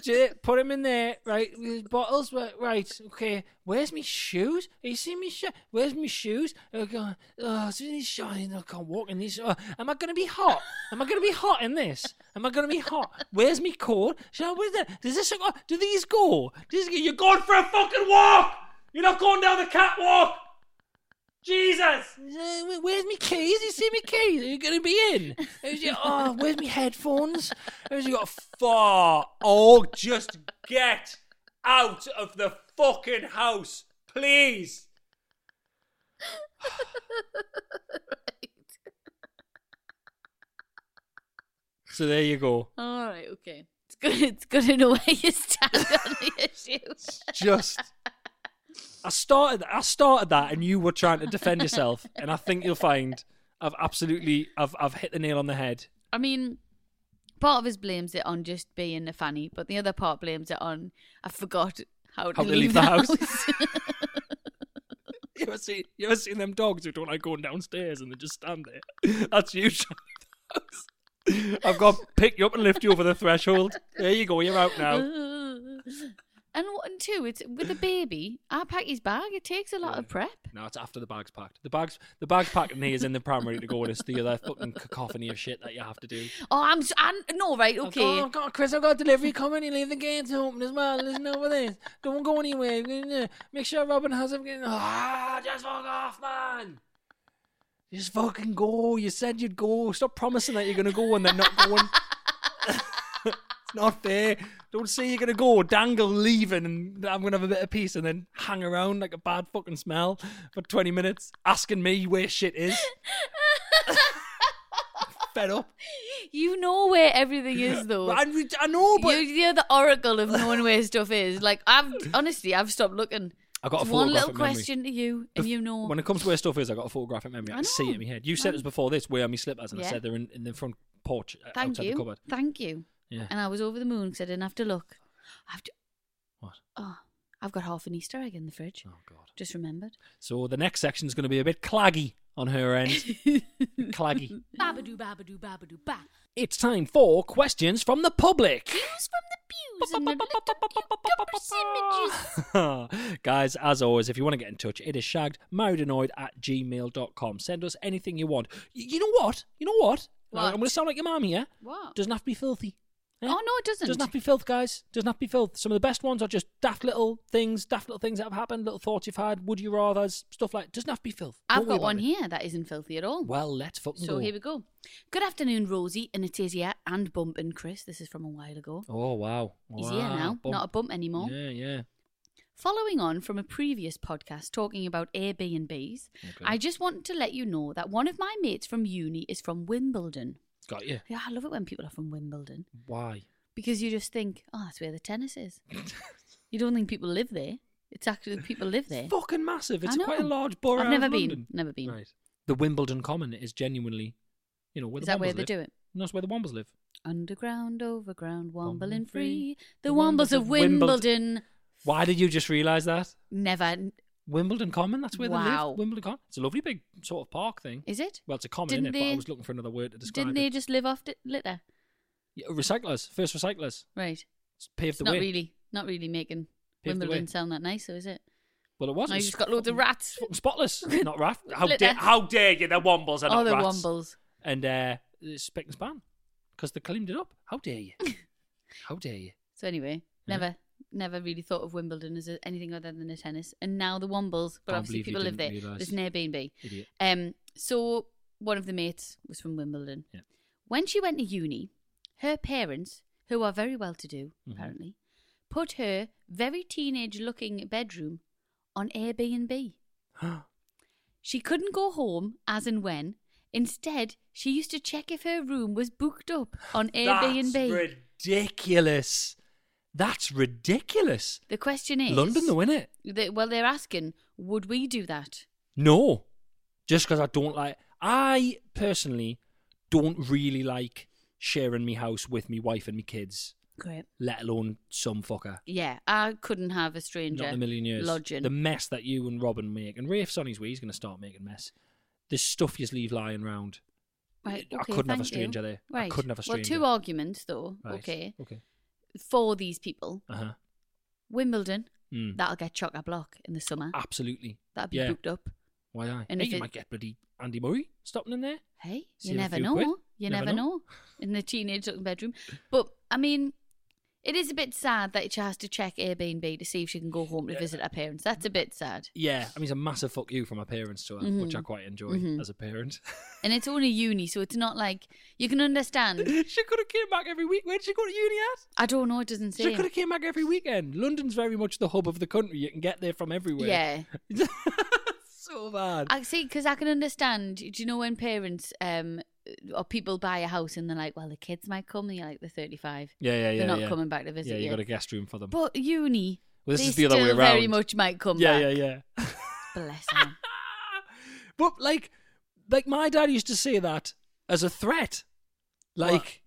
Speaker 3: Ju- Put him in there, right? His bottles, right, right? Okay. Where's my shoes? Have you seen me shoes? Where's my shoes? Oh god! Oh, it's really shiny. I can't walk in these. Oh, am I gonna be hot? Am I gonna be hot in this? Am I gonna be hot? Where's me coat? Shall I wear that? Does this? go- Do these go? Does this, you're going for a fucking walk. You're not going down the catwalk. Jesus! Uh, wh- Where's my keys? You see me keys? Are you gonna be in? Where's your- oh, where's my headphones? Where's you got far? Oh, just get out of the fucking house, please. So there you go.
Speaker 2: All right, okay. It's good. [laughs] It's good in a way you stand on
Speaker 3: [laughs]
Speaker 2: the issue.
Speaker 3: Just. I started. I started that, and you were trying to defend yourself. And I think you'll find I've absolutely. I've. I've hit the nail on the head.
Speaker 2: I mean, part of us blames it on just being a fanny, but the other part blames it on I forgot how to,
Speaker 3: How to leave the house." [laughs] You ever seen you ever seen them dogs who don't like going downstairs and they just stand there? [laughs] That's you. Charlie. I've got to pick you up and lift you over the threshold. There you go, you're out [laughs] now.
Speaker 2: [laughs] and one, and two, it's with a baby. I pack his bag. It takes a lot of prep.
Speaker 3: No, it's after the bag's packed. The bag's the bag's packed and he is in the primary to go and it's the other fucking cacophony of shit that you have to do.
Speaker 2: Oh, I'm. s- I'm no right. Okay.
Speaker 3: I've got, I've got- Chris, I've got a delivery coming. You leave the gates open as well. Listen over this. Don't go anywhere. Make sure Robin has him. getting- Ah, just fuck off, man. Just fucking go. You said you'd go. Stop promising that you're going to go and [laughs] then not going. it's not fair. Don't say you're going to go. Dangle leaving and I'm going to have a bit of peace and then hang around like a bad fucking smell for 20 minutes asking me where shit is. [laughs] Fed up.
Speaker 2: You know where everything
Speaker 3: [laughs]
Speaker 2: is, though.
Speaker 3: I, I know, but
Speaker 2: You're, you're the oracle of knowing
Speaker 3: [laughs]
Speaker 2: where stuff is. Like I've honestly, I've stopped looking.
Speaker 3: I got a
Speaker 2: It's one little
Speaker 3: photographic memory.
Speaker 2: question to you, and you know.
Speaker 3: When it comes to where stuff is, I got a photographic memory.
Speaker 2: I
Speaker 3: I, can see it in
Speaker 2: know.
Speaker 3: my head. You said it was before this, where are my slippers? And I
Speaker 2: Yeah.
Speaker 3: said they're in, in the front porch uh,
Speaker 2: Thank
Speaker 3: outside
Speaker 2: you.
Speaker 3: the cupboard.
Speaker 2: Thank you.
Speaker 3: Yeah.
Speaker 2: And I was over the moon because I didn't have to look. I've d-
Speaker 3: What?
Speaker 2: Oh, I've got half an Easter egg in the fridge.
Speaker 3: Oh, God.
Speaker 2: Just remembered.
Speaker 3: So the next section's going to be a bit claggy on
Speaker 2: [laughs]
Speaker 3: her end. claggy.
Speaker 4: Babadoo, babadoo, babadoo, ba.
Speaker 3: It's time for questions from the public.
Speaker 4: News from the pews and the little images.
Speaker 3: [laughs] Guys, as always, if you want to get in touch, it is shagged, marriedannoyed at gmail.com. Send us anything you want. Y- you know what? You know what?
Speaker 2: What?
Speaker 3: I'm going to sound like your mum here.
Speaker 2: What?
Speaker 3: Doesn't have to be filthy. Eh? Yeah.
Speaker 2: Oh, no, it doesn't.
Speaker 3: Doesn't have to be filth, guys. Doesn't have to be filth. Some of the best ones are just daft little things, daft little things that have happened, little thoughts you've had, would you rather's, stuff like. Doesn't have to be filth.
Speaker 2: I've
Speaker 3: Don't worry
Speaker 2: got
Speaker 3: about
Speaker 2: one
Speaker 3: it.
Speaker 2: here that isn't filthy at all.
Speaker 3: Well, let's fucking
Speaker 2: so
Speaker 3: go.
Speaker 2: here we go. Good afternoon, Rosie, and it says yeah, and Bump and Chris. This is from a while ago.
Speaker 3: Oh wow!
Speaker 2: He's here
Speaker 3: Wow,
Speaker 2: now,
Speaker 3: bump.
Speaker 2: not a bump anymore.
Speaker 3: Yeah, yeah.
Speaker 2: Following on from a previous podcast talking about Airbnbs,
Speaker 3: Okay.
Speaker 2: I just want to let you know that one of my mates from uni is from Wimbledon.
Speaker 3: Got you.
Speaker 2: Yeah, I love it when people are from Wimbledon
Speaker 3: Why?
Speaker 2: because you just think, oh, that's where the tennis
Speaker 3: [laughs]
Speaker 2: is. you don't think people live there. It's actually people live there.
Speaker 3: It's fucking massive.
Speaker 2: I
Speaker 3: It's quite a
Speaker 2: know.
Speaker 3: large borough.
Speaker 2: I've never
Speaker 3: of
Speaker 2: been.
Speaker 3: London.
Speaker 2: Never been.
Speaker 3: Right. The Wimbledon Common is genuinely, you know, where
Speaker 2: Is
Speaker 3: the
Speaker 2: that where
Speaker 3: Wombles
Speaker 2: they
Speaker 3: live.
Speaker 2: do it?
Speaker 3: No, it's where the Wombles live.
Speaker 2: Underground, overground, wombling
Speaker 3: Wombling free.
Speaker 2: free. The Wombles of
Speaker 3: Wimbledon.
Speaker 2: Wimbledon.
Speaker 3: Why did you just realise that?
Speaker 2: Never.
Speaker 3: Wimbledon Common. That's where they
Speaker 2: Wow.
Speaker 3: live. Wimbledon Common. It's a lovely big sort of park thing.
Speaker 2: Is it?
Speaker 3: Well, it's a common,
Speaker 2: Didn't
Speaker 3: innit? But I
Speaker 2: they-
Speaker 3: was looking for another word to describe
Speaker 2: Didn't
Speaker 3: it.
Speaker 2: they just live off di- litter?
Speaker 3: Yeah, recyclers, first recyclers,
Speaker 2: Right.
Speaker 3: It's paved
Speaker 2: It's
Speaker 3: the
Speaker 2: not
Speaker 3: way.
Speaker 2: really, not really making
Speaker 3: Paved the way.
Speaker 2: Wimbledon sound that nice, though, is it?
Speaker 3: Well, it wasn't.
Speaker 2: Now you've
Speaker 3: It's
Speaker 2: just got loads of
Speaker 3: fucking-
Speaker 2: rats.
Speaker 3: it's fucking
Speaker 2: [laughs]
Speaker 3: spotless. not rat. How
Speaker 2: Look
Speaker 3: dare?
Speaker 2: there.
Speaker 3: How dare you? They're Wombles. They're
Speaker 2: oh,
Speaker 3: not
Speaker 2: the
Speaker 3: rats.
Speaker 2: Wombles.
Speaker 3: and uh, it's spick and span because they cleaned it up. How
Speaker 2: [laughs]
Speaker 3: dare you? How dare you?
Speaker 2: So anyway,
Speaker 3: Yeah.
Speaker 2: never, never really thought of Wimbledon as a- anything other than a tennis. And now the Wombles, but
Speaker 3: Can't
Speaker 2: obviously
Speaker 3: believe you
Speaker 2: people live there.
Speaker 3: didn't realise.
Speaker 2: There's an Airbnb.
Speaker 3: Idiot. [gasps]
Speaker 2: Um, so one of the mates was from Wimbledon.
Speaker 3: Yeah.
Speaker 2: When she went to uni, her parents, who are very well to do
Speaker 3: Mhm.
Speaker 2: apparently, put her very teenage-looking bedroom on Airbnb. She couldn't go home as and when. Instead, she used to check if her room was booked up on Airbnb.
Speaker 3: [laughs] That's ridiculous. That's ridiculous.
Speaker 2: the question is
Speaker 3: London, though, innit?
Speaker 2: They, well, they're asking, would we do that?
Speaker 3: No, just because I don't like. I personally don't really like sharing me house with me wife and me kids,
Speaker 2: Great.
Speaker 3: let alone some fucker.
Speaker 2: Yeah, I couldn't have a stranger.
Speaker 3: Not in a million years.
Speaker 2: Lodging.
Speaker 3: The mess that you and Robin make, and Rafe's on his way. He's going to start making mess. This stuff you leave lying round.
Speaker 2: right,
Speaker 3: I
Speaker 2: okay,
Speaker 3: couldn't have a
Speaker 2: thank you.
Speaker 3: stranger there. I
Speaker 2: Right.
Speaker 3: couldn't have a
Speaker 2: Well, two
Speaker 3: stranger.
Speaker 2: arguments, though,
Speaker 3: Right.
Speaker 2: okay,
Speaker 3: Okay.
Speaker 2: for these people.
Speaker 3: Uh huh.
Speaker 2: Wimbledon,
Speaker 3: Mm.
Speaker 2: that'll get chock a block in the summer.
Speaker 3: Absolutely.
Speaker 2: That'll be
Speaker 3: yeah.
Speaker 2: booked up.
Speaker 3: Why aye?
Speaker 2: And
Speaker 3: hey,
Speaker 2: if
Speaker 3: you
Speaker 2: it-
Speaker 3: might get bloody Andy Murray stopping in there.
Speaker 2: Hey,
Speaker 3: Save
Speaker 2: you
Speaker 3: a
Speaker 2: never
Speaker 3: few
Speaker 2: know.
Speaker 3: quid.
Speaker 2: You
Speaker 3: Never
Speaker 2: never,
Speaker 3: know.
Speaker 2: know. in the teenage looking bedroom. But I mean, it is a bit sad that she has to check Airbnb to see if she can go home to visit her parents. That's a bit sad.
Speaker 3: Yeah, I mean it's a massive fuck you from my parents to her, which I
Speaker 2: Mhm.
Speaker 3: quite enjoy
Speaker 2: Mhm.
Speaker 3: as a parent. [laughs]
Speaker 2: And it's only uni, so it's not like you can understand.
Speaker 3: she could have came back every week. Where did she go to uni at?
Speaker 2: I don't know. It doesn't
Speaker 3: She
Speaker 2: say.
Speaker 3: could have came back every weekend. London's very much the hub of the country. You can get there from everywhere.
Speaker 2: Yeah,
Speaker 3: [laughs] so bad.
Speaker 2: I see. Because I can understand. Do you know when parents um or people buy a house and they're like, well, the kids might come. And you're like, they're 35.
Speaker 3: yeah, yeah, yeah.
Speaker 2: they're not
Speaker 3: yeah.
Speaker 2: coming back to visit
Speaker 3: Yeah, you
Speaker 2: you.
Speaker 3: got a guest room for them.
Speaker 2: But uni,
Speaker 3: well, this
Speaker 2: they
Speaker 3: is the other way
Speaker 2: still
Speaker 3: around.
Speaker 2: very much might come
Speaker 3: yeah,
Speaker 2: back.
Speaker 3: yeah, yeah. [laughs]
Speaker 2: Bless them.
Speaker 3: But like, like my dad used to say that as a threat, like,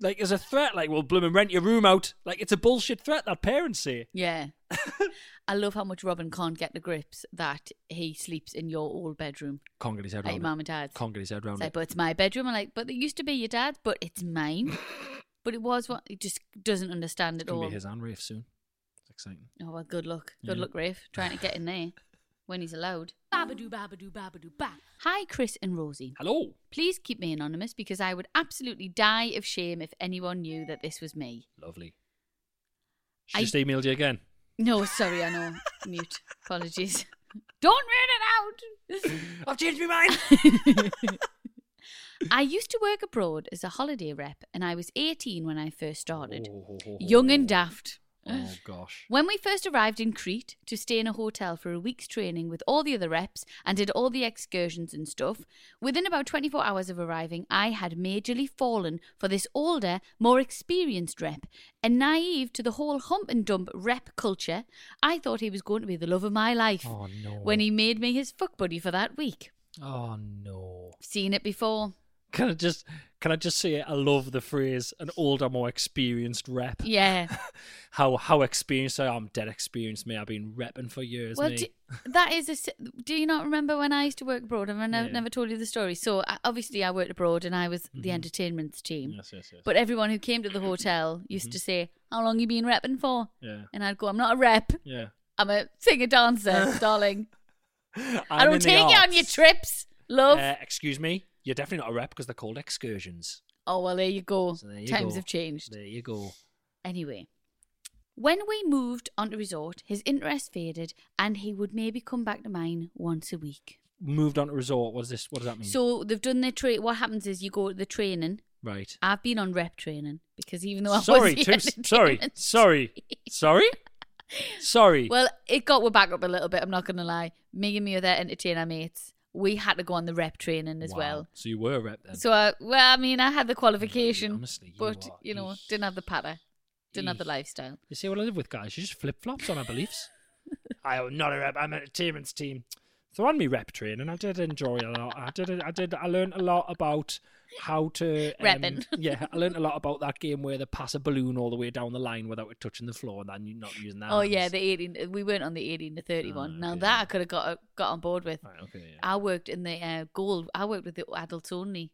Speaker 3: like as a threat, like we'll bloom and rent your room out. Like it's a bullshit threat that parents say.
Speaker 2: [laughs] Yeah. I love how much Robin can't get the grips that he sleeps in your old bedroom
Speaker 3: Can't get his head
Speaker 2: at
Speaker 3: round.
Speaker 2: your
Speaker 3: it.
Speaker 2: mum and dad's.
Speaker 3: Can't get his head
Speaker 2: It's
Speaker 3: round.
Speaker 2: like,
Speaker 3: It.
Speaker 2: but it's my bedroom. I'm like, but it used to be your dad's, but it's [laughs] mine. but it was what he just doesn't understand
Speaker 3: It's
Speaker 2: at
Speaker 3: gonna
Speaker 2: all.
Speaker 3: be his and Rafe soon. It's exciting.
Speaker 2: Oh well, good luck, good
Speaker 3: Yeah.
Speaker 2: luck, Rafe, trying to get in there when he's allowed. [sighs] Babadoo, babadoo, babadoo, ba. Hi, Chris and Rosie.
Speaker 3: Hello.
Speaker 2: Please keep me anonymous because I would absolutely die of shame if anyone knew that this was me.
Speaker 3: Lovely. She
Speaker 2: I-
Speaker 3: just emailed you again.
Speaker 2: No, sorry, I [laughs] know. Mute. Apologies. [laughs] Don't read it out.
Speaker 3: I've changed my
Speaker 2: [laughs]
Speaker 3: mind.
Speaker 2: I used to work abroad as a holiday rep and I was 18 when I first started.
Speaker 3: Oh.
Speaker 2: Young and daft.
Speaker 3: Oh gosh.
Speaker 2: When we first arrived in Crete to stay in a hotel for a week's training with all the other reps and did all the excursions and stuff, within about 24 hours of arriving, I had majorly fallen for this older, more experienced rep. And naive to the whole hump and dump rep culture, I thought he was going to be the love of my life
Speaker 3: Oh no.
Speaker 2: when he made me his fuck buddy for that week.
Speaker 3: Oh no.
Speaker 2: I've seen it before.
Speaker 3: Can I just can I just say I love the phrase an older, more experienced rep.
Speaker 2: Yeah.
Speaker 3: How how experienced I am, dead experienced me. I've been repping for years.
Speaker 2: Well,
Speaker 3: me.
Speaker 2: do, that is a. s- Do you not remember when I used to work abroad? I've never,
Speaker 3: Yeah. Mm-hmm.
Speaker 2: never told you the story. So I, obviously, I worked abroad and I was the entertainments team.
Speaker 3: yes, yes, yes.
Speaker 2: But everyone who came to the hotel used to say, "How long you been repping for?"
Speaker 3: Mm-hmm. yeah,
Speaker 2: And I'd go, "I'm not a rep.
Speaker 3: [laughs] yeah.
Speaker 2: I'm a singer
Speaker 3: [laughs]
Speaker 2: dancer, darling.
Speaker 3: I'm
Speaker 2: I
Speaker 3: in
Speaker 2: don't
Speaker 3: the
Speaker 2: take you on
Speaker 3: arts.
Speaker 2: your trips, love."
Speaker 3: Uh, excuse me. You're definitely not a rep because they're called excursions.
Speaker 2: Oh well, there you go.
Speaker 3: So there you
Speaker 2: Times
Speaker 3: go.
Speaker 2: have changed.
Speaker 3: There you go.
Speaker 2: Anyway, when we moved on to resort, his interest faded, and he would maybe come back to mine once a week.
Speaker 3: Moved on to resort. What does this? What does that mean?
Speaker 2: So they've done their train. What happens is you go to the training.
Speaker 3: right.
Speaker 2: I've been on rep training because even though I [laughs]
Speaker 3: sorry,
Speaker 2: was the
Speaker 3: too, sorry,
Speaker 2: [laughs] entertainment-
Speaker 3: sorry, sorry,
Speaker 2: [laughs]
Speaker 3: sorry.
Speaker 2: Well, it got we're back up a little bit. I'm not going to lie. Me and my other entertainer mates, we had to go on the rep training as
Speaker 3: Wow.
Speaker 2: well.
Speaker 3: So you were a rep then.
Speaker 2: So, I, well, I mean, I had the qualification,
Speaker 3: Honestly, you
Speaker 2: but
Speaker 3: are
Speaker 2: you know,
Speaker 3: a
Speaker 2: didn't have the patter, didn't have the
Speaker 3: eesh.
Speaker 2: lifestyle.
Speaker 3: You see what I live with, guys? You just flip flops on
Speaker 2: [laughs]
Speaker 3: our beliefs. I am not a rep. I'm an entertainment team. So on me rep train, and I did enjoy a lot. I did. I did. I learned a lot about how to um,
Speaker 2: Repping.
Speaker 3: [laughs] Yeah, I learned a lot about that game where they pass a balloon all the way down the line without it touching the floor, and then you're not using that.
Speaker 2: Oh yeah, the eighteen. We weren't on the eighteen to thirty-one.
Speaker 3: Ah,
Speaker 2: Now
Speaker 3: okay.
Speaker 2: that I could have got got on board with.
Speaker 3: right, okay. Yeah.
Speaker 2: I worked in the uh, gold. I worked with the adults only,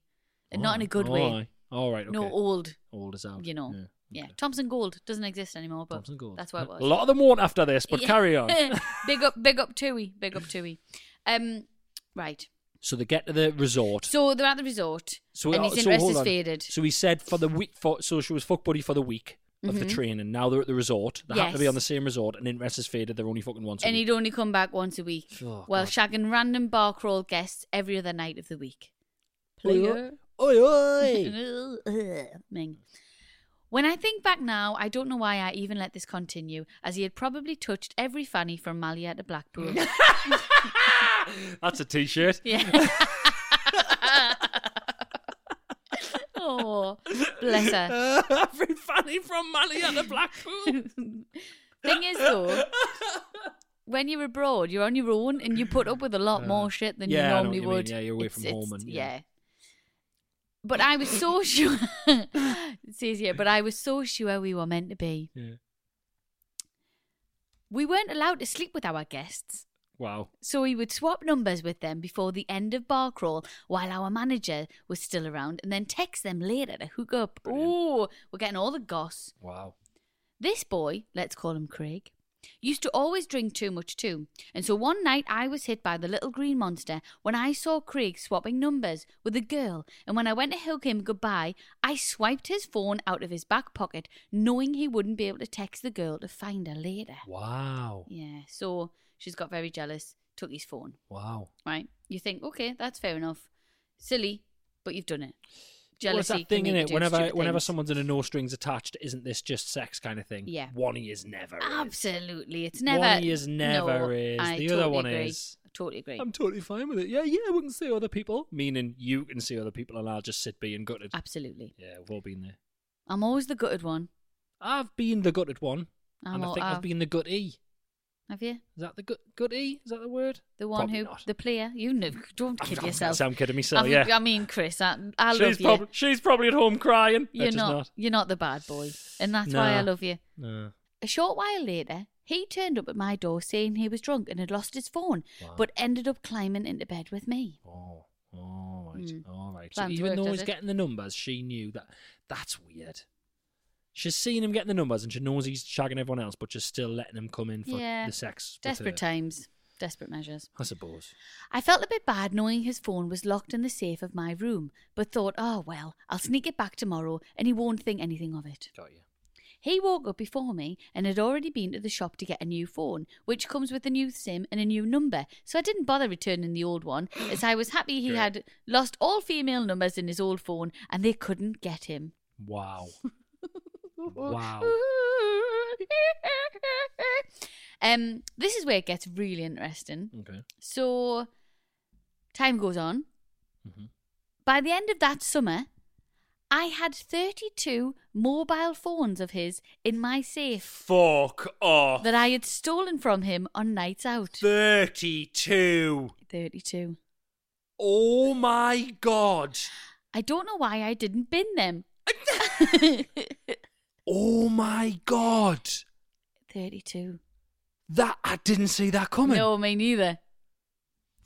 Speaker 2: and not in a good
Speaker 3: Oh,
Speaker 2: way.
Speaker 3: aye. All right. Okay.
Speaker 2: No old,
Speaker 3: old as out.
Speaker 2: you know.
Speaker 3: Yeah.
Speaker 2: Yeah,
Speaker 3: okay.
Speaker 2: Thompson Gold doesn't exist anymore, but
Speaker 3: Thompson Gold.
Speaker 2: that's what it was.
Speaker 3: [laughs] A lot of them won't after this, but
Speaker 2: Yeah.
Speaker 3: carry on.
Speaker 2: [laughs] big up, big up, Tui. Big up, Tui. Um, right.
Speaker 3: So they get to the resort.
Speaker 2: So they're at the resort,
Speaker 3: So
Speaker 2: and
Speaker 3: uh,
Speaker 2: his interest
Speaker 3: hold
Speaker 2: is
Speaker 3: on.
Speaker 2: faded.
Speaker 3: So he said for the week, for, so she was fuck buddy for the week of the
Speaker 2: Mhm.
Speaker 3: train, and now they're at the resort. They happen to be
Speaker 2: Yes.
Speaker 3: on the same resort, and interest is faded. They're only fucking once. a
Speaker 2: and
Speaker 3: week.
Speaker 2: he'd only come back once a week
Speaker 3: Oh,
Speaker 2: while
Speaker 3: God.
Speaker 2: shagging random bar crawl guests every other night of the week. Player. [laughs]
Speaker 3: Oi, oi.
Speaker 2: Ming. When I think back now, I don't know why I even let this continue, as he had probably touched every fanny from Malia to Blackpool.
Speaker 3: That's a [laughs] t-shirt.
Speaker 2: yeah. [laughs] oh, bless her.
Speaker 3: [laughs] Every fanny from Mali at the Blackpool.
Speaker 2: [laughs] Thing is, though, when you're abroad, you're on your own and you put up with a lot
Speaker 3: Uh,
Speaker 2: more shit than
Speaker 3: yeah, I
Speaker 2: you
Speaker 3: know what
Speaker 2: normally
Speaker 3: you mean.
Speaker 2: would.
Speaker 3: Yeah, you're away from home and- yeah.
Speaker 2: But I was
Speaker 3: [laughs]
Speaker 2: so sure. [laughs] it says here, but I was so sure we were meant to be.
Speaker 3: Yeah.
Speaker 2: We weren't allowed to sleep with our guests.
Speaker 3: Wow.
Speaker 2: So we would swap numbers with them before the end of bar crawl while our manager was still around and then text them later to hook up.
Speaker 3: Brilliant.
Speaker 2: Oh, we're getting all the goss.
Speaker 3: Wow.
Speaker 2: This boy, let's call him Craig, used to always drink too much too. And so one night I was hit by the little green monster when I saw Craig swapping numbers with a girl. And when I went to hug him goodbye, I swiped his phone out of his back pocket, knowing he wouldn't be able to text the girl to find her later.
Speaker 3: Wow.
Speaker 2: Yeah, so she's got very jealous, took his phone,
Speaker 3: Wow.
Speaker 2: right? You think, okay, that's fair enough. Silly, but you've done it.
Speaker 3: What's
Speaker 2: Jealousy.
Speaker 3: that thing in
Speaker 2: in
Speaker 3: it? Whenever, whenever someone's in a no strings attached, isn't this just sex kind of thing?
Speaker 2: Yeah.
Speaker 3: One he is never. is.
Speaker 2: Absolutely, it's never.
Speaker 3: One is never
Speaker 2: no,
Speaker 3: is.
Speaker 2: I
Speaker 3: The
Speaker 2: totally
Speaker 3: other one
Speaker 2: agree.
Speaker 3: is.
Speaker 2: I totally agree.
Speaker 3: I'm totally fine with it. Yeah, yeah, I wouldn't see other people. Meaning you can see other people and I'll just sit being gutted.
Speaker 2: Absolutely,
Speaker 3: yeah, we've all been there.
Speaker 2: I'm always the gutted one.
Speaker 3: I've been the gutted one.
Speaker 2: I'm
Speaker 3: and I
Speaker 2: all-
Speaker 3: think I've,
Speaker 2: I've-
Speaker 3: been the gutty.
Speaker 2: Have you
Speaker 3: Is that the gut gutty? Is that the word?
Speaker 2: the one
Speaker 3: Probably
Speaker 2: who
Speaker 3: not.
Speaker 2: the player? You know, don't
Speaker 3: I'm-
Speaker 2: kid
Speaker 3: I'm-
Speaker 2: yourself.
Speaker 3: I'm kidding myself,
Speaker 2: I'm-
Speaker 3: yeah.
Speaker 2: I mean, Chris, I, I
Speaker 3: she's,
Speaker 2: love you.
Speaker 3: probably, she's probably at home crying.
Speaker 2: you're
Speaker 3: Betches
Speaker 2: not,
Speaker 3: not.
Speaker 2: You're not the bad boy, and that's why I
Speaker 3: Nah.
Speaker 2: love you.
Speaker 3: No.
Speaker 2: A short while later, he turned up at my door saying he was drunk and had lost his phone, but ended up climbing into bed with me.
Speaker 3: Oh, all right,
Speaker 2: Mm.
Speaker 3: all right.
Speaker 2: Plans
Speaker 3: so even
Speaker 2: worked,
Speaker 3: though
Speaker 2: has
Speaker 3: he's
Speaker 2: it?
Speaker 3: getting the numbers, she knew that. That's weird. She's seen him getting the numbers, and she knows he's shagging everyone else, but she's still letting him come in for
Speaker 2: Yeah.
Speaker 3: the sex. with
Speaker 2: Desperate
Speaker 3: her.
Speaker 2: times, desperate measures.
Speaker 3: I suppose.
Speaker 2: I felt a bit bad knowing his phone was locked in the safe of my room, but thought, oh well, I'll sneak it back tomorrow and he won't think anything of it.
Speaker 3: Got you.
Speaker 2: He woke up before me and had already been to the shop to get a new phone, which comes with a new SIM and a new number, so I didn't bother returning the old one, as I was happy he
Speaker 3: Great.
Speaker 2: had lost all female numbers in his old phone and they couldn't get him. [laughs]
Speaker 3: Wow. wow.
Speaker 2: um, this is where it gets really interesting.
Speaker 3: Okay.
Speaker 2: So time goes on.
Speaker 3: Mhm.
Speaker 2: By the end of that summer, I had 32 mobile phones of his in my safe
Speaker 3: Fuck off.
Speaker 2: that I had stolen from him on nights out.
Speaker 3: 32.
Speaker 2: 32.
Speaker 3: Oh my god.
Speaker 2: I don't know why I didn't bin them. [laughs]
Speaker 3: Oh my god.
Speaker 2: 32.
Speaker 3: That I didn't see that coming.
Speaker 2: No, me neither.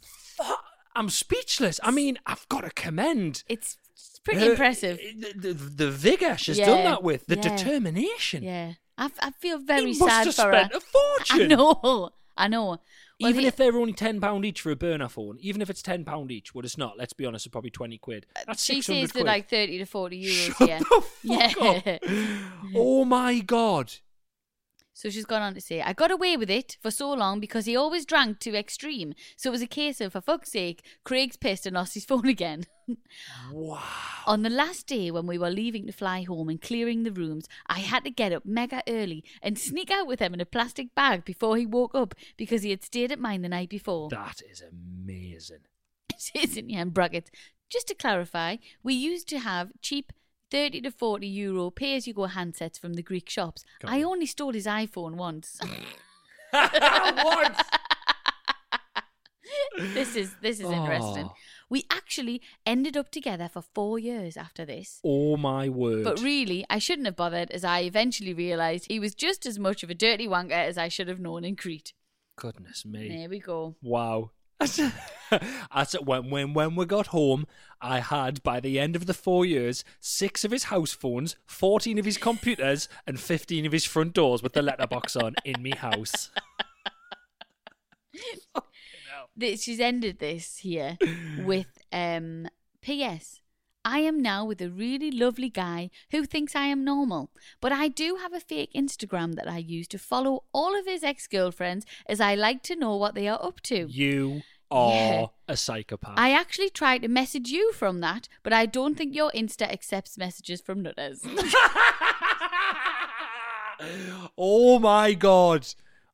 Speaker 3: Fu- I'm speechless. I mean, I've got to commend.
Speaker 2: It's it's pretty
Speaker 3: her-
Speaker 2: impressive.
Speaker 3: The, the, the vigor she's
Speaker 2: Yeah,
Speaker 3: done that with, the
Speaker 2: yeah.
Speaker 3: determination.
Speaker 2: Yeah. I, f- I feel very
Speaker 3: he must
Speaker 2: sad
Speaker 3: have
Speaker 2: for
Speaker 3: spent
Speaker 2: her.
Speaker 3: a fortune.
Speaker 2: I know. I know. Well,
Speaker 3: even
Speaker 2: the-
Speaker 3: if they're only ten pound each for a burner phone, even if it's ten pound each, well, it's not. Let's be honest, it's probably twenty quid. That's
Speaker 2: Uh, she
Speaker 3: six hundred
Speaker 2: says
Speaker 3: quid.
Speaker 2: they're like thirty to forty euros.
Speaker 3: Shut
Speaker 2: yeah.
Speaker 3: the fuck
Speaker 2: [laughs] yeah.
Speaker 3: up. [laughs] Oh my god!
Speaker 2: So she's gone on to say, I got away with it for so long because he always drank to extreme. So it was a case of, for fuck's sake, Craig's pissed and lost his [laughs] phone again. On the last day when we were leaving to fly home and clearing the rooms, I had to get up mega early and sneak out with him in a plastic bag before he woke up because he had stayed at mine the night before.
Speaker 3: That is amazing. [laughs]
Speaker 2: [laughs] It says in yeah, in brackets. Just to clarify, we used to have cheap 30 to 40 euro pay as you go handsets from the Greek shops.
Speaker 3: Got
Speaker 2: I
Speaker 3: you.
Speaker 2: only stole his iPhone once. [laughs]
Speaker 3: what?
Speaker 2: this is this is interesting.
Speaker 3: Oh.
Speaker 2: We actually ended up together for four years after this.
Speaker 3: Oh my word!
Speaker 2: But really, I shouldn't have bothered as I eventually realised he was just as much of a dirty wanker as I should have known in Crete.
Speaker 3: Goodness me!
Speaker 2: There we go.
Speaker 3: Wow. [laughs] That's when when when we got home, I had by the end of the four years six of his house phones, fourteen of his
Speaker 2: [laughs]
Speaker 3: computers, and fifteen of his front doors with the letterbox on in me house.
Speaker 2: Th- She's ended this
Speaker 3: [laughs]
Speaker 2: here with um PS. I am now with a really lovely guy who thinks I am normal, but I do have a fake Instagram that I use to follow all of his ex girlfriends as I like to know what they are up to.
Speaker 3: You
Speaker 2: Yeah.
Speaker 3: are a psychopath.
Speaker 2: I actually tried to message you from that, but I don't think your Insta accepts messages from nutters.
Speaker 3: [laughs] oh my god!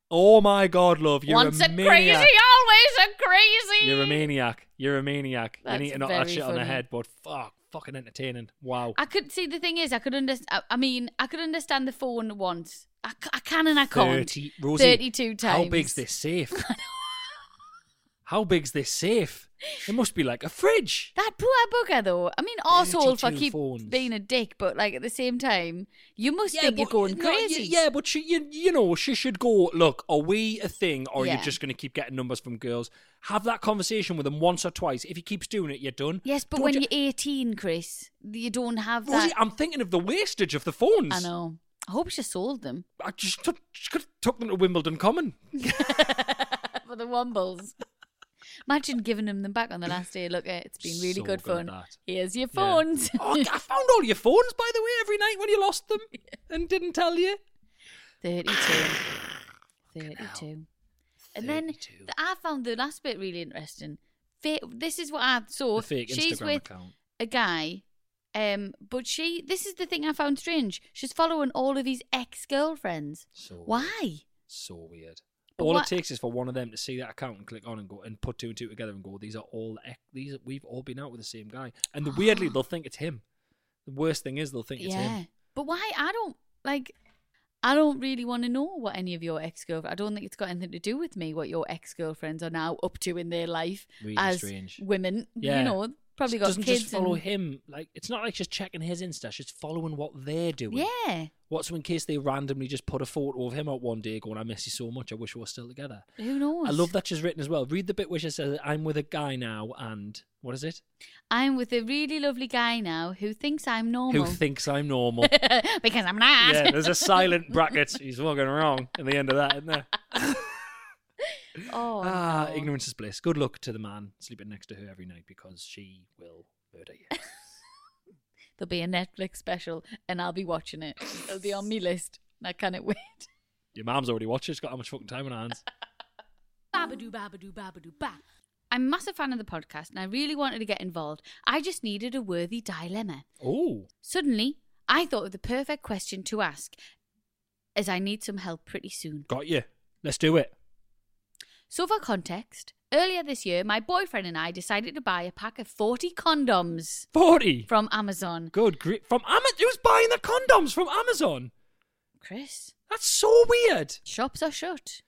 Speaker 3: Oh my god, love! You're
Speaker 2: Once
Speaker 3: a
Speaker 2: a crazy,
Speaker 3: maniac.
Speaker 2: always a crazy.
Speaker 3: You're a maniac. You're a maniac.
Speaker 2: That's
Speaker 3: you need to knock that
Speaker 2: very
Speaker 3: shit on the
Speaker 2: funny.
Speaker 3: head. But fuck, fucking entertaining. Wow.
Speaker 2: I could see the thing is, I could understand. I mean, I could understand the phone once. I, c- I can and I can't.
Speaker 3: 30 Rosie,
Speaker 2: Thirty-two times.
Speaker 3: How big's
Speaker 2: [laughs]
Speaker 3: this safe? how big's this safe? It must be like a fridge.
Speaker 2: [laughs] That poor booger, though. I mean, arsehole for
Speaker 3: 32
Speaker 2: keep
Speaker 3: phones.
Speaker 2: being a dick, but like at the same time, you must think you're
Speaker 3: but-
Speaker 2: going
Speaker 3: no, y-
Speaker 2: crazy.
Speaker 3: yeah, but she, you, you know, she should go. Look, are we a thing, or are
Speaker 2: Yeah.
Speaker 3: you just going to keep getting numbers from girls? Have that conversation with him once or twice. If he keeps doing it, you're done.
Speaker 2: Yes, but
Speaker 3: Don't
Speaker 2: when
Speaker 3: you-
Speaker 2: you're 18, Chris, you don't have that.
Speaker 3: Rosie, I'm thinking of the wastage of the phones.
Speaker 2: I know. I hope she sold
Speaker 3: [laughs]
Speaker 2: them
Speaker 3: I just took, just could have took them to Wimbledon Common.
Speaker 2: for the Wombles. [laughs] Imagine giving them them back on the last day. Look, eh, it's been really
Speaker 3: So
Speaker 2: good
Speaker 3: good at
Speaker 2: fun.
Speaker 3: that.
Speaker 2: Here's your
Speaker 3: Yeah.
Speaker 2: phones.
Speaker 3: [laughs] oh,
Speaker 2: [laughs]
Speaker 3: I found all your phones, by the way, every night when you lost them and didn't tell you. [coughs]
Speaker 2: 32. 32. And then
Speaker 3: 32.
Speaker 2: th- I found the last bit really interesting. Fa- This is what I saw.
Speaker 3: The fake
Speaker 2: She's
Speaker 3: Instagram
Speaker 2: with
Speaker 3: account.
Speaker 2: a guy, um, but she. This is the thing I found strange. She's following all of his ex-girlfriends.
Speaker 3: So
Speaker 2: Why?
Speaker 3: So weird.
Speaker 2: But
Speaker 3: all
Speaker 2: what-
Speaker 3: it takes is for one of them to see that account and click on and go and put two and two together and go, these are all ex- these. We've all been out with the same guy, and the,
Speaker 2: [gasps]
Speaker 3: weirdly they'll think it's him. The worst thing is they'll think it's
Speaker 2: yeah,
Speaker 3: him.
Speaker 2: but why? I don't like. I don't really want to know what any of your ex-girlfriends. I don't think it's got anything to do with me what your ex-girlfriends are now up to in their life
Speaker 3: Really
Speaker 2: as
Speaker 3: strange.
Speaker 2: women.
Speaker 3: Yeah.
Speaker 2: you know, probably
Speaker 3: She
Speaker 2: got
Speaker 3: doesn't
Speaker 2: kids.
Speaker 3: just follow
Speaker 2: and-
Speaker 3: him. Like it's not like she's checking his Insta. She's following what they're doing.
Speaker 2: Yeah,
Speaker 3: What's in case they randomly just put a photo of him out one day going, I miss you so much. I wish we were still together.
Speaker 2: who knows?
Speaker 3: I love that she's written as well. Read the bit where she says, I'm with a guy now and what is it?
Speaker 2: I'm with a really lovely guy now who thinks I'm normal.
Speaker 3: Who thinks I'm normal.
Speaker 2: [laughs] because I'm not.
Speaker 3: yeah, there's a silent bracket. He's fucking wrong at the end of that, isn't there?
Speaker 2: [laughs] Oh,
Speaker 3: ah,
Speaker 2: no.
Speaker 3: ignorance is bliss. Good luck to the man sleeping next to her every night because she will murder you.
Speaker 2: There'll be a Netflix special, and I'll be watching it. It'll be on me list. and I can't wait. [laughs]
Speaker 3: Your mom's already watched it. She's got how much fucking time on her hands.
Speaker 2: Babadoo, babadoo, babadoo, ba. I'm a massive fan of the podcast, and I really wanted to get involved. I just needed a worthy dilemma.
Speaker 3: Oh,
Speaker 2: Suddenly, I thought of the perfect question to ask, as I need some help pretty soon.
Speaker 3: got you. Let's do it.
Speaker 2: So, for context, earlier this year, my boyfriend and I decided to buy a pack of 40 condoms
Speaker 3: 40.
Speaker 2: from Amazon.
Speaker 3: Good grief. From Amazon. Who's buying the condoms from Amazon?
Speaker 2: Chris,
Speaker 3: That's so weird.
Speaker 2: shops are shut.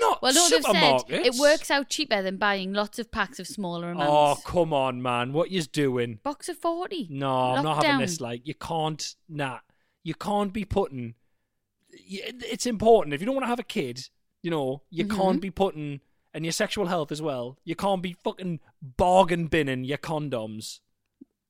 Speaker 3: Not
Speaker 2: Well, no, they've
Speaker 3: supermarkets.
Speaker 2: said it works out cheaper than buying lots of packs of smaller
Speaker 3: Oh,
Speaker 2: amounts.
Speaker 3: come on, man. What you doing?
Speaker 2: Box of 40.
Speaker 3: No, I'm not having this.
Speaker 2: Lockdown.
Speaker 3: Like, you can't, nah, you can't be putting. y- It's important if you don't want to have a kid. You know, you can't
Speaker 2: Mhm.
Speaker 3: be putting, and your sexual health as well. You can't be fucking bargain binning your condoms.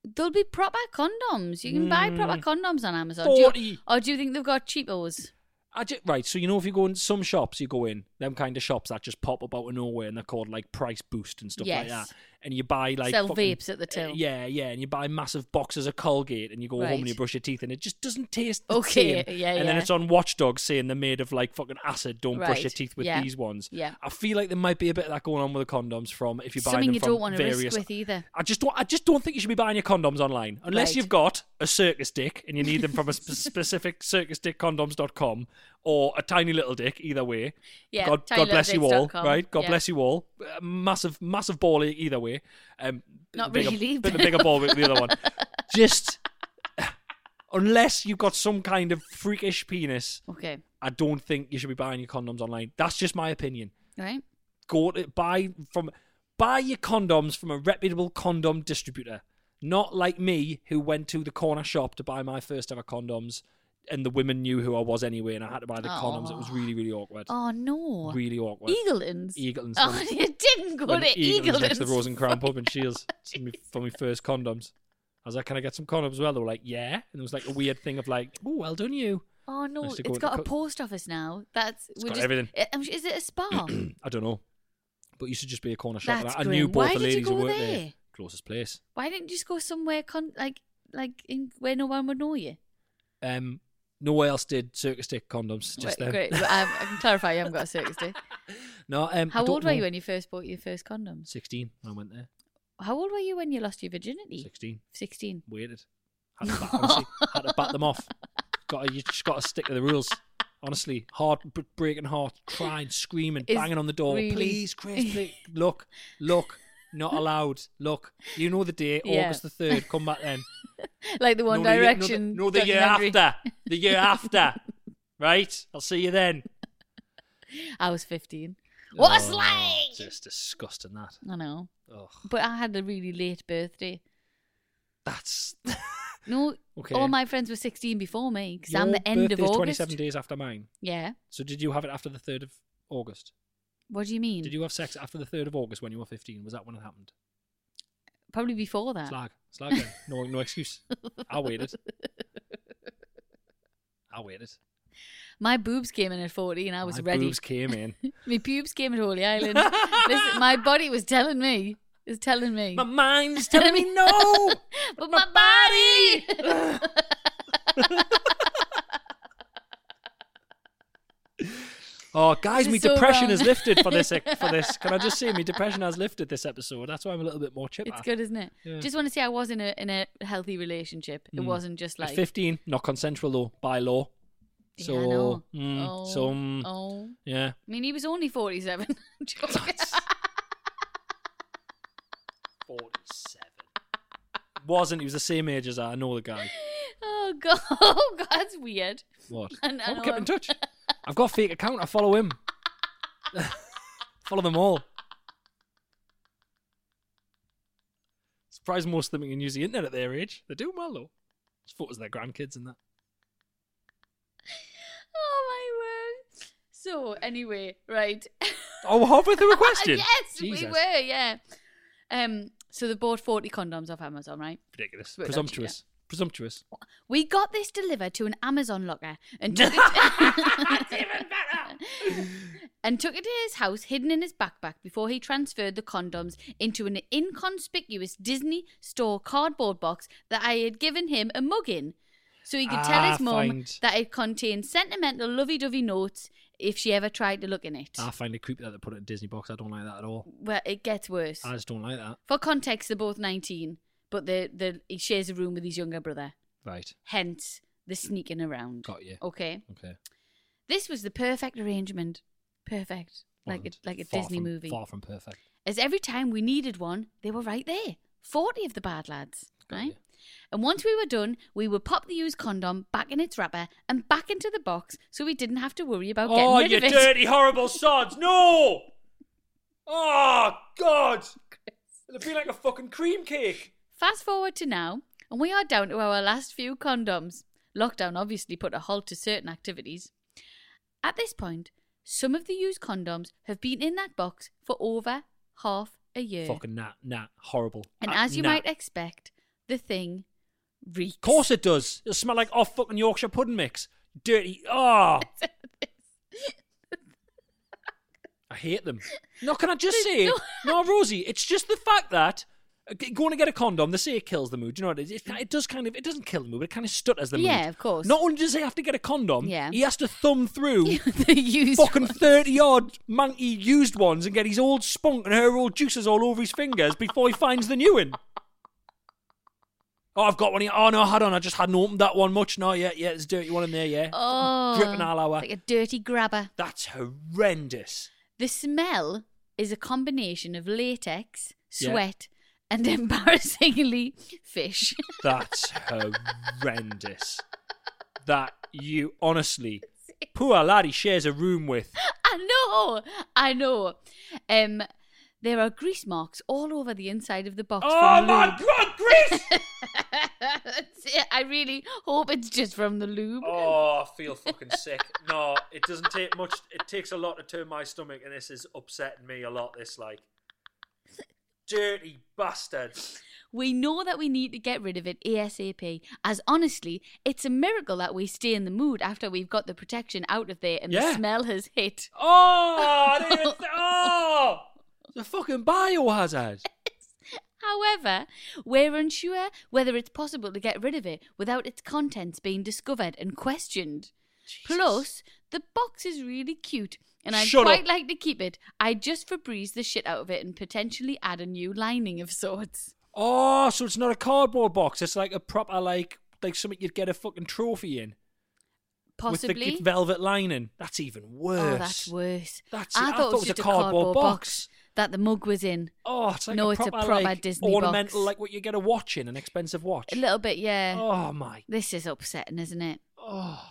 Speaker 2: There'll be proper condoms. You can buy proper
Speaker 3: Mm.
Speaker 2: condoms on Amazon. Do you-
Speaker 3: 40.
Speaker 2: or do you think they've got cheapos?
Speaker 3: I ju- right, so you know if you go in some shops, you go in, them kind of shops that just pop up out of nowhere and they're called like Price Boost and stuff like
Speaker 2: Yes.
Speaker 3: that. And you buy like
Speaker 2: Sell
Speaker 3: fucking- uh,
Speaker 2: vapes at the till.
Speaker 3: yeah, yeah, and you buy massive boxes of Colgate and you go home
Speaker 2: Right.
Speaker 3: and you brush your teeth and it just doesn't taste the
Speaker 2: Okay,
Speaker 3: same.
Speaker 2: yeah,
Speaker 3: and then
Speaker 2: yeah.
Speaker 3: it's on Watchdogs saying they're made of like fucking acid. Don't brush your
Speaker 2: Right,
Speaker 3: teeth with
Speaker 2: yeah,
Speaker 3: these ones.
Speaker 2: yeah.
Speaker 3: I feel like there might be a bit of that going on with the condoms from if you buy
Speaker 2: Something
Speaker 3: them
Speaker 2: you
Speaker 3: from
Speaker 2: don't want to
Speaker 3: various.
Speaker 2: risk with either.
Speaker 3: I just don't. I just don't think you should be buying your condoms online unless
Speaker 2: Right.
Speaker 3: you've got a circus dick and you need them from a sp- [laughs] specific circusdickcondoms.com or a tiny little dick. Either way,
Speaker 2: Yeah,
Speaker 3: God, God bless you all.
Speaker 2: tinylittledick.com,
Speaker 3: Right, God
Speaker 2: yeah.
Speaker 3: bless you all. Uh, Massive, massive ball e- either way. Um, bit
Speaker 2: Not
Speaker 3: bigger,
Speaker 2: really,
Speaker 3: Bit the
Speaker 2: but-
Speaker 3: bigger ball with the
Speaker 2: [laughs]
Speaker 3: other one. Just unless you've got some kind of freakish penis,
Speaker 2: Okay.
Speaker 3: I don't think you should be buying your condoms online. That's just my opinion
Speaker 2: Right.
Speaker 3: go to buy from buy your condoms from a reputable condom distributor not like me who went to the corner shop to buy my first ever condoms and the women knew who i was anyway and i had to buy the condoms it was
Speaker 2: Aw.
Speaker 3: really really awkward
Speaker 2: Oh no.
Speaker 3: really awkward
Speaker 2: Eagleton's.
Speaker 3: Eagleton's.
Speaker 2: Oh, [laughs] you didn't go
Speaker 3: When
Speaker 2: to
Speaker 3: Eagleton's next to the
Speaker 2: Eagleton's.
Speaker 3: Rose and Crown pub
Speaker 2: [laughs]
Speaker 3: in Shields to me- for [laughs] my first condoms I was like, can I get some condoms as well? They were like, yeah. And it was like a weird thing of like, oh, well done you. [clears throat]
Speaker 2: Oh no,
Speaker 3: I used
Speaker 2: it's
Speaker 3: to go into
Speaker 2: got a
Speaker 3: co-
Speaker 2: post office now. That's we
Speaker 3: got
Speaker 2: just,
Speaker 3: everything.
Speaker 2: I- I'm su- Is it a
Speaker 3: [clears throat]
Speaker 2: spa?
Speaker 3: I don't know. But you should just be a corner shop.
Speaker 2: That's
Speaker 3: I knew
Speaker 2: grim.
Speaker 3: both
Speaker 2: Why
Speaker 3: the
Speaker 2: did you
Speaker 3: ladies who
Speaker 2: go
Speaker 3: worked there.
Speaker 2: there?
Speaker 3: Closest place.
Speaker 2: Why didn't you just go somewhere con- like like in where no one would know you?
Speaker 3: Um, no one else did circus stick condoms. Just
Speaker 2: Right,
Speaker 3: them.
Speaker 2: great. Well, um, I can clarify. You haven't got a circus day.
Speaker 3: [laughs] No. [laughs] Um, I
Speaker 2: How
Speaker 3: don't
Speaker 2: old were
Speaker 3: know.
Speaker 2: you when you first bought your first condoms?
Speaker 3: Sixteen. when I went there.
Speaker 2: How old were you when you lost your virginity?
Speaker 3: Sixteen.
Speaker 2: Sixteen. [laughs]
Speaker 3: Waited. Had to, bat, honestly, had to bat them off. Got to, you just got to stick to the rules. Honestly, hard, b- breaking heart, crying, screaming,
Speaker 2: Is
Speaker 3: banging on the door.
Speaker 2: really- [laughs]
Speaker 3: Please, Chris, please. look, look, not allowed. Look, you know the day,
Speaker 2: Yeah.
Speaker 3: August the third. Come back then.
Speaker 2: Like the [laughs] One
Speaker 3: No, the year- no, the-
Speaker 2: Direction.
Speaker 3: No, the, year
Speaker 2: documentary.
Speaker 3: after.
Speaker 2: [laughs]
Speaker 3: The year after. Right. I'll see you then.
Speaker 2: I was fifteen. What a
Speaker 3: Oh,
Speaker 2: slag!
Speaker 3: Just disgusting that.
Speaker 2: I know,
Speaker 3: Oh,
Speaker 2: but I had a really late birthday.
Speaker 3: that's
Speaker 2: No,
Speaker 3: Okay.
Speaker 2: all my friends were sixteen before me because
Speaker 3: Your
Speaker 2: I'm the end of
Speaker 3: birthday's
Speaker 2: August.
Speaker 3: 27 days after mine.
Speaker 2: Yeah.
Speaker 3: So did you have it after the 3rd of August?
Speaker 2: What do you mean?
Speaker 3: Did you have sex after the 3rd of August when you were 15? Was that when it happened?
Speaker 2: Probably before that.
Speaker 3: Slag. Slag then. No,
Speaker 2: [laughs]
Speaker 3: no excuse. I waited. I waited.
Speaker 2: My boobs came in at 14. I was
Speaker 3: my
Speaker 2: ready.
Speaker 3: boobs
Speaker 2: [laughs]
Speaker 3: came in.
Speaker 2: My pubes came at Holy Island. Listen, my body was telling me. Is telling me.
Speaker 3: my mind's telling me
Speaker 2: [laughs]
Speaker 3: no!
Speaker 2: but my body! [laughs]
Speaker 3: Oh, guys,
Speaker 2: This
Speaker 3: my
Speaker 2: is so
Speaker 3: depression
Speaker 2: wrong.
Speaker 3: is lifted for this.
Speaker 2: [laughs]
Speaker 3: For this, can I just say, my depression has lifted this episode. That's why I'm a little bit more chipper.
Speaker 2: it's good, isn't it?
Speaker 3: Yeah.
Speaker 2: Just want to say I was in a in a healthy relationship. It
Speaker 3: Mm.
Speaker 2: wasn't just
Speaker 3: At
Speaker 2: like.
Speaker 3: 15, not consensual though, by law.
Speaker 2: Yeah, I
Speaker 3: So,
Speaker 2: know.
Speaker 3: mm,
Speaker 2: oh,
Speaker 3: so, mm,
Speaker 2: oh.
Speaker 3: yeah.
Speaker 2: I mean, he was only 47. [laughs] I'm
Speaker 3: [laughs]
Speaker 2: joking.
Speaker 3: 47. Wasn't. He was the same age as I. I know the guy.
Speaker 2: oh, God. [laughs] Oh, God, that's weird.
Speaker 3: [laughs] What?
Speaker 2: I know
Speaker 3: oh, we kept in
Speaker 2: him.
Speaker 3: touch. I've got a fake account. I follow him. [laughs] follow them all. Surprised most of them can use the internet at their age. They're doing well, though. It's photos of their grandkids and that.
Speaker 2: Oh, my word. So, anyway, right. [laughs]
Speaker 3: Oh, we're halfway through a question.
Speaker 2: yes, we
Speaker 3: Jesus.
Speaker 2: were, yeah. Um, so they bought 40 condoms off Amazon, right?
Speaker 3: Ridiculous.
Speaker 2: Well, that's-
Speaker 3: Presumptuous. Presumptuous.
Speaker 2: We got this delivered to an Amazon locker
Speaker 3: [laughs]
Speaker 2: and took it [laughs] and took it to his house hidden in his backpack before he transferred the condoms into an inconspicuous Disney store cardboard box that I had given him a mug in. So he could tell
Speaker 3: Ah,
Speaker 2: his mum
Speaker 3: find.
Speaker 2: that it contained sentimental lovey dovey notes if she ever tried to look in it.
Speaker 3: I find it creepy that they put it in Disney box. I don't like that at all.
Speaker 2: Well, it gets worse.
Speaker 3: I just don't like that.
Speaker 2: For context, they're both 19, but they they he shares a room with his younger brother.
Speaker 3: Right.
Speaker 2: Hence, the sneaking around.
Speaker 3: Got you.
Speaker 2: Okay.
Speaker 3: Okay.
Speaker 2: This was the perfect arrangement. Perfect. Like a,
Speaker 3: Wasn't.
Speaker 2: like a
Speaker 3: Far
Speaker 2: Disney
Speaker 3: from-
Speaker 2: movie.
Speaker 3: Far from perfect.
Speaker 2: As every time we needed one, they were right there. 40 of the bad lads.
Speaker 3: Got
Speaker 2: right?
Speaker 3: you.
Speaker 2: And once we were done, we would pop the used condom back in its wrapper and back into the box so we didn't have to worry about
Speaker 3: oh,
Speaker 2: getting
Speaker 3: you
Speaker 2: rid of it.
Speaker 3: dirty, horrible sods! No! Oh, God! It'll be like a fucking cream cake.
Speaker 2: [laughs] Fast forward to now, and we are down to our last few condoms. Lockdown obviously put a halt to certain activities. At this point, some of the used condoms have been in that box for over half a year.
Speaker 3: Fucking nah, nah, horrible.
Speaker 2: and
Speaker 3: Ah,
Speaker 2: as you
Speaker 3: nah.
Speaker 2: might expect, the thing reeks.
Speaker 3: Of course it does. It'll smell like off fucking
Speaker 2: [laughs]
Speaker 3: ah, Yorkshire pudding mix. Dirty. Oh! I hate
Speaker 2: [laughs]
Speaker 3: them. No, can I just say, no, Rosie, it's just the fact that uh, g- going to get a condom, they say it kills the mood. Do you know what it is? It, it does kind of, it doesn't kill the mood, but it kind of stutters the mood.
Speaker 2: Yeah, of course.
Speaker 3: Not only does he have to get a condom,
Speaker 2: Yeah.
Speaker 3: he has to thumb
Speaker 2: [laughs]
Speaker 3: through
Speaker 2: the used
Speaker 3: fucking
Speaker 2: one.
Speaker 3: 30 odd manky used ones and get his old spunk and her old juices all over his fingers before he finds the new one. Oh, I've got one here. Oh, no, hold on. I just hadn't opened that one much. No, yeah, yeah, there's a dirty one in there, yeah.
Speaker 2: Oh,
Speaker 3: Dripping all over.
Speaker 2: Like a dirty grabber.
Speaker 3: That's horrendous.
Speaker 2: The smell is a combination of latex,
Speaker 3: Yeah.
Speaker 2: sweat, and [laughs] embarrassingly fish. [laughs]
Speaker 3: That's horrendous. That you honestly, poor lad, he shares a room with.
Speaker 2: I know, I know. Um, there are grease marks all over the inside of the box.
Speaker 3: Oh
Speaker 2: from
Speaker 3: my
Speaker 2: lube. [laughs]
Speaker 3: god, Grace!
Speaker 2: That's it. I really hope it's just from the lube.
Speaker 3: Oh, I [laughs] feel fucking sick. No, it doesn't take much. It takes a lot to turn my stomach, and this is upsetting me a lot. This like dirty bastards.
Speaker 2: We know that we need to get rid of it ASAP, as honestly, it's a miracle that we stay in the mood after we've got the protection out of there and
Speaker 3: Yeah.
Speaker 2: the smell has hit.
Speaker 3: Oh, I didn't even th- oh, the fucking biohazard.
Speaker 2: However, we're unsure whether it's possible to get rid of it without its contents being discovered and questioned. Plus, the box is really cute, and I'd
Speaker 3: Shut
Speaker 2: quite
Speaker 3: up.
Speaker 2: like to keep it. I'd just Febreze the shit out of it and potentially add a new lining of sorts.
Speaker 3: Oh, so it's not a cardboard box. It's like a proper like like something you'd get a fucking trophy in
Speaker 2: Possibly.
Speaker 3: with the velvet lining. That's even worse.
Speaker 2: Oh, that's worse.
Speaker 3: That's-
Speaker 2: I, thought it was
Speaker 3: a
Speaker 2: just a
Speaker 3: cardboard
Speaker 2: cardboard,
Speaker 3: box.
Speaker 2: box that the mug was in.
Speaker 3: Oh, it's like
Speaker 2: No,
Speaker 3: a
Speaker 2: it's
Speaker 3: proper,
Speaker 2: a proper
Speaker 3: like,
Speaker 2: Disney box.
Speaker 3: ornamental, like what you get a watch in, an expensive watch.
Speaker 2: A little bit, yeah.
Speaker 3: Oh my,
Speaker 2: This is upsetting, isn't it?
Speaker 3: oh,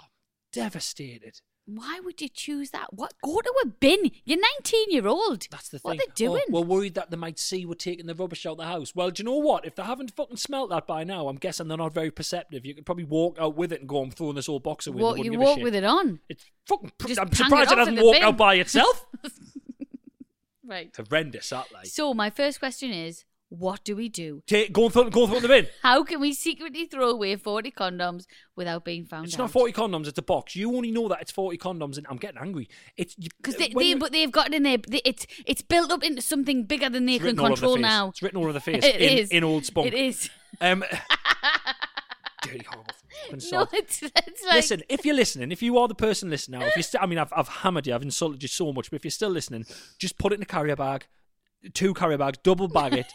Speaker 3: devastated.
Speaker 2: Why would you choose that? What? Go to a bin. You're 19 year old.
Speaker 3: That's the
Speaker 2: What
Speaker 3: thing.
Speaker 2: are they doing?
Speaker 3: Oh, we're worried that they might see we're taking the rubbish out the house. Well, do you know what? If they haven't fucking smelt that by now, I'm guessing they're not very perceptive. You could probably walk out with it and go, I'm throwing this whole box away. They
Speaker 2: What
Speaker 3: wouldn't
Speaker 2: you
Speaker 3: give a
Speaker 2: walk
Speaker 3: shit."
Speaker 2: with it on?
Speaker 3: It's fucking. pr-
Speaker 2: Just
Speaker 3: I'm
Speaker 2: hang it
Speaker 3: surprised it
Speaker 2: off in
Speaker 3: hasn't
Speaker 2: the
Speaker 3: walked
Speaker 2: bin. [laughs]
Speaker 3: out by [laughs] itself.
Speaker 2: Right.
Speaker 3: Horrendous, that like.
Speaker 2: So my first question is, what do we do?
Speaker 3: Take, go and throw, go and throw it in the bin.
Speaker 2: How can we secretly throw away 40 condoms without being found
Speaker 3: It's
Speaker 2: out?
Speaker 3: not 40 condoms, it's a box. You only know that it's 40 condoms, and I'm getting angry. It's
Speaker 2: Because they,
Speaker 3: uh, when
Speaker 2: they,
Speaker 3: you-
Speaker 2: but they've got it in there. They, it's it's built up into something bigger than they
Speaker 3: It's
Speaker 2: can
Speaker 3: written all over the
Speaker 2: control
Speaker 3: face.
Speaker 2: now.
Speaker 3: It's written all over the
Speaker 2: [laughs]
Speaker 3: face
Speaker 2: It
Speaker 3: in-
Speaker 2: is.
Speaker 3: in old spunk.
Speaker 2: It is. [laughs]
Speaker 3: Um, dirty, horrible fucking
Speaker 2: No,
Speaker 3: sod.
Speaker 2: it's, it's like
Speaker 3: Listen, if you're listening, if you are the person listening now, if you still, I mean, I've, I've hammered you, I've insulted you so much, but if you're still listening, just put it in a carrier bag, two carrier bags, double bag [laughs] it,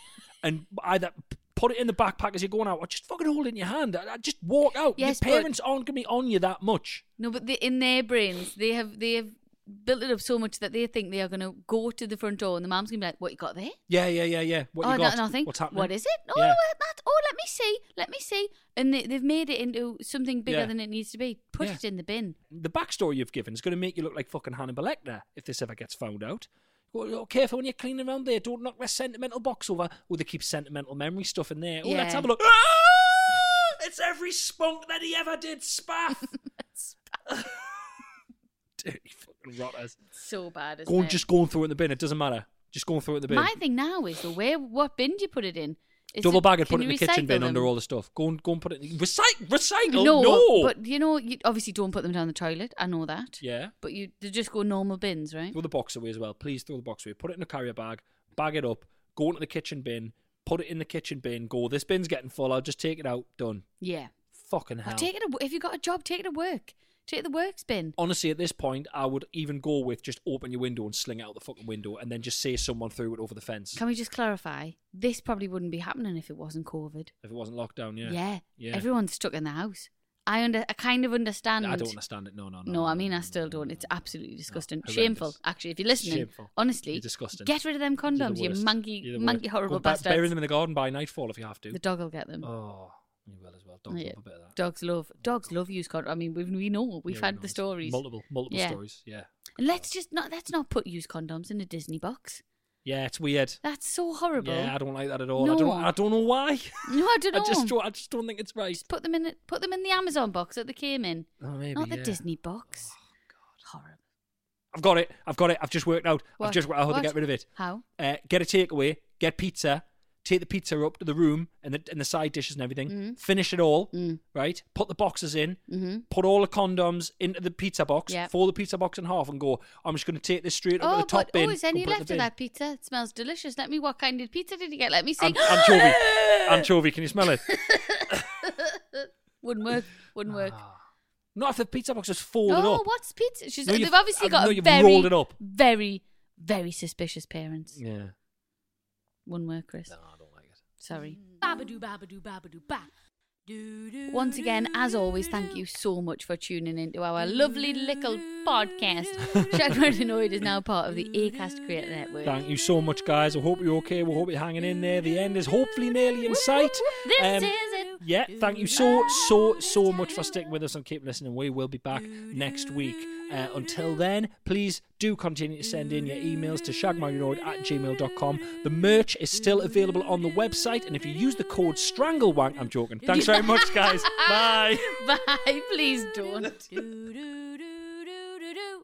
Speaker 3: and either put it in the backpack as you're going out, or just fucking hold it in your hand. I- I Just walk out.
Speaker 2: Yes, but-
Speaker 3: your parents aren't going to be on you that much.
Speaker 2: no, but they, in their brains, they have they have built it up so much that they think they are going to go to the front door, and the mom's going to be like, "What you got there?
Speaker 3: Yeah, yeah, yeah, yeah. What
Speaker 2: oh,
Speaker 3: you
Speaker 2: no-
Speaker 3: got?
Speaker 2: nothing.
Speaker 3: What's happening?
Speaker 2: What is it? Oh,
Speaker 3: Yeah.
Speaker 2: well, that, oh, let me see, let me see." And they, they've made it into something bigger
Speaker 3: Yeah.
Speaker 2: than it needs to be. Put
Speaker 3: Yeah.
Speaker 2: it in the bin.
Speaker 3: the backstory you've given is going to make you look like fucking Hannibal Lecter if this ever gets found out. Well, look, careful when you're cleaning around there. Don't knock that sentimental box over. Oh, they keep sentimental memory stuff in there. Oh, let's
Speaker 2: Yeah.
Speaker 3: have a look. Ah! It's every spunk that he ever
Speaker 2: [laughs]
Speaker 3: did spaff. Dirty fucking rotters.
Speaker 2: So bad. Isn't
Speaker 3: Go and
Speaker 2: it?
Speaker 3: just go and throw it in the bin. It doesn't matter. Just go and throw it in the bin.
Speaker 2: My thing now is the where what bin do you put it in? Is
Speaker 3: Double
Speaker 2: it-
Speaker 3: bag it, put
Speaker 2: can
Speaker 3: it in
Speaker 2: you
Speaker 3: the kitchen
Speaker 2: recycle
Speaker 3: bin
Speaker 2: them?
Speaker 3: under all the stuff. Go and go and put it. In, recycle, recycle.
Speaker 2: no,
Speaker 3: No,
Speaker 2: but you know, you obviously don't put them down the toilet. I know that.
Speaker 3: yeah.
Speaker 2: But you they just go normal bins, right?
Speaker 3: Throw the box away as well. Please throw the box away. Put it in a carrier bag, bag it up, go into the kitchen bin, put it in the kitchen bin, go, this bin's getting full, I'll just take it out, done.
Speaker 2: Yeah.
Speaker 3: Fucking
Speaker 2: Or
Speaker 3: hell.
Speaker 2: take it to- if you got a job, take it to work. Take it to the works bin.
Speaker 3: Honestly, at this point, I would even go with just open your window and sling it out the fucking window and then just say someone threw it over the fence.
Speaker 2: Can we just clarify? This probably wouldn't be happening if it wasn't COVID.
Speaker 3: if it wasn't lockdown, yeah.
Speaker 2: yeah.
Speaker 3: Yeah.
Speaker 2: Everyone's stuck in the house. I under I kind of understand.
Speaker 3: I don't understand it. No, no, no.
Speaker 2: No, I mean I
Speaker 3: no,
Speaker 2: still
Speaker 3: no,
Speaker 2: don't.
Speaker 3: no,
Speaker 2: It's
Speaker 3: no.
Speaker 2: absolutely
Speaker 3: No,
Speaker 2: disgusting.
Speaker 3: horrendous.
Speaker 2: Shameful, actually. If you're listening,
Speaker 3: Shameful.
Speaker 2: honestly,
Speaker 3: You're disgusting.
Speaker 2: get rid of them
Speaker 3: You're the
Speaker 2: condoms, you
Speaker 3: worst.
Speaker 2: monkey,
Speaker 3: You're the worst.
Speaker 2: monkey horrible
Speaker 3: Go back-
Speaker 2: bastards.
Speaker 3: Bury them in the garden by nightfall if you have to.
Speaker 2: The dog will get them.
Speaker 3: Oh, you will as well. Dogs
Speaker 2: Yeah.
Speaker 3: love a bit of that.
Speaker 2: Dogs love dogs love used condoms. I mean, we we know we've
Speaker 3: Yeah,
Speaker 2: had
Speaker 3: no,
Speaker 2: the
Speaker 3: it's
Speaker 2: stories.
Speaker 3: Multiple, multiple
Speaker 2: Yeah.
Speaker 3: stories. Yeah.
Speaker 2: And let's just not let's not put used condoms in a Disney box.
Speaker 3: Yeah, it's weird.
Speaker 2: That's so horrible.
Speaker 3: Yeah, I don't like that at all. I
Speaker 2: No.
Speaker 3: don't. I don't know why.
Speaker 2: no, I [laughs] don't know.
Speaker 3: I just. Don't, I just don't think it's right.
Speaker 2: Just put them in it. Put them in the Amazon box that they came in,
Speaker 3: Oh, maybe,
Speaker 2: not the
Speaker 3: yeah.
Speaker 2: Disney box. Horrible.
Speaker 3: I've got it. I've got it. I've just worked out. I've
Speaker 2: What?
Speaker 3: just worked out how to
Speaker 2: What?
Speaker 3: get rid of it.
Speaker 2: How?
Speaker 3: Uh, get a takeaway. Get pizza. take the pizza up to the room and the, and the side dishes and everything,
Speaker 2: Mm.
Speaker 3: finish it all, right? Put the boxes in,
Speaker 2: Mm-hmm.
Speaker 3: put all the condoms into the pizza box,
Speaker 2: Yep.
Speaker 3: fold the pizza box in half, and go. I'm just going to take this straight up
Speaker 2: Oh,
Speaker 3: to the top
Speaker 2: but
Speaker 3: bin.
Speaker 2: oh, is
Speaker 3: and
Speaker 2: any
Speaker 3: put it in the
Speaker 2: left
Speaker 3: bin."
Speaker 2: of that pizza? It smells delicious. Let me. What kind of pizza did you get? Let me see. [gasps]
Speaker 3: An- anchovy, anchovy. Can you
Speaker 2: [laughs]
Speaker 3: smell it?
Speaker 2: wouldn't work. Wouldn't work.
Speaker 3: Not if the pizza box is folded
Speaker 2: Oh,
Speaker 3: Ah. up.
Speaker 2: what's pizza? She's,
Speaker 3: No, you've-
Speaker 2: they've obviously
Speaker 3: uh,
Speaker 2: got
Speaker 3: no,
Speaker 2: a
Speaker 3: you've
Speaker 2: very,
Speaker 3: rolled it up.
Speaker 2: very, very suspicious parents.
Speaker 3: Yeah,
Speaker 2: Wouldn't work, Chris.
Speaker 3: no, I don't like it.
Speaker 2: Sorry.
Speaker 4: Babadoo, babadoo, babadoo, ba. Doo, doo,
Speaker 2: Once
Speaker 4: doo,
Speaker 2: again, as
Speaker 4: doo,
Speaker 2: always,
Speaker 4: doo,
Speaker 2: thank
Speaker 4: doo.
Speaker 2: you so much for tuning into our lovely little podcast. [laughs] Shadwell Annoyed is now part of the Acast Creator Network.
Speaker 3: Thank you so much, guys. I hope you're okay. We hope you're hanging in there. The end is hopefully nearly in sight.
Speaker 2: This
Speaker 3: Um,
Speaker 2: is it.
Speaker 3: Yeah, thank you so, so, so much for sticking with us and keep listening. We will be back next week. Uh, until then, please do continue to send in your emails to shagmarinoid at gmail.com. The merch is still available on the website, and if you use the code StrangleWank, I'm joking.
Speaker 2: [laughs]
Speaker 3: Thanks very
Speaker 4: [laughs]
Speaker 3: much, guys. Bye.
Speaker 2: Bye. Please don't.
Speaker 4: Doo, doo, doo, doo, doo, doo.